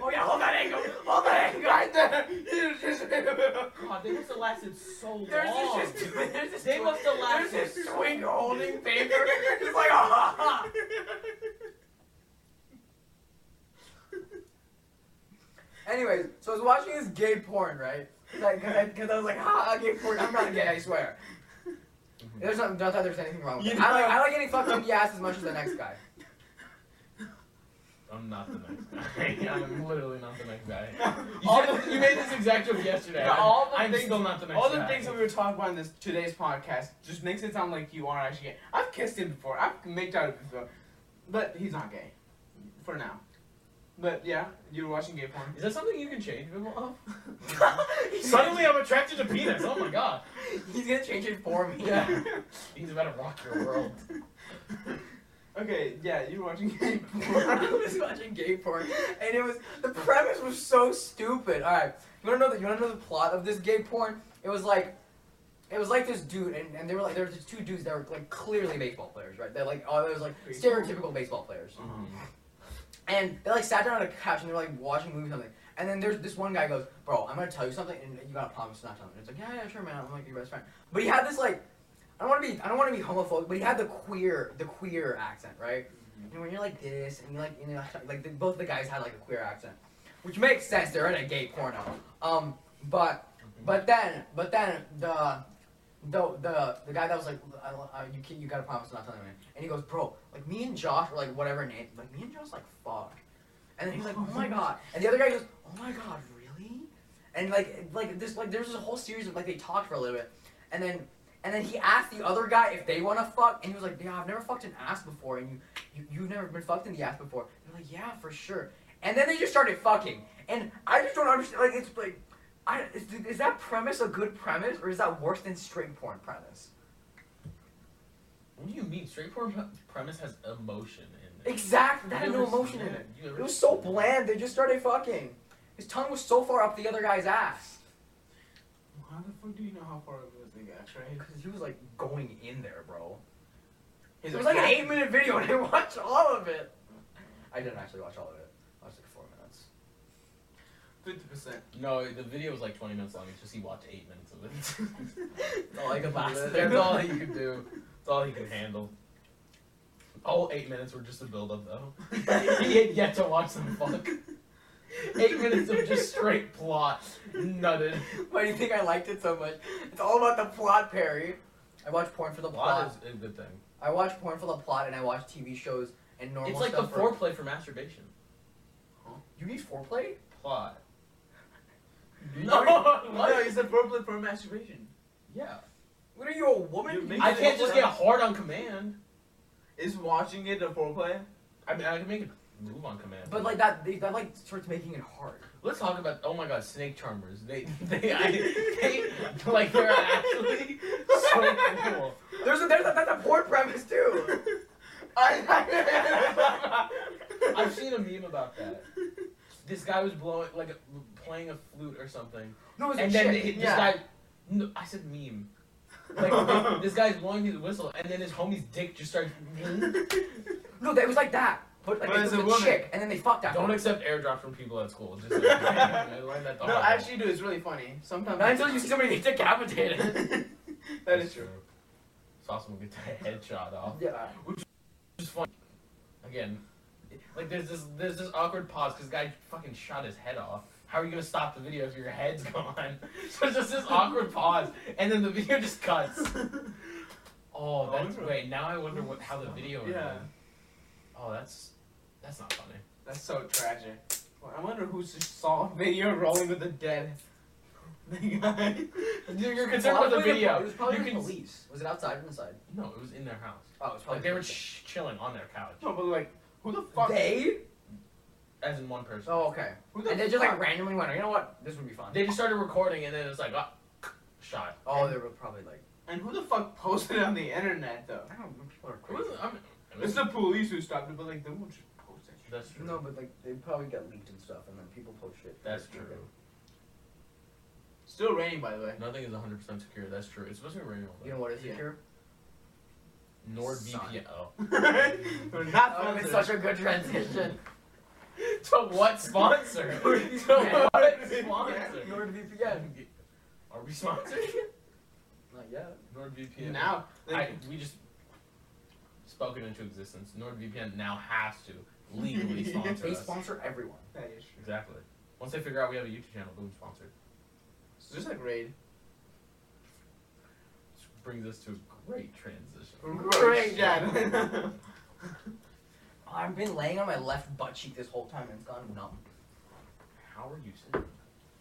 [SPEAKER 2] Oh yeah, hold that angle! Hold that angle!
[SPEAKER 1] right there. He's just-
[SPEAKER 6] God, they must have lasted so long.
[SPEAKER 2] There's this just
[SPEAKER 6] <laughs>
[SPEAKER 2] there's this
[SPEAKER 6] They must have
[SPEAKER 2] there's
[SPEAKER 6] laughed.
[SPEAKER 2] this
[SPEAKER 6] <laughs>
[SPEAKER 2] twink holding paper. It's like ah ha ha. <laughs> Anyways, so I was watching this gay porn, right? Like, cause I, cause I was like, ha, gay porn. I'm not gay, I swear.
[SPEAKER 1] <laughs>
[SPEAKER 2] There's not, not that there's anything wrong with
[SPEAKER 1] You
[SPEAKER 2] it. I like,
[SPEAKER 1] know-
[SPEAKER 2] I like getting fucked up the ass as much as the next
[SPEAKER 1] <laughs>
[SPEAKER 2] guy.
[SPEAKER 6] I'm not the next guy. <laughs> I'm literally not the next guy. You,
[SPEAKER 1] All
[SPEAKER 6] said-
[SPEAKER 1] the- <laughs>
[SPEAKER 6] <laughs> you made this exact joke yesterday.
[SPEAKER 1] No, all the
[SPEAKER 6] I'm
[SPEAKER 1] things-
[SPEAKER 6] still not the next
[SPEAKER 1] All
[SPEAKER 6] guy.
[SPEAKER 1] the things that we were talking about in this today's podcast just makes it sound like you are actually gay. I've kissed him before. I've made out with him before, but he's not gay, for now. But yeah, you were watching gay porn.
[SPEAKER 6] Is that something you can change, <laughs> Oh. Bimal?
[SPEAKER 2] he's,
[SPEAKER 6] Suddenly I'm attracted to penis. Oh my god.
[SPEAKER 2] he's gonna change it for me. <laughs>
[SPEAKER 6] <laughs> Yeah. He's about to rock your world.
[SPEAKER 1] Okay, yeah, you were watching <laughs>
[SPEAKER 2] <laughs>
[SPEAKER 1] gay
[SPEAKER 2] I
[SPEAKER 1] porn.
[SPEAKER 2] was watching gay porn, and it was the premise was so stupid. All right, you wanna know the you wanna know the plot of this gay porn? It was like, it was like this dude, and, and they were like there were these two dudes that were like clearly baseball players, right? They're like oh, they was like stereotypical baseball players, and they like sat down on a couch and they were like watching movies or something. And then there's this one guy goes, bro, I'm gonna tell you something, and you gotta promise not to tell me. It's like yeah, yeah, sure, man, I'm like your best friend. But he had this like, I don't want to be, I don't want to be homophobic, but he had the queer, the queer accent, right? And when you're like this, and you're like, you know, like the, both the guys had like a queer accent, which makes sense. They're in a gay porno. Um, but but then but then the the the, the guy that was like, I, don't- uh, you can you gotta promise not to tell anyone. And he goes, bro, like me and Josh or like whatever name, like me and Josh like fuck. And then he's like, oh my god. And the other guy goes, oh my god, really? And like like this like there's this whole series of like they talked for a little bit, and then. And then he asked the other guy if they want to fuck, and he was like, "Yeah, I've never fucked an ass before, and you you, you've never been fucked in the ass before. They're like, yeah, for sure. And then they just started fucking. And I just don't understand. Like, it's like, I, is, is that premise a good premise, or is that worse than straight porn premise?
[SPEAKER 6] What do you mean? Straight porn pre- premise has emotion in it.
[SPEAKER 2] Exactly. That had
[SPEAKER 6] You
[SPEAKER 2] no
[SPEAKER 6] ever
[SPEAKER 2] emotion
[SPEAKER 6] seen
[SPEAKER 2] in
[SPEAKER 6] that?
[SPEAKER 2] it.
[SPEAKER 6] You ever
[SPEAKER 2] It was
[SPEAKER 6] seen
[SPEAKER 2] so
[SPEAKER 6] that?
[SPEAKER 2] bland. They just started fucking. His tongue was so far up the other guy's ass.
[SPEAKER 1] How the fuck do you know how far it was the gas, right?
[SPEAKER 2] Because he was like going in there, bro.
[SPEAKER 1] He's
[SPEAKER 2] it was like an eight minute video, and I <laughs> watched all of it. I didn't actually watch all of it. I watched like four minutes.
[SPEAKER 7] Fifty percent.
[SPEAKER 6] No, the video was like 20 minutes long. It's just he watched eight minutes of it. <laughs> That's all he Oh, <laughs> could
[SPEAKER 2] Blast
[SPEAKER 6] do.
[SPEAKER 2] it.
[SPEAKER 6] That's all he could do. That's all he could handle. All eight minutes were just a build up, though. <laughs> he had yet to watch them fuck. Eight minutes of just straight plot. Nutted.
[SPEAKER 2] <laughs> Why do you think I liked it so much? It's all about the plot, Perry. I watch porn for the plot.
[SPEAKER 6] Plot is a good thing.
[SPEAKER 2] I watch porn for the plot, and I watch TV shows and normal
[SPEAKER 6] it's like the
[SPEAKER 2] stuff. for-
[SPEAKER 6] foreplay for masturbation.
[SPEAKER 2] You need foreplay?
[SPEAKER 6] <laughs> Plot.
[SPEAKER 1] No,
[SPEAKER 6] what?
[SPEAKER 1] it's appropriate for masturbation.
[SPEAKER 6] Yeah.
[SPEAKER 2] What are you, a woman?
[SPEAKER 1] You make
[SPEAKER 6] I can't just get hard on command.
[SPEAKER 1] Is watching it a
[SPEAKER 2] <laughs>
[SPEAKER 1] foreplay? <laughs>
[SPEAKER 6] I mean, I can make it move on command.
[SPEAKER 2] But like that, they- that like starts making it hard.
[SPEAKER 6] Let's talk about oh my god, snake charmers. They <laughs> they, I, they like they're actually so cool.
[SPEAKER 2] There's a, there's a, that's a porn premise too.
[SPEAKER 6] I've seen a meme about that. This guy was blowing like playing a flute or something,
[SPEAKER 2] No, it's
[SPEAKER 6] and
[SPEAKER 2] a
[SPEAKER 6] then
[SPEAKER 2] chick.
[SPEAKER 6] th- this
[SPEAKER 2] yeah.
[SPEAKER 6] guy. No, I said meme.
[SPEAKER 1] <laughs>
[SPEAKER 6] Like this guy's blowing his whistle, and then his homie's dick just starts. <laughs>
[SPEAKER 2] No, that- it was like that. But like
[SPEAKER 1] But
[SPEAKER 2] it
[SPEAKER 1] it's
[SPEAKER 2] was
[SPEAKER 1] a
[SPEAKER 2] a,
[SPEAKER 1] woman.
[SPEAKER 2] chick, and then they fucked after.
[SPEAKER 6] Don't accept airdrop from people at school. Just like, <laughs> I learned that the
[SPEAKER 1] No,
[SPEAKER 6] hard
[SPEAKER 1] I
[SPEAKER 6] way.
[SPEAKER 1] actually do. It's really funny. Sometimes.
[SPEAKER 2] Not until you see somebody get decapitated.
[SPEAKER 1] <laughs> that is
[SPEAKER 2] <laughs>
[SPEAKER 1] true.
[SPEAKER 6] Saw someone get <laughs> their head shot off.
[SPEAKER 2] yeah.
[SPEAKER 6] just fun. Again, like there's this there's this awkward pause because guy fucking shot his head off. How are you gonna stop the video if your head's <laughs> gone? So it's just this awkward pause, and then the video just cuts. Oh, that's
[SPEAKER 1] wonder-
[SPEAKER 6] wait. Now I wonder what how the video. would
[SPEAKER 1] Yeah.
[SPEAKER 6] end. Oh, that's that's not funny.
[SPEAKER 1] That's so tragic. Well, I wonder who just saw a video rolling with the dead. <laughs> The guy.
[SPEAKER 6] You're, you're concerned with the
[SPEAKER 2] Probably
[SPEAKER 6] video.
[SPEAKER 2] It was probably
[SPEAKER 6] you
[SPEAKER 2] the
[SPEAKER 6] can
[SPEAKER 2] police. Was it outside or inside?
[SPEAKER 6] no, it was in their house.
[SPEAKER 2] Oh, it was probably.
[SPEAKER 6] Like they were
[SPEAKER 2] inside.
[SPEAKER 6] ch- chilling on their couch,
[SPEAKER 1] No, but like, who the fuck?
[SPEAKER 2] They?
[SPEAKER 6] as in one person.
[SPEAKER 2] Oh, okay.
[SPEAKER 1] Who the
[SPEAKER 2] and they just
[SPEAKER 1] fuck-
[SPEAKER 2] like randomly went. You know what? This would be fun.
[SPEAKER 6] They just started recording, and then it was like, ah, shot.
[SPEAKER 2] oh, they were probably like.
[SPEAKER 1] And who the fuck posted it on the internet though?
[SPEAKER 2] I don't know. People are
[SPEAKER 6] It wasn't.
[SPEAKER 2] crazy.
[SPEAKER 6] I mean, it
[SPEAKER 1] It's
[SPEAKER 6] was,
[SPEAKER 1] the police who stopped it, but like, they won't just post that shit.
[SPEAKER 6] that's true.
[SPEAKER 2] No, but like they probably got leaked and stuff, and then people post shit.
[SPEAKER 6] That's true.
[SPEAKER 1] Still raining, by the way. <laughs>
[SPEAKER 6] Nothing is 100 percent secure. That's true. It's supposed to be raining all
[SPEAKER 2] You
[SPEAKER 6] day.
[SPEAKER 2] know what is
[SPEAKER 1] Yeah.
[SPEAKER 2] secure?
[SPEAKER 6] NordVPN. Oh.
[SPEAKER 2] <laughs>
[SPEAKER 1] We're not
[SPEAKER 2] Oh, it's
[SPEAKER 1] sponsored.
[SPEAKER 2] such a good transition. <laughs>
[SPEAKER 6] to what sponsor? to what sponsor?
[SPEAKER 2] NordVPN.
[SPEAKER 6] Are
[SPEAKER 2] <laughs>
[SPEAKER 6] we sponsored?
[SPEAKER 2] Not yet.
[SPEAKER 6] NordVPN.
[SPEAKER 1] Now,
[SPEAKER 6] I,
[SPEAKER 1] like,
[SPEAKER 6] we just spoken into existence. NordVPN now has to
[SPEAKER 2] <laughs>
[SPEAKER 6] legally sponsor
[SPEAKER 2] They
[SPEAKER 6] us.
[SPEAKER 2] sponsor everyone.
[SPEAKER 1] that is true.
[SPEAKER 6] exactly. Once they figure out we have a YouTube channel, boom, sponsored.
[SPEAKER 1] So just like
[SPEAKER 2] <laughs>
[SPEAKER 1] raid.
[SPEAKER 6] Which brings us to a great transition.
[SPEAKER 1] <laughs> Great,
[SPEAKER 2] <laughs>
[SPEAKER 1] Chad.
[SPEAKER 2] I've been laying on my left butt cheek this whole time, and it's gone numb.
[SPEAKER 6] How are you sitting?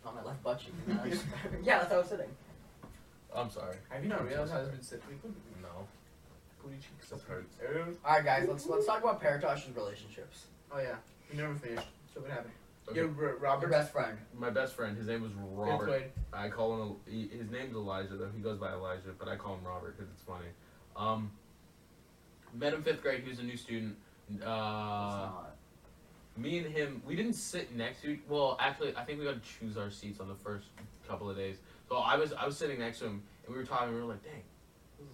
[SPEAKER 2] On my left
[SPEAKER 1] <laughs>
[SPEAKER 2] butt cheek. and I just- yeah, that's how I was sitting.
[SPEAKER 6] I'm sorry.
[SPEAKER 1] Have you not realized how it's been sitting?
[SPEAKER 6] No.
[SPEAKER 1] Booty cheeks.
[SPEAKER 6] That hurts.
[SPEAKER 2] All right, guys, let's let's talk about Paratosh's relationships.
[SPEAKER 1] Oh yeah, we never finished. So what happened?
[SPEAKER 6] Okay.
[SPEAKER 1] Your You're
[SPEAKER 2] Your
[SPEAKER 1] Robert.
[SPEAKER 2] best friend.
[SPEAKER 6] My best friend, his name was
[SPEAKER 1] Fifth
[SPEAKER 6] Robert.
[SPEAKER 1] grade.
[SPEAKER 6] I call him. he- His name's Elijah, though he goes by Elijah, but I call him Robert because it's funny. Um, met him fifth grade. He was a new student. Uh, me and him, we didn't sit next to. Well, actually, I think we got to choose our seats on the first couple of days. So I was I was sitting next to him, and we were talking. We were like, "Dang, this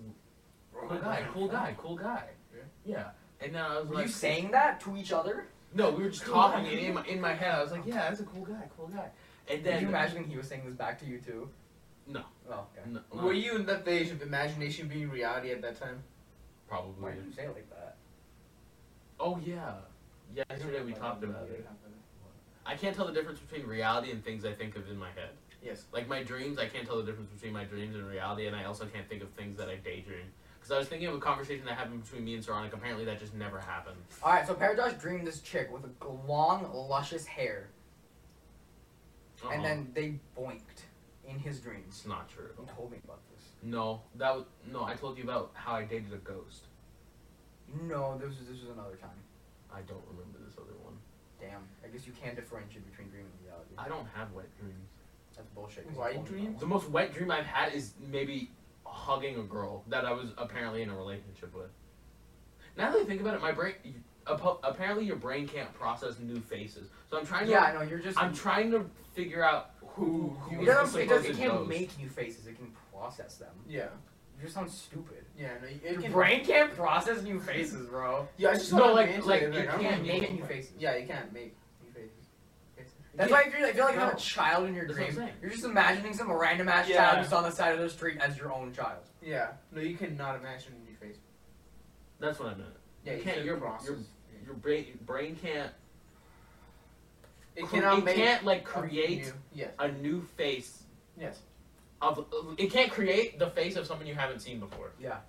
[SPEAKER 6] is a cool guy, cool guy, cool guy."
[SPEAKER 1] Yeah.
[SPEAKER 6] Yeah. And then I was
[SPEAKER 2] Were
[SPEAKER 6] like,
[SPEAKER 2] you saying that to each other?
[SPEAKER 6] "No, we were just
[SPEAKER 1] Cool
[SPEAKER 6] talking."
[SPEAKER 1] guy.
[SPEAKER 6] And in my in my head, I was like, "Yeah, that's a cool guy, cool guy." And then
[SPEAKER 2] Did you imagine he was saying this back to you too?
[SPEAKER 6] No.
[SPEAKER 2] Oh, okay.
[SPEAKER 6] No, no,
[SPEAKER 1] Were you in that phase of imagination being reality at that time?
[SPEAKER 2] Why
[SPEAKER 6] probably?
[SPEAKER 2] did you say it like that?
[SPEAKER 6] Oh yeah. Yesterday we talked about it. I can't tell the difference between reality and things I think of in my head.
[SPEAKER 1] Yes.
[SPEAKER 6] Like my dreams, I can't tell the difference between my dreams and reality, and I also can't think of things that I daydream. Because I was thinking of a conversation that happened between me and Saronic. Apparently, that just never happened.
[SPEAKER 2] All right, so Paratosh dreamed this chick with a long, luscious hair,
[SPEAKER 6] Uh-uh.
[SPEAKER 2] and then they boinked in his dreams.
[SPEAKER 6] it's not true.
[SPEAKER 2] He told me about this.
[SPEAKER 6] No, that was no. I told you about how I dated a ghost.
[SPEAKER 2] No, this was this was another time.
[SPEAKER 6] I don't remember this other one.
[SPEAKER 2] Damn. I guess you can differentiate between dream and reality.
[SPEAKER 6] I don't have wet dreams.
[SPEAKER 2] That's bullshit. 'cause he
[SPEAKER 1] Why
[SPEAKER 2] told me
[SPEAKER 1] dream?
[SPEAKER 2] about
[SPEAKER 6] The most wet dream I've had is maybe hugging a girl that I was apparently in a relationship with. Now that I think about it, my brain appa- apparently your brain can't process new faces. So I'm
[SPEAKER 2] one.
[SPEAKER 6] trying to
[SPEAKER 2] Yeah, I know. You're just.
[SPEAKER 6] I'm trying to figure out who who
[SPEAKER 2] It
[SPEAKER 6] is
[SPEAKER 2] doesn't-
[SPEAKER 6] the
[SPEAKER 2] it, does, it
[SPEAKER 6] supposed
[SPEAKER 2] can't
[SPEAKER 6] ghost.
[SPEAKER 2] make new faces. It can process them.
[SPEAKER 1] Yeah.
[SPEAKER 2] You just sound stupid.
[SPEAKER 1] Yeah. No. It
[SPEAKER 2] Your
[SPEAKER 1] can,
[SPEAKER 2] brain can't process new faces, bro.
[SPEAKER 1] Yeah. I just
[SPEAKER 6] No,
[SPEAKER 1] saw that
[SPEAKER 6] like-
[SPEAKER 1] meme
[SPEAKER 6] like,
[SPEAKER 1] today,
[SPEAKER 6] you
[SPEAKER 1] I don't
[SPEAKER 6] can't
[SPEAKER 1] know.
[SPEAKER 2] make new faces.
[SPEAKER 1] Yeah, you can't make new faces.
[SPEAKER 2] That's why I feel, I feel like you have
[SPEAKER 6] No.
[SPEAKER 2] a child in your
[SPEAKER 6] That's what I'm
[SPEAKER 2] dream.
[SPEAKER 6] saying.
[SPEAKER 2] You're just imagining some random ass
[SPEAKER 1] Yeah.
[SPEAKER 2] child who's on the side of the street as your own child.
[SPEAKER 1] Yeah. No, you cannot imagine your face.
[SPEAKER 6] That's what I meant.
[SPEAKER 1] Yeah,
[SPEAKER 6] You
[SPEAKER 1] you
[SPEAKER 6] can't-
[SPEAKER 1] should
[SPEAKER 6] you're-
[SPEAKER 1] process.
[SPEAKER 6] you're- Your brain, your brain can't.
[SPEAKER 1] it
[SPEAKER 6] cre-
[SPEAKER 1] cannot
[SPEAKER 6] it
[SPEAKER 1] make
[SPEAKER 6] can't like
[SPEAKER 1] a
[SPEAKER 6] create
[SPEAKER 1] new- Yes.
[SPEAKER 6] a new face
[SPEAKER 1] Yes.
[SPEAKER 6] of. of- It can't create the face of someone you haven't seen before.
[SPEAKER 2] Yeah.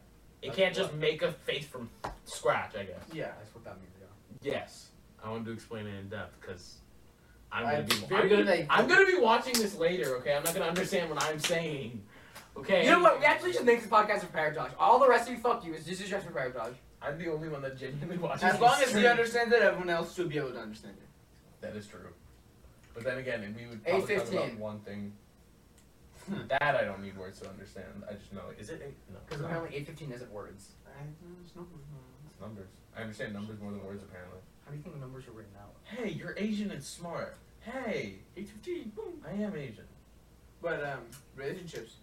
[SPEAKER 6] It
[SPEAKER 2] That's
[SPEAKER 6] can't just make a face from scratch. I guess.
[SPEAKER 1] Yeah.
[SPEAKER 2] That's what that means. Yeah.
[SPEAKER 6] Yes. I wanted to explain it in depth because I'm
[SPEAKER 1] I'm
[SPEAKER 6] gonna be.
[SPEAKER 1] very
[SPEAKER 6] I'm gonna,
[SPEAKER 1] thankful.
[SPEAKER 6] I'm gonna be watching this later. Okay. I'm not gonna understand what I'm saying. Okay.
[SPEAKER 2] You know what? We actually should make this podcast for Paradox. All the rest of you, fuck you. It's just just for Paradox.
[SPEAKER 6] I'm the only one that genuinely watches.
[SPEAKER 1] As
[SPEAKER 6] this
[SPEAKER 1] long as
[SPEAKER 6] stream.
[SPEAKER 1] you understand that, everyone else should be able to understand it.
[SPEAKER 6] That is true. But then again, and we would probably talk
[SPEAKER 2] 8:15.
[SPEAKER 6] about one thing. that I don't need words to understand. I just know. it. Is it eight? No,
[SPEAKER 2] Because apparently, eight fifteen isn't words.
[SPEAKER 6] it's numbers. I understand numbers more than words apparently.
[SPEAKER 2] How do you think the numbers are written out?
[SPEAKER 6] Hey, you're Asian and smart. Hey, eight fifteen. Boom. I am Asian.
[SPEAKER 1] But um, relationships.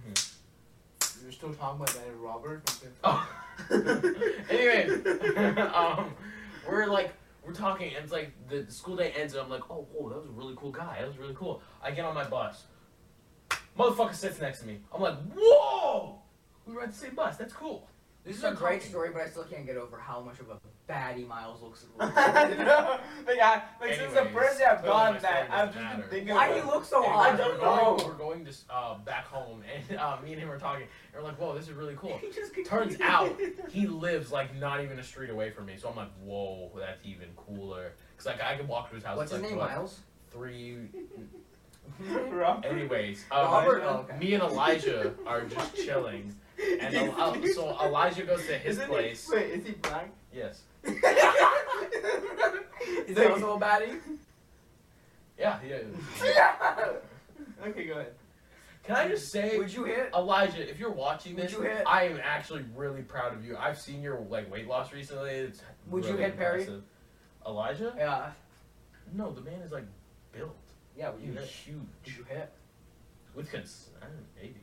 [SPEAKER 6] Mm-hmm.
[SPEAKER 1] We were still talking about that Robert. <laughs> from Fifth-
[SPEAKER 6] Oh. <laughs> Anyways, <laughs>
[SPEAKER 1] <laughs>
[SPEAKER 6] um, we're like we're talking, and it's like the school day ends, and I'm like, oh, whoa, that was a really cool guy. That was really cool. I get on my bus. Motherfucker sits next to me. I'm like, whoa, we ride the same bus. That's cool.
[SPEAKER 2] This is a
[SPEAKER 6] Start
[SPEAKER 2] great
[SPEAKER 6] talking.
[SPEAKER 2] story, but I still can't get over how much of a baddie Miles <laughs> looks.
[SPEAKER 1] no, like, I, like since the
[SPEAKER 6] Anyways,
[SPEAKER 1] first day I've
[SPEAKER 6] clearly
[SPEAKER 1] gone
[SPEAKER 6] my
[SPEAKER 1] that,
[SPEAKER 6] story
[SPEAKER 1] I've just
[SPEAKER 6] doesn't
[SPEAKER 1] been
[SPEAKER 6] matter.
[SPEAKER 1] thinking.
[SPEAKER 2] Why
[SPEAKER 1] about
[SPEAKER 2] do
[SPEAKER 1] it.
[SPEAKER 2] you look so
[SPEAKER 6] I
[SPEAKER 2] hot?
[SPEAKER 6] don't
[SPEAKER 1] Oh.
[SPEAKER 6] know. We're going to uh, back home, and <laughs> uh, me and him were talking, and we're like, "Whoa, this is really cool."
[SPEAKER 2] <laughs>
[SPEAKER 6] Turns out he lives like not even a street away from me, so I'm like, "Whoa, that's even cooler." Cause like I can walk to his house.
[SPEAKER 2] What's
[SPEAKER 6] it's,
[SPEAKER 2] his
[SPEAKER 6] like,
[SPEAKER 2] name?
[SPEAKER 6] what,
[SPEAKER 2] Miles.
[SPEAKER 6] Three.
[SPEAKER 1] Robert. <laughs>
[SPEAKER 6] Anyways, um,
[SPEAKER 2] Robert. Oh, okay.
[SPEAKER 6] me and Elijah are just chilling, and El- uh, so Elijah goes to his
[SPEAKER 1] Isn't he-
[SPEAKER 6] place.
[SPEAKER 1] wait, is he
[SPEAKER 6] <laughs>
[SPEAKER 1] black? <laughs>
[SPEAKER 6] Yes.
[SPEAKER 2] Is that also a baddie?
[SPEAKER 6] Yeah. Yeah.
[SPEAKER 1] okay, go <laughs> ahead.
[SPEAKER 6] Can I just say,
[SPEAKER 2] Would you hit?
[SPEAKER 6] Elijah, if you're watching
[SPEAKER 2] Would
[SPEAKER 6] this,
[SPEAKER 2] you hit-
[SPEAKER 6] I am actually really proud of you. I've seen your like weight loss recently. It's
[SPEAKER 2] Would you
[SPEAKER 6] really
[SPEAKER 2] hit Perry?
[SPEAKER 6] impressive. Elijah?
[SPEAKER 2] Yeah.
[SPEAKER 6] No, the man is like built.
[SPEAKER 2] Uh, Yeah. Would
[SPEAKER 6] He
[SPEAKER 2] you
[SPEAKER 6] was
[SPEAKER 2] hit? Would
[SPEAKER 6] huge.
[SPEAKER 2] you hit?
[SPEAKER 6] With cons- I don't know, maybe.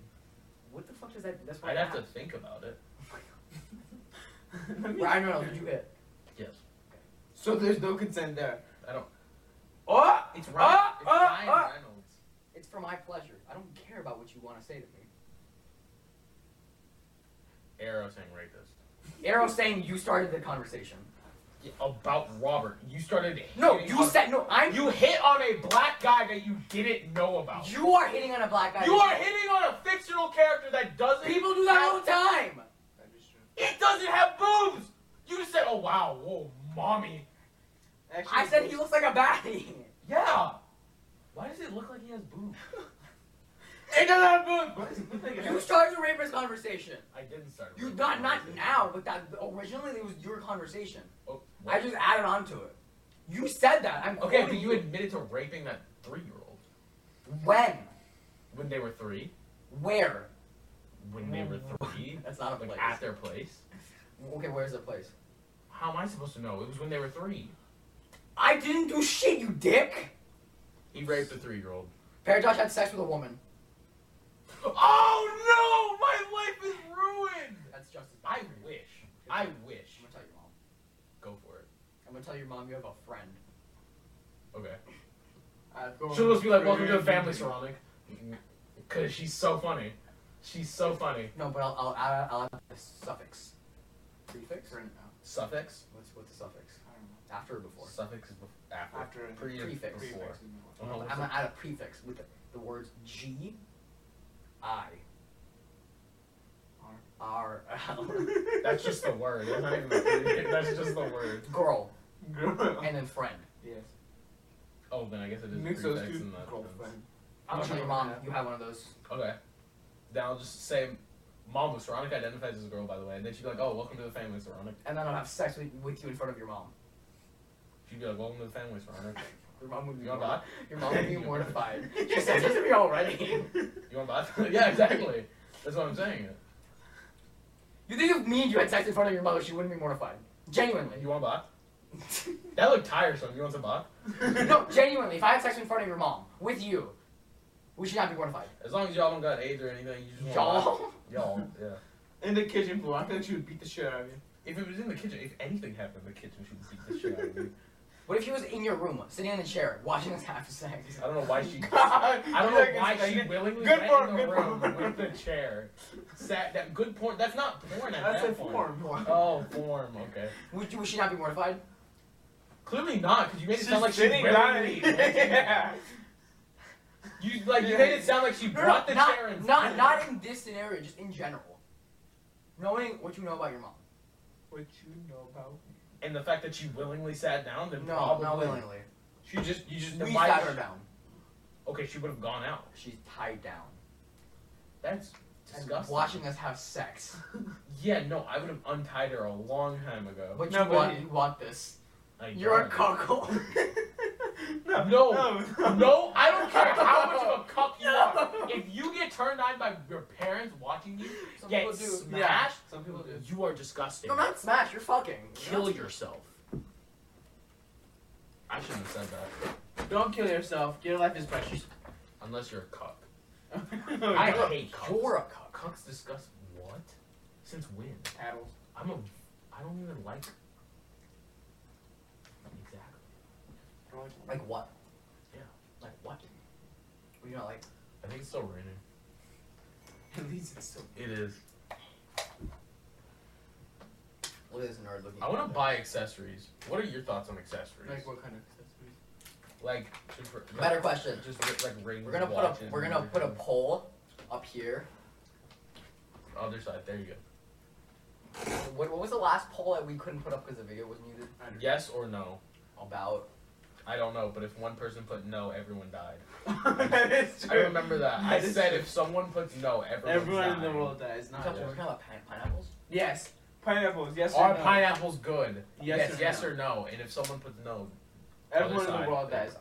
[SPEAKER 2] What the fuck does that? That's why.
[SPEAKER 6] I'd have to think about it.
[SPEAKER 2] Ryan Reynolds. Would you hit?
[SPEAKER 6] Yes.
[SPEAKER 1] So there's no consent there.
[SPEAKER 6] I don't.
[SPEAKER 1] Oh,
[SPEAKER 6] It's Ryan.
[SPEAKER 1] Ah,
[SPEAKER 6] it's
[SPEAKER 1] ah,
[SPEAKER 6] Ryan
[SPEAKER 1] ah.
[SPEAKER 6] Reynolds.
[SPEAKER 2] It's for my pleasure. I don't care about what you want to say to <laughs> me.
[SPEAKER 6] Arrow saying rapist.
[SPEAKER 2] Arrow saying you started the conversation.
[SPEAKER 6] Yeah, about Robert, you started.
[SPEAKER 2] No,
[SPEAKER 6] hitting
[SPEAKER 2] you
[SPEAKER 6] on-
[SPEAKER 2] said no. I'm.
[SPEAKER 6] You hit on a black guy that you didn't know about.
[SPEAKER 2] You are hitting on a black guy.
[SPEAKER 6] You are hitting on a fictional character that doesn't.
[SPEAKER 2] People do that all the time.
[SPEAKER 1] That is true.
[SPEAKER 6] It doesn't have boobs. You just said, "Oh wow, whoa, mommy."
[SPEAKER 1] Actually,
[SPEAKER 2] I said he looks like a baddie.
[SPEAKER 6] Yeah. Why does it look like he has
[SPEAKER 2] <laughs>
[SPEAKER 6] boobs?
[SPEAKER 1] It doesn't have boobs.
[SPEAKER 2] You started the rapist conversation.
[SPEAKER 6] I didn't start.
[SPEAKER 2] You not not now, but that originally it was your conversation.
[SPEAKER 6] Oh,
[SPEAKER 2] I just added on to it. You said that. I'm
[SPEAKER 6] okay,
[SPEAKER 2] quoting
[SPEAKER 6] but you admitted to raping that three-year-old
[SPEAKER 2] when,
[SPEAKER 6] when they were three.
[SPEAKER 2] where.
[SPEAKER 6] When they were
[SPEAKER 2] <laughs>
[SPEAKER 6] three,
[SPEAKER 2] That's not a
[SPEAKER 6] like
[SPEAKER 2] place.
[SPEAKER 6] at their place.
[SPEAKER 2] Okay, where's the place?
[SPEAKER 6] How am I supposed to know? It was when they were three.
[SPEAKER 2] I didn't do shit, you dick.
[SPEAKER 6] He raped a three-year-old.
[SPEAKER 2] Paradox had sex with a woman.
[SPEAKER 6] Oh no! My life is ruined!
[SPEAKER 2] That's just as
[SPEAKER 6] I
[SPEAKER 2] bad.
[SPEAKER 6] wish. I wish.
[SPEAKER 2] I'm gonna tell your mom.
[SPEAKER 6] Go for it.
[SPEAKER 2] I'm gonna tell your mom you have a friend.
[SPEAKER 6] Okay.
[SPEAKER 1] I've gone
[SPEAKER 6] She'll just be like, welcome to the
[SPEAKER 1] crazy.
[SPEAKER 6] family ceramic. Cause she's so funny. She's so funny.
[SPEAKER 2] No, but I'll I'll add, I'll add a suffix. Prefix.
[SPEAKER 1] Friend,
[SPEAKER 6] Suffix?
[SPEAKER 2] What's what's the suffix?
[SPEAKER 1] I don't know.
[SPEAKER 2] After or before?
[SPEAKER 6] Suffix is bef-
[SPEAKER 1] After
[SPEAKER 6] after.
[SPEAKER 1] a
[SPEAKER 6] Pre and
[SPEAKER 2] Prefix.
[SPEAKER 6] before.
[SPEAKER 1] prefix.
[SPEAKER 6] Oh, no,
[SPEAKER 2] I'm
[SPEAKER 6] what's
[SPEAKER 2] gonna
[SPEAKER 6] that?
[SPEAKER 2] add a prefix with the, the words G, I, R, <laughs> L,
[SPEAKER 1] <laughs>
[SPEAKER 6] That's just the word. That's not even a prefix. That's just the word.
[SPEAKER 2] girl,
[SPEAKER 1] Girl.
[SPEAKER 2] and then friend.
[SPEAKER 1] Yes.
[SPEAKER 6] Oh, then I guess it is
[SPEAKER 1] Mix those
[SPEAKER 6] prefix
[SPEAKER 1] two.
[SPEAKER 6] in that
[SPEAKER 1] <laughs> Girlfriend.
[SPEAKER 2] I'm gonna tell your mom you have one of those.
[SPEAKER 6] Okay. Then I'll just say, Mom, was Saronic identifies as a girl, by the way. And then she'd be like, oh, welcome to the family, Saronic.
[SPEAKER 2] And then I'll have sex with, with you in front of your mom.
[SPEAKER 6] She'd be like, welcome to the family, Saronic. <laughs>
[SPEAKER 2] Your mom would be
[SPEAKER 6] You want
[SPEAKER 2] mor-
[SPEAKER 6] bot?
[SPEAKER 2] your mom would be <laughs> mortified. She said this to me already.
[SPEAKER 6] You want bot? <laughs> yeah, exactly. That's what I'm saying.
[SPEAKER 2] You think if me and you had sex in front of your mother, she wouldn't be mortified. Genuinely. <laughs>
[SPEAKER 6] You want bot? <laughs> That looked tiresome. You want some bot?
[SPEAKER 2] no, genuinely. If I had sex in front of your mom with you, we should not be mortified.
[SPEAKER 6] As long as y'all don't got AIDS or anything, you just want
[SPEAKER 2] Y'all.
[SPEAKER 6] bot. Y'all,
[SPEAKER 1] <laughs>
[SPEAKER 6] yeah.
[SPEAKER 1] In the kitchen floor, I think she would beat the shit out of you.
[SPEAKER 6] If it was in the kitchen, if anything happened in the kitchen, she would beat the shit out of you.
[SPEAKER 2] What if he was in your room, sitting on a chair, watching us have sex?
[SPEAKER 6] I don't know
[SPEAKER 1] <laughs>
[SPEAKER 6] why she. <laughs>
[SPEAKER 1] God,
[SPEAKER 6] I don't
[SPEAKER 1] you're
[SPEAKER 6] know why
[SPEAKER 1] like,
[SPEAKER 6] she willingly
[SPEAKER 1] Good
[SPEAKER 6] went
[SPEAKER 1] form,
[SPEAKER 6] in the
[SPEAKER 1] good
[SPEAKER 6] room
[SPEAKER 1] form.
[SPEAKER 6] with the chair. Sat that good porn. That's not porn at
[SPEAKER 1] That's
[SPEAKER 6] that
[SPEAKER 1] a
[SPEAKER 6] point.
[SPEAKER 1] form.
[SPEAKER 6] Oh, form. Okay.
[SPEAKER 2] Would, you, would she not be mortified?
[SPEAKER 6] Clearly not, because you made it
[SPEAKER 1] She's
[SPEAKER 6] sound like she
[SPEAKER 1] sitting down.
[SPEAKER 6] willingly.
[SPEAKER 1] <laughs> yeah.
[SPEAKER 6] You like you made it sound like she
[SPEAKER 2] No,
[SPEAKER 6] brought
[SPEAKER 2] no,
[SPEAKER 6] the
[SPEAKER 2] not,
[SPEAKER 6] chair and
[SPEAKER 2] not, not in this scenario, just in general. Knowing what you know about your mom.
[SPEAKER 1] What you know about?
[SPEAKER 6] and the fact that she willingly sat down. Then
[SPEAKER 2] No,
[SPEAKER 6] probably
[SPEAKER 2] not willingly.
[SPEAKER 6] She just you just
[SPEAKER 2] We
[SPEAKER 6] why-
[SPEAKER 2] got her down.
[SPEAKER 6] Okay, she would have gone out.
[SPEAKER 2] She's tied down.
[SPEAKER 6] That's
[SPEAKER 2] And
[SPEAKER 6] disgusting.
[SPEAKER 2] watching us have sex.
[SPEAKER 6] Yeah, no, I would have untied her a long time ago.
[SPEAKER 2] But
[SPEAKER 1] No,
[SPEAKER 2] you
[SPEAKER 1] but-
[SPEAKER 2] want you want this.
[SPEAKER 6] I
[SPEAKER 2] You're a
[SPEAKER 6] don't.
[SPEAKER 2] cuckold. <laughs>
[SPEAKER 1] no,
[SPEAKER 6] No.
[SPEAKER 1] no,
[SPEAKER 6] No, I
[SPEAKER 2] <laughs>
[SPEAKER 6] don't care how much of a cuck you are. If you get turned on by your parents watching you
[SPEAKER 2] Some
[SPEAKER 6] get
[SPEAKER 2] people do.
[SPEAKER 1] Yeah,
[SPEAKER 6] smashed,
[SPEAKER 1] some people do.
[SPEAKER 3] You are disgusting.
[SPEAKER 2] No, not smash. You're fucking.
[SPEAKER 3] Kill yourself.
[SPEAKER 6] I shouldn't have said that.
[SPEAKER 1] Don't kill yourself. Your life is <laughs> precious.
[SPEAKER 6] Unless you're a cuck. I
[SPEAKER 1] I
[SPEAKER 6] hate
[SPEAKER 2] You're
[SPEAKER 6] cucks.
[SPEAKER 2] a cuck.
[SPEAKER 6] Cucks disgust what? Since when?
[SPEAKER 1] paddles.
[SPEAKER 6] I'm a. I don't even like. Exactly.
[SPEAKER 2] Like what?
[SPEAKER 6] Yeah.
[SPEAKER 2] Like what? Well, you know, like
[SPEAKER 6] I think it's still raining.
[SPEAKER 1] <laughs> At least it's still.
[SPEAKER 6] It is.
[SPEAKER 2] look at this nerd looking.
[SPEAKER 6] I want to buy accessories. What are your thouts on accessories?
[SPEAKER 1] Like what kind of accessories?
[SPEAKER 6] Like, just r-
[SPEAKER 2] Better question.
[SPEAKER 6] Just r- like rings.
[SPEAKER 2] We're gonna put a
[SPEAKER 6] watches,
[SPEAKER 2] we're gonna put a
[SPEAKER 6] everything.
[SPEAKER 2] poll up here.
[SPEAKER 6] other side. There you go.
[SPEAKER 2] What, what was the last poll that we couldn't put up because the video was muted?
[SPEAKER 6] Yes or no?
[SPEAKER 2] About
[SPEAKER 6] I don't know, but if one person put no, everyone died.
[SPEAKER 1] <laughs> that is
[SPEAKER 6] I
[SPEAKER 1] true. <laughs>
[SPEAKER 6] remember that. I
[SPEAKER 1] That is
[SPEAKER 6] said
[SPEAKER 1] true.
[SPEAKER 6] if someone puts no, everyone.
[SPEAKER 1] Everyone in the world dies.
[SPEAKER 2] we're
[SPEAKER 1] Not
[SPEAKER 2] talking
[SPEAKER 1] just.
[SPEAKER 2] we're talking about pine- pineapples.
[SPEAKER 1] Yes. Pineapples. Yes
[SPEAKER 6] Are
[SPEAKER 1] or no?
[SPEAKER 6] pineapples good?
[SPEAKER 1] Yes
[SPEAKER 6] yes,
[SPEAKER 1] or
[SPEAKER 6] yes
[SPEAKER 1] no?
[SPEAKER 6] or no. And if someone puts no,
[SPEAKER 1] everyone
[SPEAKER 6] other
[SPEAKER 1] in
[SPEAKER 6] side.
[SPEAKER 1] the world dies.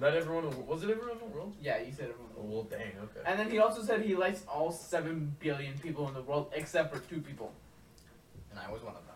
[SPEAKER 6] Not everyone. in the wo- Was it everyone in the world?
[SPEAKER 1] Yeah, you said everyone.
[SPEAKER 6] Oh, well, dang. Okay.
[SPEAKER 1] And then he also said he likes all seven billion people in the world except for two people.
[SPEAKER 2] and I was one of them.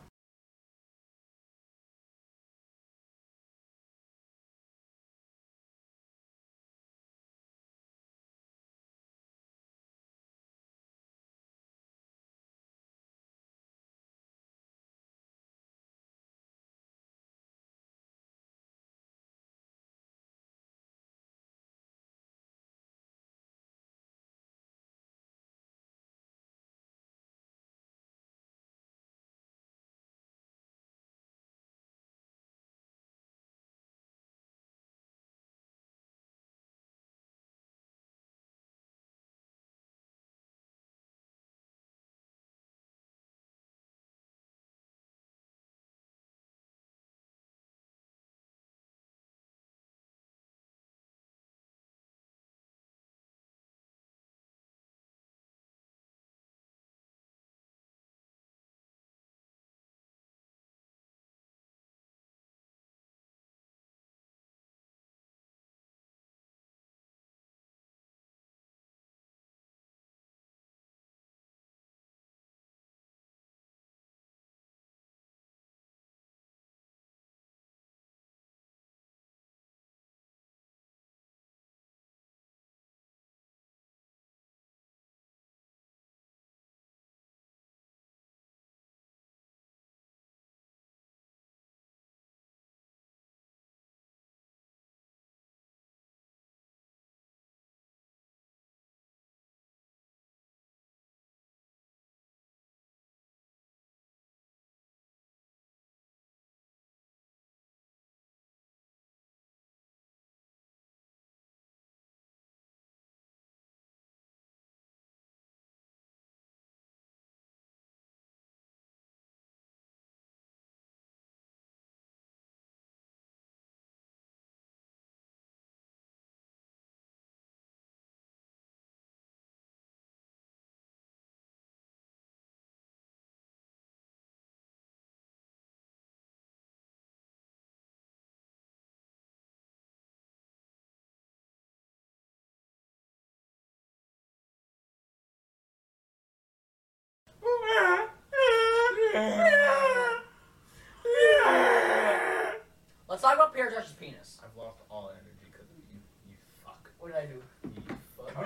[SPEAKER 2] Let's talk about Pierre Josh's penis.
[SPEAKER 6] I've lost all energy because of you. You fuck.
[SPEAKER 2] What did I do?
[SPEAKER 6] You fuck.
[SPEAKER 2] What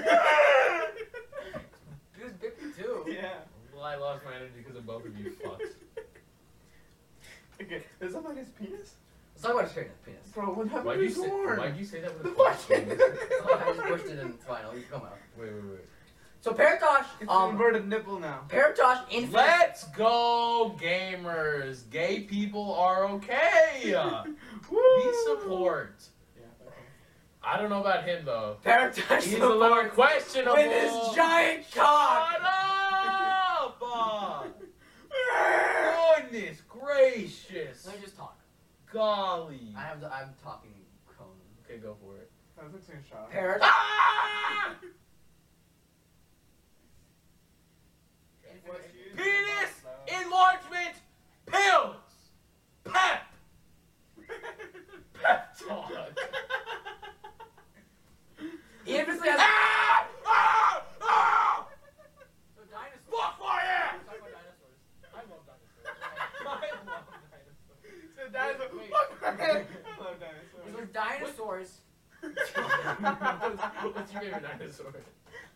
[SPEAKER 2] did I do? He was bippy too.
[SPEAKER 1] Yeah.
[SPEAKER 6] Well, I <laughs> lost my energy because of both of you fucks.
[SPEAKER 1] Okay. Is that like his penis?
[SPEAKER 2] Let's talk about his penis. penis.
[SPEAKER 1] Bro, what happened
[SPEAKER 6] Why'd
[SPEAKER 1] to
[SPEAKER 6] you,
[SPEAKER 1] his
[SPEAKER 6] say,
[SPEAKER 1] horn?
[SPEAKER 6] why'd you say that with
[SPEAKER 1] The
[SPEAKER 6] a clutch?
[SPEAKER 1] fucking- <laughs>
[SPEAKER 6] Wait,
[SPEAKER 2] Oh, I just pushed it in. It's fine. It'll come out.
[SPEAKER 6] wait, wait.
[SPEAKER 2] So Paratosh,
[SPEAKER 1] It's an
[SPEAKER 2] um,
[SPEAKER 1] inverted nipple now.
[SPEAKER 2] Paratosh infinite.
[SPEAKER 6] Let's go, gamers. Gay people are <laughs> okay. we support. I don't know about him though.
[SPEAKER 2] Paratosh
[SPEAKER 6] He's a little
[SPEAKER 2] supports
[SPEAKER 6] questionable.
[SPEAKER 2] with his giant cock.
[SPEAKER 6] Shut up! uh. Goodness gracious!
[SPEAKER 2] Let me just talk.
[SPEAKER 6] Golly.
[SPEAKER 2] I have the, I'm talking cone.
[SPEAKER 6] Okay, go for it.
[SPEAKER 1] That looks like a shot.
[SPEAKER 2] Paratosh.
[SPEAKER 6] Ah! Penis enlargement pills. Pep. Pep talk.
[SPEAKER 2] He infamously has.
[SPEAKER 6] ah! Ah! Ah!
[SPEAKER 2] So dinosaurs.
[SPEAKER 6] Fuck my ass!
[SPEAKER 2] Talk about dinosaurs.
[SPEAKER 6] I love dinosaurs. I love
[SPEAKER 1] So
[SPEAKER 6] dinosaurs.
[SPEAKER 1] that's a-
[SPEAKER 2] Wait, wait.
[SPEAKER 1] I love
[SPEAKER 2] It
[SPEAKER 1] dinosaurs.
[SPEAKER 2] was dinosaurs.
[SPEAKER 6] What's- What's your favorite dinosaur?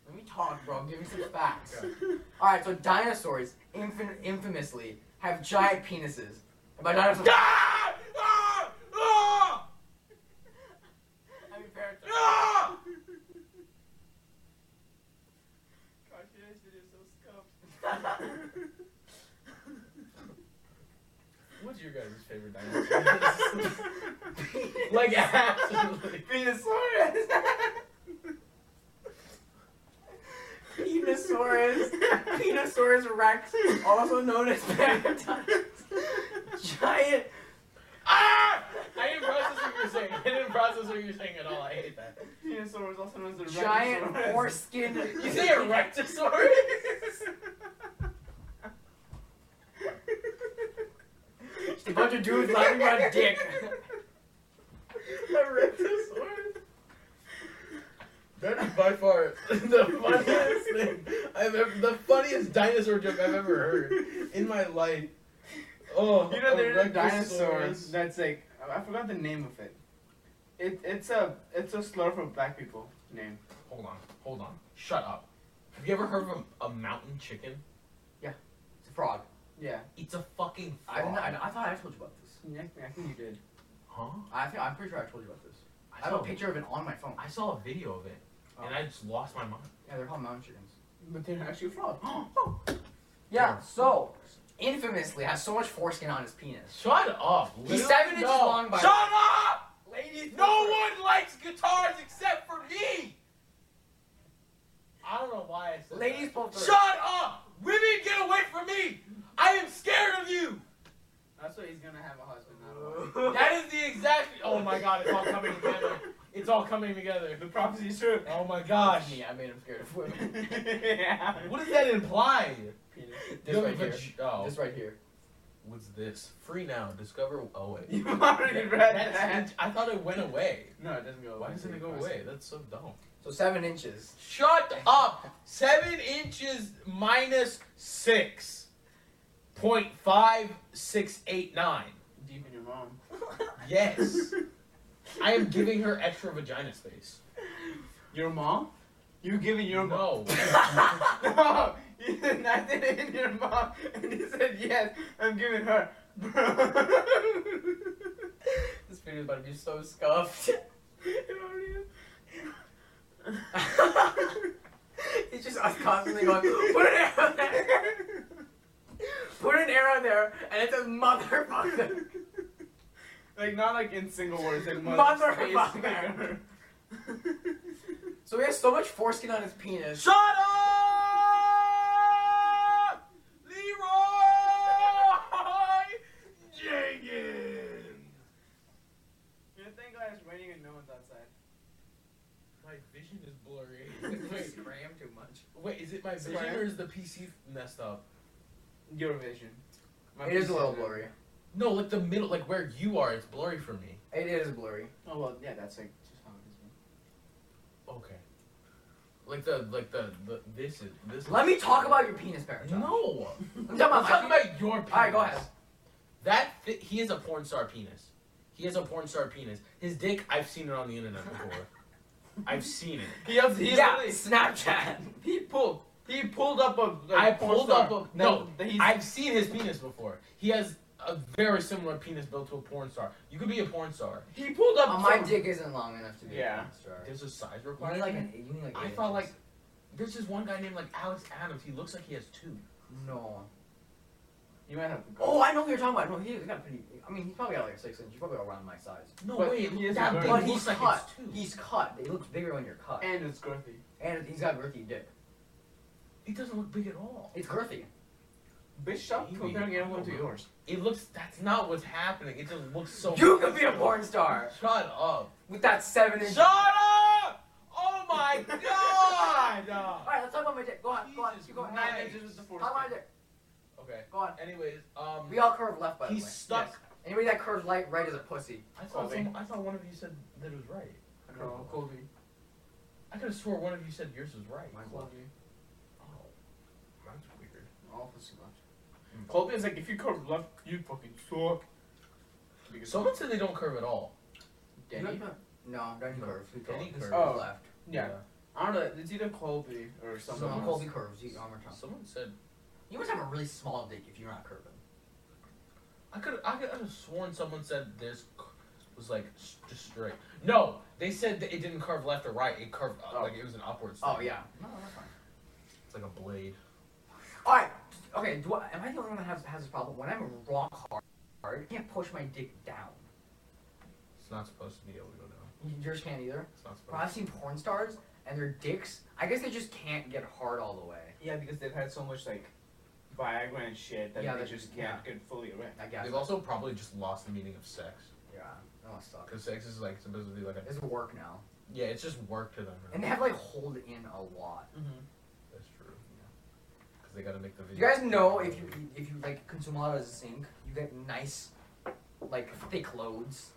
[SPEAKER 2] Let me talk, bro. Give me some facts. <laughs> All right. So dinosaurs, infin- infamously, have giant penises. And by <laughs> dinosaurs,
[SPEAKER 6] Ah! Ah! Ah!
[SPEAKER 2] I mean Paratosh.
[SPEAKER 6] Ah!
[SPEAKER 1] Gosh, this video is so scuffed.
[SPEAKER 6] What's your guys' favorite dinosaur? <laughs> like absolutely.
[SPEAKER 2] <laughs> Penosaurus. Penosaurus rex, also known as Paratosh. Giant.
[SPEAKER 6] <laughs> Ah! I didn't process what you were saying. I didn't process what you were saying at all. I hate that.
[SPEAKER 1] Dinosaur is also known as the
[SPEAKER 2] Giant
[SPEAKER 1] Retinosaurus.
[SPEAKER 2] horse skin.
[SPEAKER 6] You say erectosaurus?
[SPEAKER 2] Just a bunch of dudes laughing about a <laughs> dick.
[SPEAKER 6] erectosaurus? That is by <laughs> far the funniest thing I've ever, the funniest dinosaur joke I've ever heard in my life. Oh,
[SPEAKER 1] You know, there's a dinosaur
[SPEAKER 6] erectosaurus.
[SPEAKER 1] that's like I forgot the name of it. It it's a it's a slur for black people name.
[SPEAKER 6] Hold on, hold on, shut up. Have you ever heard of a, a mountain chicken?
[SPEAKER 2] It's a frog.
[SPEAKER 1] Yeah,
[SPEAKER 6] It's a fucking frog.
[SPEAKER 2] I, didn't, I, I thought I told you about this.
[SPEAKER 1] I think, I think you did.
[SPEAKER 6] Huh?
[SPEAKER 2] I think, I'm pretty sure I told you about this. I have
[SPEAKER 6] saw
[SPEAKER 2] a picture of it on my phone.
[SPEAKER 6] I saw a video of it, and I just lost my mind.
[SPEAKER 2] Yeah, they're called mountain chickens.
[SPEAKER 1] But they're actually a frog. <gasps>
[SPEAKER 2] Yeah, so infamously has so much foreskin on his penis.
[SPEAKER 6] Shut up.
[SPEAKER 2] He's
[SPEAKER 6] Lil-
[SPEAKER 2] seven inches
[SPEAKER 6] No.
[SPEAKER 2] long by-
[SPEAKER 6] Shut up!
[SPEAKER 2] Ladies,
[SPEAKER 6] No one likes guitars except for me. I don't know why I said
[SPEAKER 2] Ladies
[SPEAKER 6] that.
[SPEAKER 2] pull through.
[SPEAKER 6] Shut up! Women, get away from me! I am scared of you.
[SPEAKER 1] That's why he's gonna have a husband, not a wife. <laughs>
[SPEAKER 6] That is the exact. Oh my god! It's all coming together. It's all coming together.
[SPEAKER 1] The prophecy is <laughs> true.
[SPEAKER 6] Oh my gosh.
[SPEAKER 2] Me, I made him scared of women.
[SPEAKER 1] yeah.
[SPEAKER 6] What does that imply?
[SPEAKER 1] Penis.
[SPEAKER 2] This
[SPEAKER 6] The
[SPEAKER 2] right here.
[SPEAKER 6] vag- oh.
[SPEAKER 2] This right here.
[SPEAKER 6] What's this? Free now. Discover. Oh wait.
[SPEAKER 1] You've already read that.
[SPEAKER 6] That's, I thought it went away.
[SPEAKER 1] No, it doesn't go away.
[SPEAKER 6] Why doesn't it go away? That's so dumb.
[SPEAKER 2] So seven inches.
[SPEAKER 6] Shut up! Seven inches minus six point five six eight nine.
[SPEAKER 1] Deep in your mom.
[SPEAKER 2] <laughs>
[SPEAKER 6] Yes. I am giving her extra vagina space.
[SPEAKER 1] <laughs> Your mom? You're giving your mom.
[SPEAKER 6] <laughs> No.
[SPEAKER 1] No, you said nothing in your mom, and you said yes. I'm giving her, bro.
[SPEAKER 2] This video is about to be so <laughs> scuffed. it's just us constantly going, put an arrow there, put an arrow there, and it says motherfucker.
[SPEAKER 1] like not like in single words, like
[SPEAKER 2] Mother-
[SPEAKER 1] space,
[SPEAKER 2] mother. So he has so much foreskin on his penis.
[SPEAKER 6] Shut up! Leroy Jenkins!
[SPEAKER 1] Your thing guy is raining and no one's outside.
[SPEAKER 6] My vision is blurry. <laughs> Wait,
[SPEAKER 2] Scram too much.
[SPEAKER 6] wait, is it my vision
[SPEAKER 1] Sorry?
[SPEAKER 6] or is the PC messed up?
[SPEAKER 1] Your vision.
[SPEAKER 6] My
[SPEAKER 2] It is a
[SPEAKER 6] PC
[SPEAKER 2] little blurry.
[SPEAKER 6] No, like the middle, like where you are, it's blurry for me.
[SPEAKER 2] It is blurry.
[SPEAKER 1] Oh well, yeah, that's like just how it
[SPEAKER 6] Okay. Like the like the, the this is this.
[SPEAKER 2] Let
[SPEAKER 6] is,
[SPEAKER 2] me talk about your penis, Paratosh.
[SPEAKER 6] No.
[SPEAKER 2] <laughs> I'm talking
[SPEAKER 6] I'm
[SPEAKER 2] about
[SPEAKER 6] talking
[SPEAKER 2] my penis.
[SPEAKER 6] about your penis.
[SPEAKER 2] Alright, go ahead.
[SPEAKER 6] That thi- he is a porn star penis. He has a porn star penis. His dick, I've seen it on the internet
[SPEAKER 2] <laughs>
[SPEAKER 6] before. I've seen it.
[SPEAKER 1] is. He up, he
[SPEAKER 2] Yeah,
[SPEAKER 1] literally-
[SPEAKER 2] <laughs> Snapchat.
[SPEAKER 1] he pulled he pulled up a.
[SPEAKER 6] I pulled up a no.
[SPEAKER 1] he's,
[SPEAKER 6] I've seen his penis before. He has a very similar penis built to a porn star. You could be a porn star.
[SPEAKER 1] He pulled up.
[SPEAKER 2] Uh, my
[SPEAKER 1] some-
[SPEAKER 2] dick isn't long enough to be
[SPEAKER 1] Yeah.
[SPEAKER 2] a porn star.
[SPEAKER 6] There's a size
[SPEAKER 2] You need
[SPEAKER 6] requirement.
[SPEAKER 2] like an. You need like.
[SPEAKER 6] I
[SPEAKER 2] eight
[SPEAKER 6] thought,
[SPEAKER 2] inches.
[SPEAKER 6] There's this one guy named like Alex Adams. He looks like he has two.
[SPEAKER 2] No.
[SPEAKER 1] You might have.
[SPEAKER 2] Oh, I know what you're talking about. No, he- he's got pretty. I mean, he's probably got like six inches. He's probably around my size.
[SPEAKER 6] No
[SPEAKER 1] But
[SPEAKER 6] way.
[SPEAKER 1] he is a
[SPEAKER 6] that
[SPEAKER 1] bird.
[SPEAKER 6] big
[SPEAKER 2] But he's
[SPEAKER 6] looks like
[SPEAKER 2] cut.
[SPEAKER 6] it's two.
[SPEAKER 2] He's cut. It looks bigger when you're cut.
[SPEAKER 1] And it's girthy.
[SPEAKER 2] And he's got girthy dick.
[SPEAKER 6] He doesn't look big at all.
[SPEAKER 2] It's girthy.
[SPEAKER 1] Bitch, stop
[SPEAKER 6] Maybe.
[SPEAKER 1] comparing anyone to yours.
[SPEAKER 6] It looks. That's not what's happening. It just looks so.
[SPEAKER 2] You could be a porn star
[SPEAKER 6] Shut up.
[SPEAKER 2] with that seven inch.
[SPEAKER 6] Shut up! Oh
[SPEAKER 2] <laughs>
[SPEAKER 6] my god!
[SPEAKER 2] Alright, let's talk about my dick. Go on, go on, keep going.
[SPEAKER 6] Christ.
[SPEAKER 2] Nine inches.
[SPEAKER 1] is the
[SPEAKER 2] Talk
[SPEAKER 1] fourth.
[SPEAKER 2] about my dick.
[SPEAKER 6] Okay.
[SPEAKER 2] Go on.
[SPEAKER 6] Anyways, um,
[SPEAKER 2] We all curve left, by the way.
[SPEAKER 6] he's stuck.
[SPEAKER 2] Yes. Oh, Anybody that curves light, right is a pussy.
[SPEAKER 6] I thought
[SPEAKER 1] Colby.
[SPEAKER 6] some, I thought one of you said that it was right.
[SPEAKER 1] No, Colby.
[SPEAKER 6] I could have swore one of you said yours was right.
[SPEAKER 1] Colby.
[SPEAKER 6] Oh, that's weird.
[SPEAKER 1] All pussy left. Mm. Colby is like, if you curve left, you fucking suck. Because
[SPEAKER 6] Someone said they don't curve at all.
[SPEAKER 1] Denny?
[SPEAKER 2] No, Danny curves. He curves.
[SPEAKER 6] Danny
[SPEAKER 2] He curves
[SPEAKER 1] curves.
[SPEAKER 2] left.
[SPEAKER 1] Yeah. I don't know. It's either Colby or
[SPEAKER 2] So
[SPEAKER 1] someone
[SPEAKER 6] Someone
[SPEAKER 1] else.
[SPEAKER 2] Colby curves. He's armor
[SPEAKER 6] Yeah.
[SPEAKER 2] top.
[SPEAKER 6] Someone said
[SPEAKER 2] You must have a really small dick if you're not curving.
[SPEAKER 6] I could I could have sworn someone said this c- was like s- just straight. No, they said that it didn't curve left or right. It curved up,
[SPEAKER 1] Oh.
[SPEAKER 6] like it was an upward.
[SPEAKER 2] Oh
[SPEAKER 6] slope.
[SPEAKER 2] yeah. No, that's fine.
[SPEAKER 6] it's like a blade.
[SPEAKER 2] All right. Okay. Do I, am I the only one that has, has this problem? When I'm rock hard, hard, I can't push my dick down.
[SPEAKER 6] It's not supposed to be able to go down.
[SPEAKER 2] You- Yours can't either.
[SPEAKER 6] It's not supposed.
[SPEAKER 2] Bro, I've seen porn stars and their dicks. I guess they just can't get hard all the way.
[SPEAKER 1] Yeah, because they've had so much like Viagra and shit that
[SPEAKER 2] Yeah,
[SPEAKER 1] they
[SPEAKER 2] that-
[SPEAKER 1] just
[SPEAKER 2] yeah.
[SPEAKER 1] can't get fully erect.
[SPEAKER 2] I
[SPEAKER 6] to.
[SPEAKER 2] guess.
[SPEAKER 6] They've also probably just lost the meaning of sex
[SPEAKER 2] yeah. That must suck.
[SPEAKER 6] because sex is like supposed to be like a
[SPEAKER 2] It's work now,
[SPEAKER 6] yeah. It's just work to them.
[SPEAKER 2] and they have like hold in a lot.
[SPEAKER 6] That's true. Because they gotta make the
[SPEAKER 2] You
[SPEAKER 6] video.
[SPEAKER 2] guys know if you eat- if you like consume a lot of zinc, you get nice, like thick loads.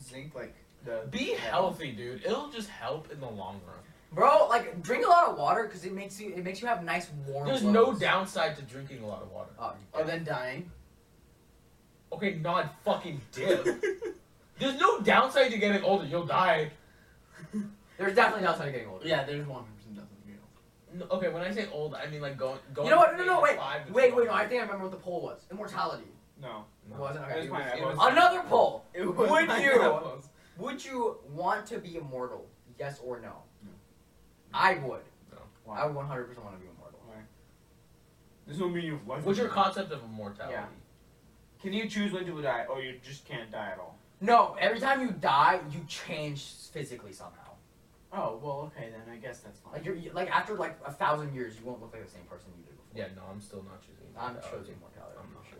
[SPEAKER 1] Zinc like the
[SPEAKER 6] Be healthy, dude. It'll just help in the long run.
[SPEAKER 2] Bro, like drink a lot of water because it makes you it makes you have nice warm.
[SPEAKER 6] There's no
[SPEAKER 2] loads.
[SPEAKER 6] downside to drinking a lot of water.
[SPEAKER 2] Oh,
[SPEAKER 1] Or then dying.
[SPEAKER 6] Okay, nod fucking
[SPEAKER 2] <laughs>
[SPEAKER 1] <laughs>
[SPEAKER 6] dip. There's no downside to getting older. You'll die.
[SPEAKER 2] there's definitely downside to getting older.
[SPEAKER 1] Yeah, there's one person doesn't real.
[SPEAKER 6] No, okay, when I say old, I mean like going. going
[SPEAKER 2] You know what? No,
[SPEAKER 6] from age
[SPEAKER 2] no,
[SPEAKER 6] of
[SPEAKER 2] wait,
[SPEAKER 6] five to
[SPEAKER 2] wait, wait. No,
[SPEAKER 6] 12.
[SPEAKER 2] I think I remember what the poll was. Immortality.
[SPEAKER 1] No.
[SPEAKER 2] It wasn't.
[SPEAKER 1] It
[SPEAKER 2] Okay,
[SPEAKER 1] was
[SPEAKER 2] it
[SPEAKER 1] mine,
[SPEAKER 2] was-
[SPEAKER 1] I
[SPEAKER 2] it was-
[SPEAKER 1] voted.
[SPEAKER 2] another poll.
[SPEAKER 1] It
[SPEAKER 2] Would
[SPEAKER 1] mine.
[SPEAKER 2] <laughs> you?
[SPEAKER 1] That <laughs> was-
[SPEAKER 2] Would you want to be immortal? Yes or no? I would.
[SPEAKER 1] Why?
[SPEAKER 2] I would 100 percent want to be immortal.
[SPEAKER 1] There's no meaning of life.
[SPEAKER 6] What's your concept of immortality?
[SPEAKER 1] Yeah. Can you choose when to die, or you just can't die at all?
[SPEAKER 2] No, every time you die, you change physically somehow.
[SPEAKER 1] Oh well, okay then. I guess that's fine.
[SPEAKER 2] Like you're you- like after like a thousand years, you won't look like the same person you did before.
[SPEAKER 6] Yeah, no, I'm still not choosing.
[SPEAKER 2] I'm
[SPEAKER 6] immortality.
[SPEAKER 2] choosing mortality.
[SPEAKER 6] I'm not.
[SPEAKER 2] sure.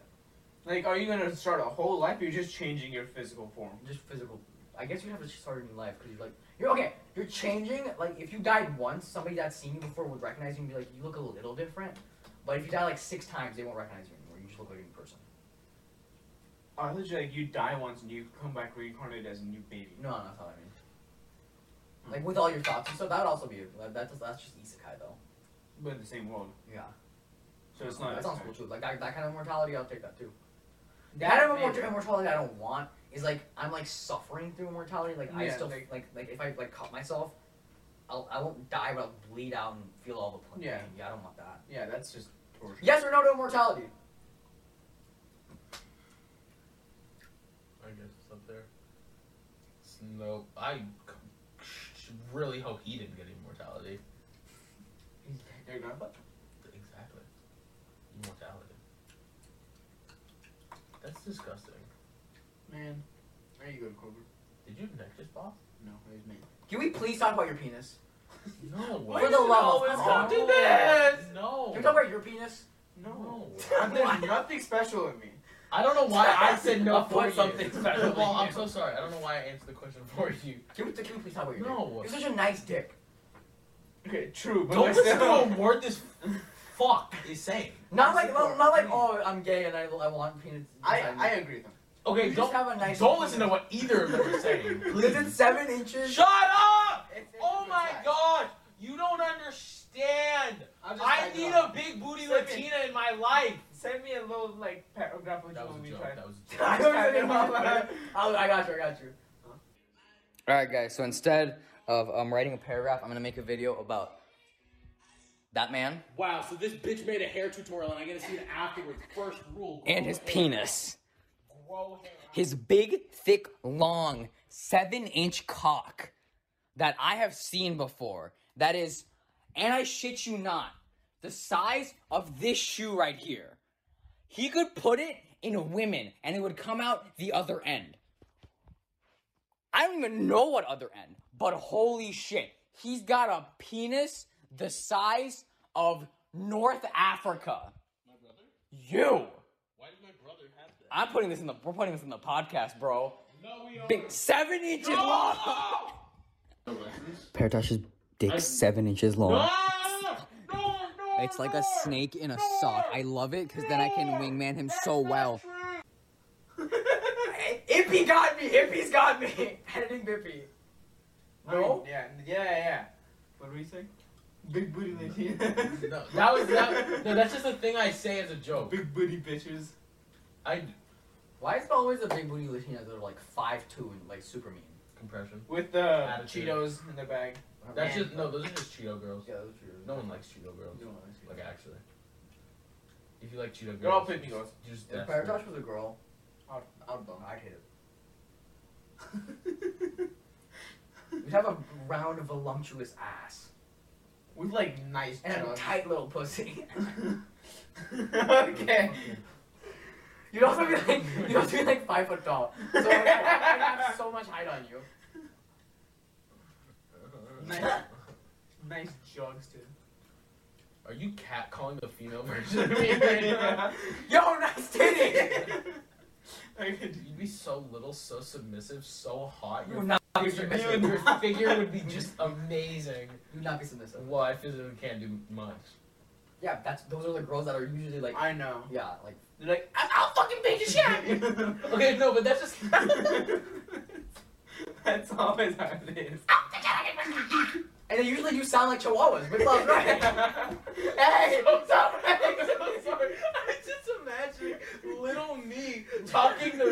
[SPEAKER 1] Like, are you gonna start a whole life? You're just changing your physical form.
[SPEAKER 2] Just physical. I guess you have to start a new life because you're like you're okay. You're changing. Like if you died once, somebody that's seen you before would recognize you and be like, you look a little different. But if you die like six times, they won't recognize you anymore. You just look like a new person.
[SPEAKER 1] I thought you like you die once and you come back reincarnated as a new baby.
[SPEAKER 2] No, no, that's not what I mean.
[SPEAKER 1] Hmm.
[SPEAKER 2] Like with all your thoughts and stuff, that would also be that, that's that's just isekai though.
[SPEAKER 1] But in the same world,
[SPEAKER 2] Yeah.
[SPEAKER 1] so it's not.
[SPEAKER 2] That sounds cool too. Like that, that kind of mortality, I'll take that too.
[SPEAKER 1] That
[SPEAKER 2] That kind of
[SPEAKER 1] maybe.
[SPEAKER 2] immort- immortality I don't want is like I'm like suffering through immortality. Like I
[SPEAKER 1] Yeah,
[SPEAKER 2] still
[SPEAKER 1] like-
[SPEAKER 2] like, like if I like cut myself, I'll I won't die, but I'll bleed out and feel all the pain.
[SPEAKER 1] Yeah.
[SPEAKER 2] yeah, I don't want that.
[SPEAKER 1] Yeah, that's just torture.
[SPEAKER 2] Yes or no to immortality?
[SPEAKER 6] I guess it's up there. It's No, I c- really hope he didn't get immortality.
[SPEAKER 1] Your grandpa?
[SPEAKER 6] Exactly. Immortality. That's disgusting.
[SPEAKER 1] Man, there you go, Cobra.
[SPEAKER 6] Did you neck just pop?
[SPEAKER 1] No, it was me.
[SPEAKER 2] Can we please talk about your penis?
[SPEAKER 6] No.
[SPEAKER 2] Why For the does it love of always God. come to this?
[SPEAKER 6] No.
[SPEAKER 2] Can we talk about your penis?
[SPEAKER 6] No.
[SPEAKER 1] <laughs> There's nothing special in me.
[SPEAKER 6] I don't know why I said no
[SPEAKER 2] Of
[SPEAKER 6] for
[SPEAKER 2] course
[SPEAKER 6] something
[SPEAKER 2] you did.
[SPEAKER 6] special. Well, I'm so sorry. I don't know why I answered the question for you.
[SPEAKER 2] Can we, can we please talk about your
[SPEAKER 6] No.
[SPEAKER 2] dick? You're such a nice dick.
[SPEAKER 1] Okay, true, but
[SPEAKER 6] Don't listen to a
[SPEAKER 1] myself.
[SPEAKER 6] word this fuck is saying.
[SPEAKER 2] Not
[SPEAKER 1] Nice
[SPEAKER 2] like
[SPEAKER 1] dick.
[SPEAKER 2] well, not like oh I'm gay and I, I want penis.
[SPEAKER 1] <laughs> I,
[SPEAKER 2] inside me.
[SPEAKER 1] I agree with him.
[SPEAKER 6] Okay,
[SPEAKER 2] You just
[SPEAKER 6] don't
[SPEAKER 2] have a nice
[SPEAKER 6] don't listen to what either of them are
[SPEAKER 2] <laughs>
[SPEAKER 6] saying.
[SPEAKER 2] Is it
[SPEAKER 6] Please.
[SPEAKER 2] seven inches?
[SPEAKER 6] Shut up!
[SPEAKER 1] It's- it's
[SPEAKER 6] Oh
[SPEAKER 1] a
[SPEAKER 6] my
[SPEAKER 1] good size.
[SPEAKER 6] gosh, you don't understand.
[SPEAKER 1] I'll just
[SPEAKER 6] I
[SPEAKER 1] type it
[SPEAKER 6] need
[SPEAKER 1] up.
[SPEAKER 6] a big booty
[SPEAKER 1] Send me-
[SPEAKER 6] Latina in my life.
[SPEAKER 1] Send me a little like paragraph of
[SPEAKER 6] That was
[SPEAKER 1] what
[SPEAKER 6] a
[SPEAKER 1] we
[SPEAKER 6] joke.
[SPEAKER 1] tried. <laughs>
[SPEAKER 6] That was a joke.
[SPEAKER 2] I don't even know. Oh, I got you. I got you. All right, guys. So instead of um, writing a paragraph, I'm gonna make a video about
[SPEAKER 10] That man
[SPEAKER 11] Wow, so this bitch made a hair tutorial and I gotta see it afterwards. First rule. grow
[SPEAKER 10] and his
[SPEAKER 11] hair.
[SPEAKER 10] penis.
[SPEAKER 11] Grow hair.
[SPEAKER 10] His big, thick, long, seven inch cock that I have seen before. That is, and I shit you not, the size of this shoe right here. He could put it in women and it would come out the other end. I don't even know what other end, but holy shit. He's got a penis the size of North Africa.
[SPEAKER 11] My brother?
[SPEAKER 10] You!
[SPEAKER 11] Why did my brother have that?
[SPEAKER 10] I'm putting this in the we're putting this in the podcast, bro.
[SPEAKER 11] No, we are.
[SPEAKER 10] Big seven inches long. Paradash's dick seven inches long. Oh. It's like a snake in a sock. I love it because then I can wingman him so well.
[SPEAKER 1] <laughs>
[SPEAKER 2] Ippy got me. Ippy's got me. <laughs> Editing Bippy. No.
[SPEAKER 1] Yeah, yeah, yeah.
[SPEAKER 7] What were you saying? Big booty
[SPEAKER 1] <laughs>
[SPEAKER 7] lady.
[SPEAKER 6] No, that was that. No, that's just a thing I say as a joke.
[SPEAKER 7] Big booty bitches.
[SPEAKER 6] I
[SPEAKER 2] Why is it always the big booty Latinas that are like five two and like super mean?
[SPEAKER 6] compression.
[SPEAKER 1] With the
[SPEAKER 6] Attitude.
[SPEAKER 1] Cheetos in the bag.
[SPEAKER 6] That's just no. Those are just Cheeto girls.
[SPEAKER 2] Yeah, that's true.
[SPEAKER 6] No one likes Cheeto girls. Like actually, if you like Cheeto girls,
[SPEAKER 1] They're all pimpy girls.
[SPEAKER 6] You're just
[SPEAKER 2] If
[SPEAKER 6] desperate.
[SPEAKER 2] Paradosh was a girl, I'd, I'd bum. I'd hit it. You'd have a round, voluptuous ass
[SPEAKER 1] With like nice
[SPEAKER 2] and a
[SPEAKER 1] Cheetos.
[SPEAKER 2] tight little pussy.
[SPEAKER 1] <laughs>
[SPEAKER 2] <laughs>
[SPEAKER 1] okay.
[SPEAKER 2] You'd also be like, you'd also be like five foot tall.
[SPEAKER 1] <laughs>
[SPEAKER 2] So like, I'd have so much height
[SPEAKER 6] <laughs>
[SPEAKER 2] on you.
[SPEAKER 1] nice, nice jugs <laughs> too.
[SPEAKER 6] Are you cat calling the female <laughs> version of me? <laughs> right
[SPEAKER 2] Yo, nice titty.
[SPEAKER 6] now? You'd be so little, so submissive, so hot.
[SPEAKER 2] <laughs> You would
[SPEAKER 6] Your,
[SPEAKER 2] not be
[SPEAKER 6] your,
[SPEAKER 2] submissive.
[SPEAKER 6] your figure would be just amazing.
[SPEAKER 2] You would not be submissive.
[SPEAKER 6] Well, I physically can't do much.
[SPEAKER 2] Yeah, that's those are the girls that are usually like,
[SPEAKER 1] I know.
[SPEAKER 2] yeah, like
[SPEAKER 1] They're like,
[SPEAKER 2] I- I'll fucking beat
[SPEAKER 1] <laughs>
[SPEAKER 2] the shit. out of you."
[SPEAKER 6] Okay, no, but that's just. <laughs>
[SPEAKER 1] that's always how it is.
[SPEAKER 2] And they usually do sound like chihuahuas, but it's all right.
[SPEAKER 1] <laughs>
[SPEAKER 2] hey,
[SPEAKER 6] I'm
[SPEAKER 2] what's up?
[SPEAKER 6] sorry. I'm so sorry. I just imagining little me talking to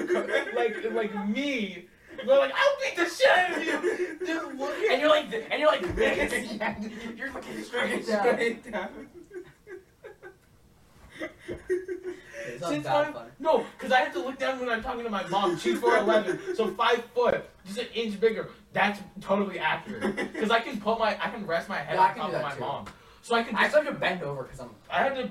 [SPEAKER 6] like like me. We're like, I'll beat the shit out of you. Just look at
[SPEAKER 2] And you're like, th- and
[SPEAKER 1] <laughs>
[SPEAKER 2] you're like <laughs> this. You're looking straight down.
[SPEAKER 1] Straight down.
[SPEAKER 2] It's
[SPEAKER 6] Since I'm- No, because I have to look down when I'm talking to my mom. She's 4'11, so 5 foot, just an inch bigger. That's totally accurate. Because I can put my, I can rest my head
[SPEAKER 2] Yeah, I
[SPEAKER 6] on
[SPEAKER 2] can
[SPEAKER 6] top
[SPEAKER 2] do
[SPEAKER 6] of
[SPEAKER 2] that
[SPEAKER 6] my
[SPEAKER 2] too.
[SPEAKER 6] mom. So I can,
[SPEAKER 2] I
[SPEAKER 6] just,
[SPEAKER 2] actually have to bend over because I'm.
[SPEAKER 6] I have to,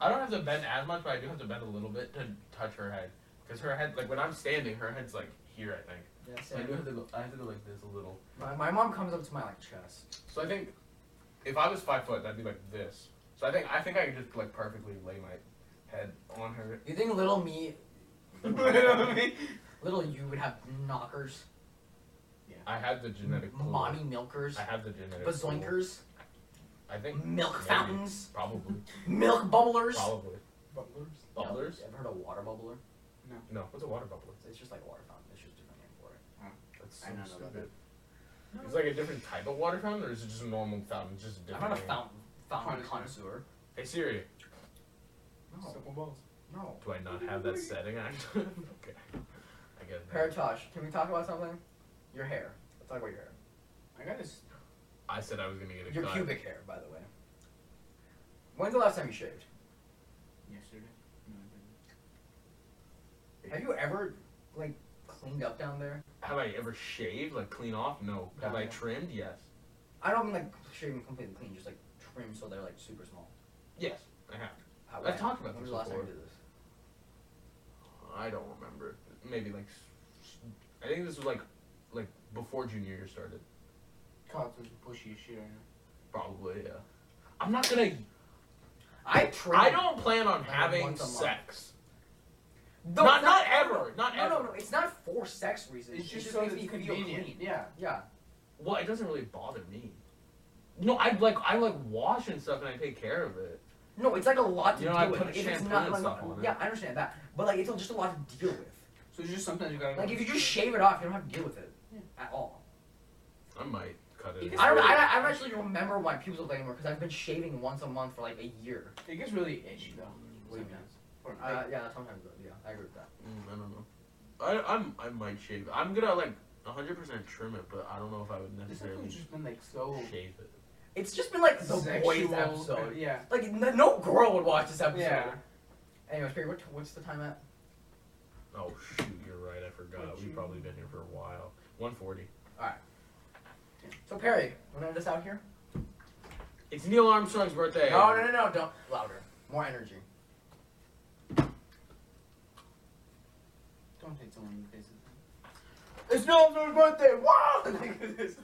[SPEAKER 6] I don't have to bend as much, but I do have to bend a little bit to touch her head. Because her head, like when I'm standing, her head's like here, I think.
[SPEAKER 2] Yeah,
[SPEAKER 6] So I
[SPEAKER 2] same.
[SPEAKER 6] do have to go, I have to go like this a little.
[SPEAKER 2] my, my mom comes up to my like chest.
[SPEAKER 6] So I think, if I was 5 foot, that'd be like this. So I think, I think I could just like perfectly lay my head on her.
[SPEAKER 2] You think little me,
[SPEAKER 1] Little me.
[SPEAKER 2] little you would have knockers,
[SPEAKER 6] I have the genetic pool.
[SPEAKER 2] mommy milkers,
[SPEAKER 6] I have the genetic pool.
[SPEAKER 2] bazoinkers,
[SPEAKER 6] I think
[SPEAKER 2] milk
[SPEAKER 6] maybe.
[SPEAKER 2] fountains,
[SPEAKER 6] Probably.
[SPEAKER 2] milk bubblers.
[SPEAKER 6] Probably.
[SPEAKER 2] You know,
[SPEAKER 6] Bubblers?
[SPEAKER 2] You ever heard of water bubbler?
[SPEAKER 6] No. What's a water bubbler?
[SPEAKER 2] It's just like a water fountain. It's just a different name for it.
[SPEAKER 6] That's
[SPEAKER 2] I don't know about
[SPEAKER 6] stupid. Is it like a different type of water fountain, or is it just a normal fountain? Just a
[SPEAKER 2] I'm
[SPEAKER 6] different.
[SPEAKER 2] not a
[SPEAKER 6] name?
[SPEAKER 2] fountain fountain connoisseur.
[SPEAKER 6] Hey Siri,
[SPEAKER 2] No,
[SPEAKER 1] Simple balls.
[SPEAKER 2] no.
[SPEAKER 6] do I not have that setting? Actually, <laughs> okay. I get that.
[SPEAKER 2] Paratosh, can we talk about something? Your hair. Let's talk about your hair.
[SPEAKER 1] I got this.
[SPEAKER 6] I said I was gonna get a
[SPEAKER 2] Your
[SPEAKER 6] cut.
[SPEAKER 2] pubic hair, by the way. When's the last time you shaved?
[SPEAKER 1] Yesterday. No, I didn't.
[SPEAKER 2] Have you ever like cleaned up down there?
[SPEAKER 6] Have I ever shaved, like clean off? No. Have I
[SPEAKER 2] No.
[SPEAKER 6] trimmed? Yes.
[SPEAKER 2] I don't mean like shaving completely clean, just like trim so they're like super small.
[SPEAKER 6] Yes, I have.
[SPEAKER 2] How,
[SPEAKER 6] I've talked about
[SPEAKER 2] when was
[SPEAKER 6] this
[SPEAKER 2] the last time
[SPEAKER 6] before.
[SPEAKER 2] you did this?
[SPEAKER 6] I don't remember. Maybe like, s- I think this was like, like before junior year started.
[SPEAKER 1] Cops is pushy as shit right now.
[SPEAKER 6] Probably. Yeah. I'm not gonna
[SPEAKER 2] I trim.
[SPEAKER 6] I don't plan on
[SPEAKER 2] Like
[SPEAKER 6] having
[SPEAKER 2] once a month.
[SPEAKER 6] sex.
[SPEAKER 2] No,
[SPEAKER 6] not,
[SPEAKER 2] it's
[SPEAKER 6] not ever. Not
[SPEAKER 2] No,
[SPEAKER 6] ever.
[SPEAKER 2] no, no. It's not for sex reasons.
[SPEAKER 1] It's
[SPEAKER 2] it
[SPEAKER 1] just
[SPEAKER 2] just
[SPEAKER 1] so
[SPEAKER 2] means
[SPEAKER 1] it's
[SPEAKER 2] you can feel
[SPEAKER 1] convenient.
[SPEAKER 2] clean.
[SPEAKER 1] Yeah.
[SPEAKER 2] Yeah.
[SPEAKER 6] Well, it doesn't really bother me. No, I like I like wash and stuff, and I take care of it.
[SPEAKER 2] No, it's like a lot to
[SPEAKER 6] You know, I
[SPEAKER 2] deal
[SPEAKER 6] put
[SPEAKER 2] with. If it's
[SPEAKER 6] shampoo
[SPEAKER 2] not
[SPEAKER 6] and
[SPEAKER 2] like,
[SPEAKER 6] stuff on it.
[SPEAKER 2] yeah, I understand that, but like it's just a lot to deal with.
[SPEAKER 1] So it's just sometimes you gotta.
[SPEAKER 2] Like if you just shave it off, you don't have to deal with it at all.
[SPEAKER 6] I might cut it. Mm,
[SPEAKER 1] It gets
[SPEAKER 2] I don't. I,
[SPEAKER 1] really-
[SPEAKER 2] I don't actually remember my pubes look like anymore because I've been shaving once a month for like a year.
[SPEAKER 1] It gets really itchy though.
[SPEAKER 2] What do you mean?
[SPEAKER 1] sometimes. Or,
[SPEAKER 2] Uh,
[SPEAKER 1] like,
[SPEAKER 2] yeah, sometimes though. Yeah, I agree with that.
[SPEAKER 6] Mm, I don't know. I I'm I might shave. I'm gonna like 100 percent trim it, but I don't know if I would
[SPEAKER 1] this
[SPEAKER 6] necessarily
[SPEAKER 1] episode's just been like so.
[SPEAKER 6] shave it.
[SPEAKER 2] It's just been like the boys
[SPEAKER 1] Sexual-
[SPEAKER 2] episode.
[SPEAKER 1] Yeah.
[SPEAKER 2] Like n- no girl would watch this episode.
[SPEAKER 1] Yeah.
[SPEAKER 2] Anyways, Peter, what, what's the time at?
[SPEAKER 6] Oh shoot, you're right. I forgot. We've probably been here for a while. 140.
[SPEAKER 2] So Perry, wanna this out here?
[SPEAKER 6] It's Neil Armstrong's birthday.
[SPEAKER 2] No, no, no, no, don't louder. More energy.
[SPEAKER 1] Don't hit someone in the face. It's not my birthday.
[SPEAKER 2] <laughs>
[SPEAKER 1] Wow.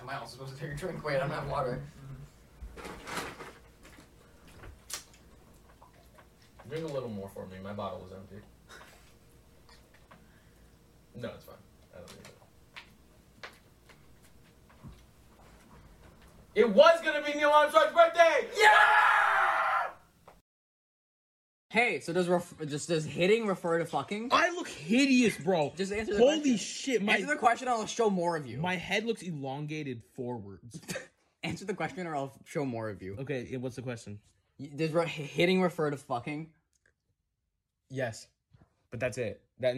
[SPEAKER 2] Am I also supposed to take a drink? Wait, I don't have water.
[SPEAKER 6] Drink a little more for me. My bottle was empty. No, it's fine. I don't need it. It was gonna be Neil Armstrong's birthday.
[SPEAKER 10] Hey, so does ref- just does hitting refer to fucking?
[SPEAKER 11] I look hideous, bro.
[SPEAKER 10] Just answer the
[SPEAKER 11] Holy
[SPEAKER 10] question.
[SPEAKER 11] shit, my
[SPEAKER 10] Answer the question, or I'll show more of you.
[SPEAKER 11] my head looks elongated forwards.
[SPEAKER 10] Answer the question, or I'll show more of you.
[SPEAKER 11] Okay, and what's the question?
[SPEAKER 10] Y- Does re- hitting refer to fucking?
[SPEAKER 11] Yes, but that's it.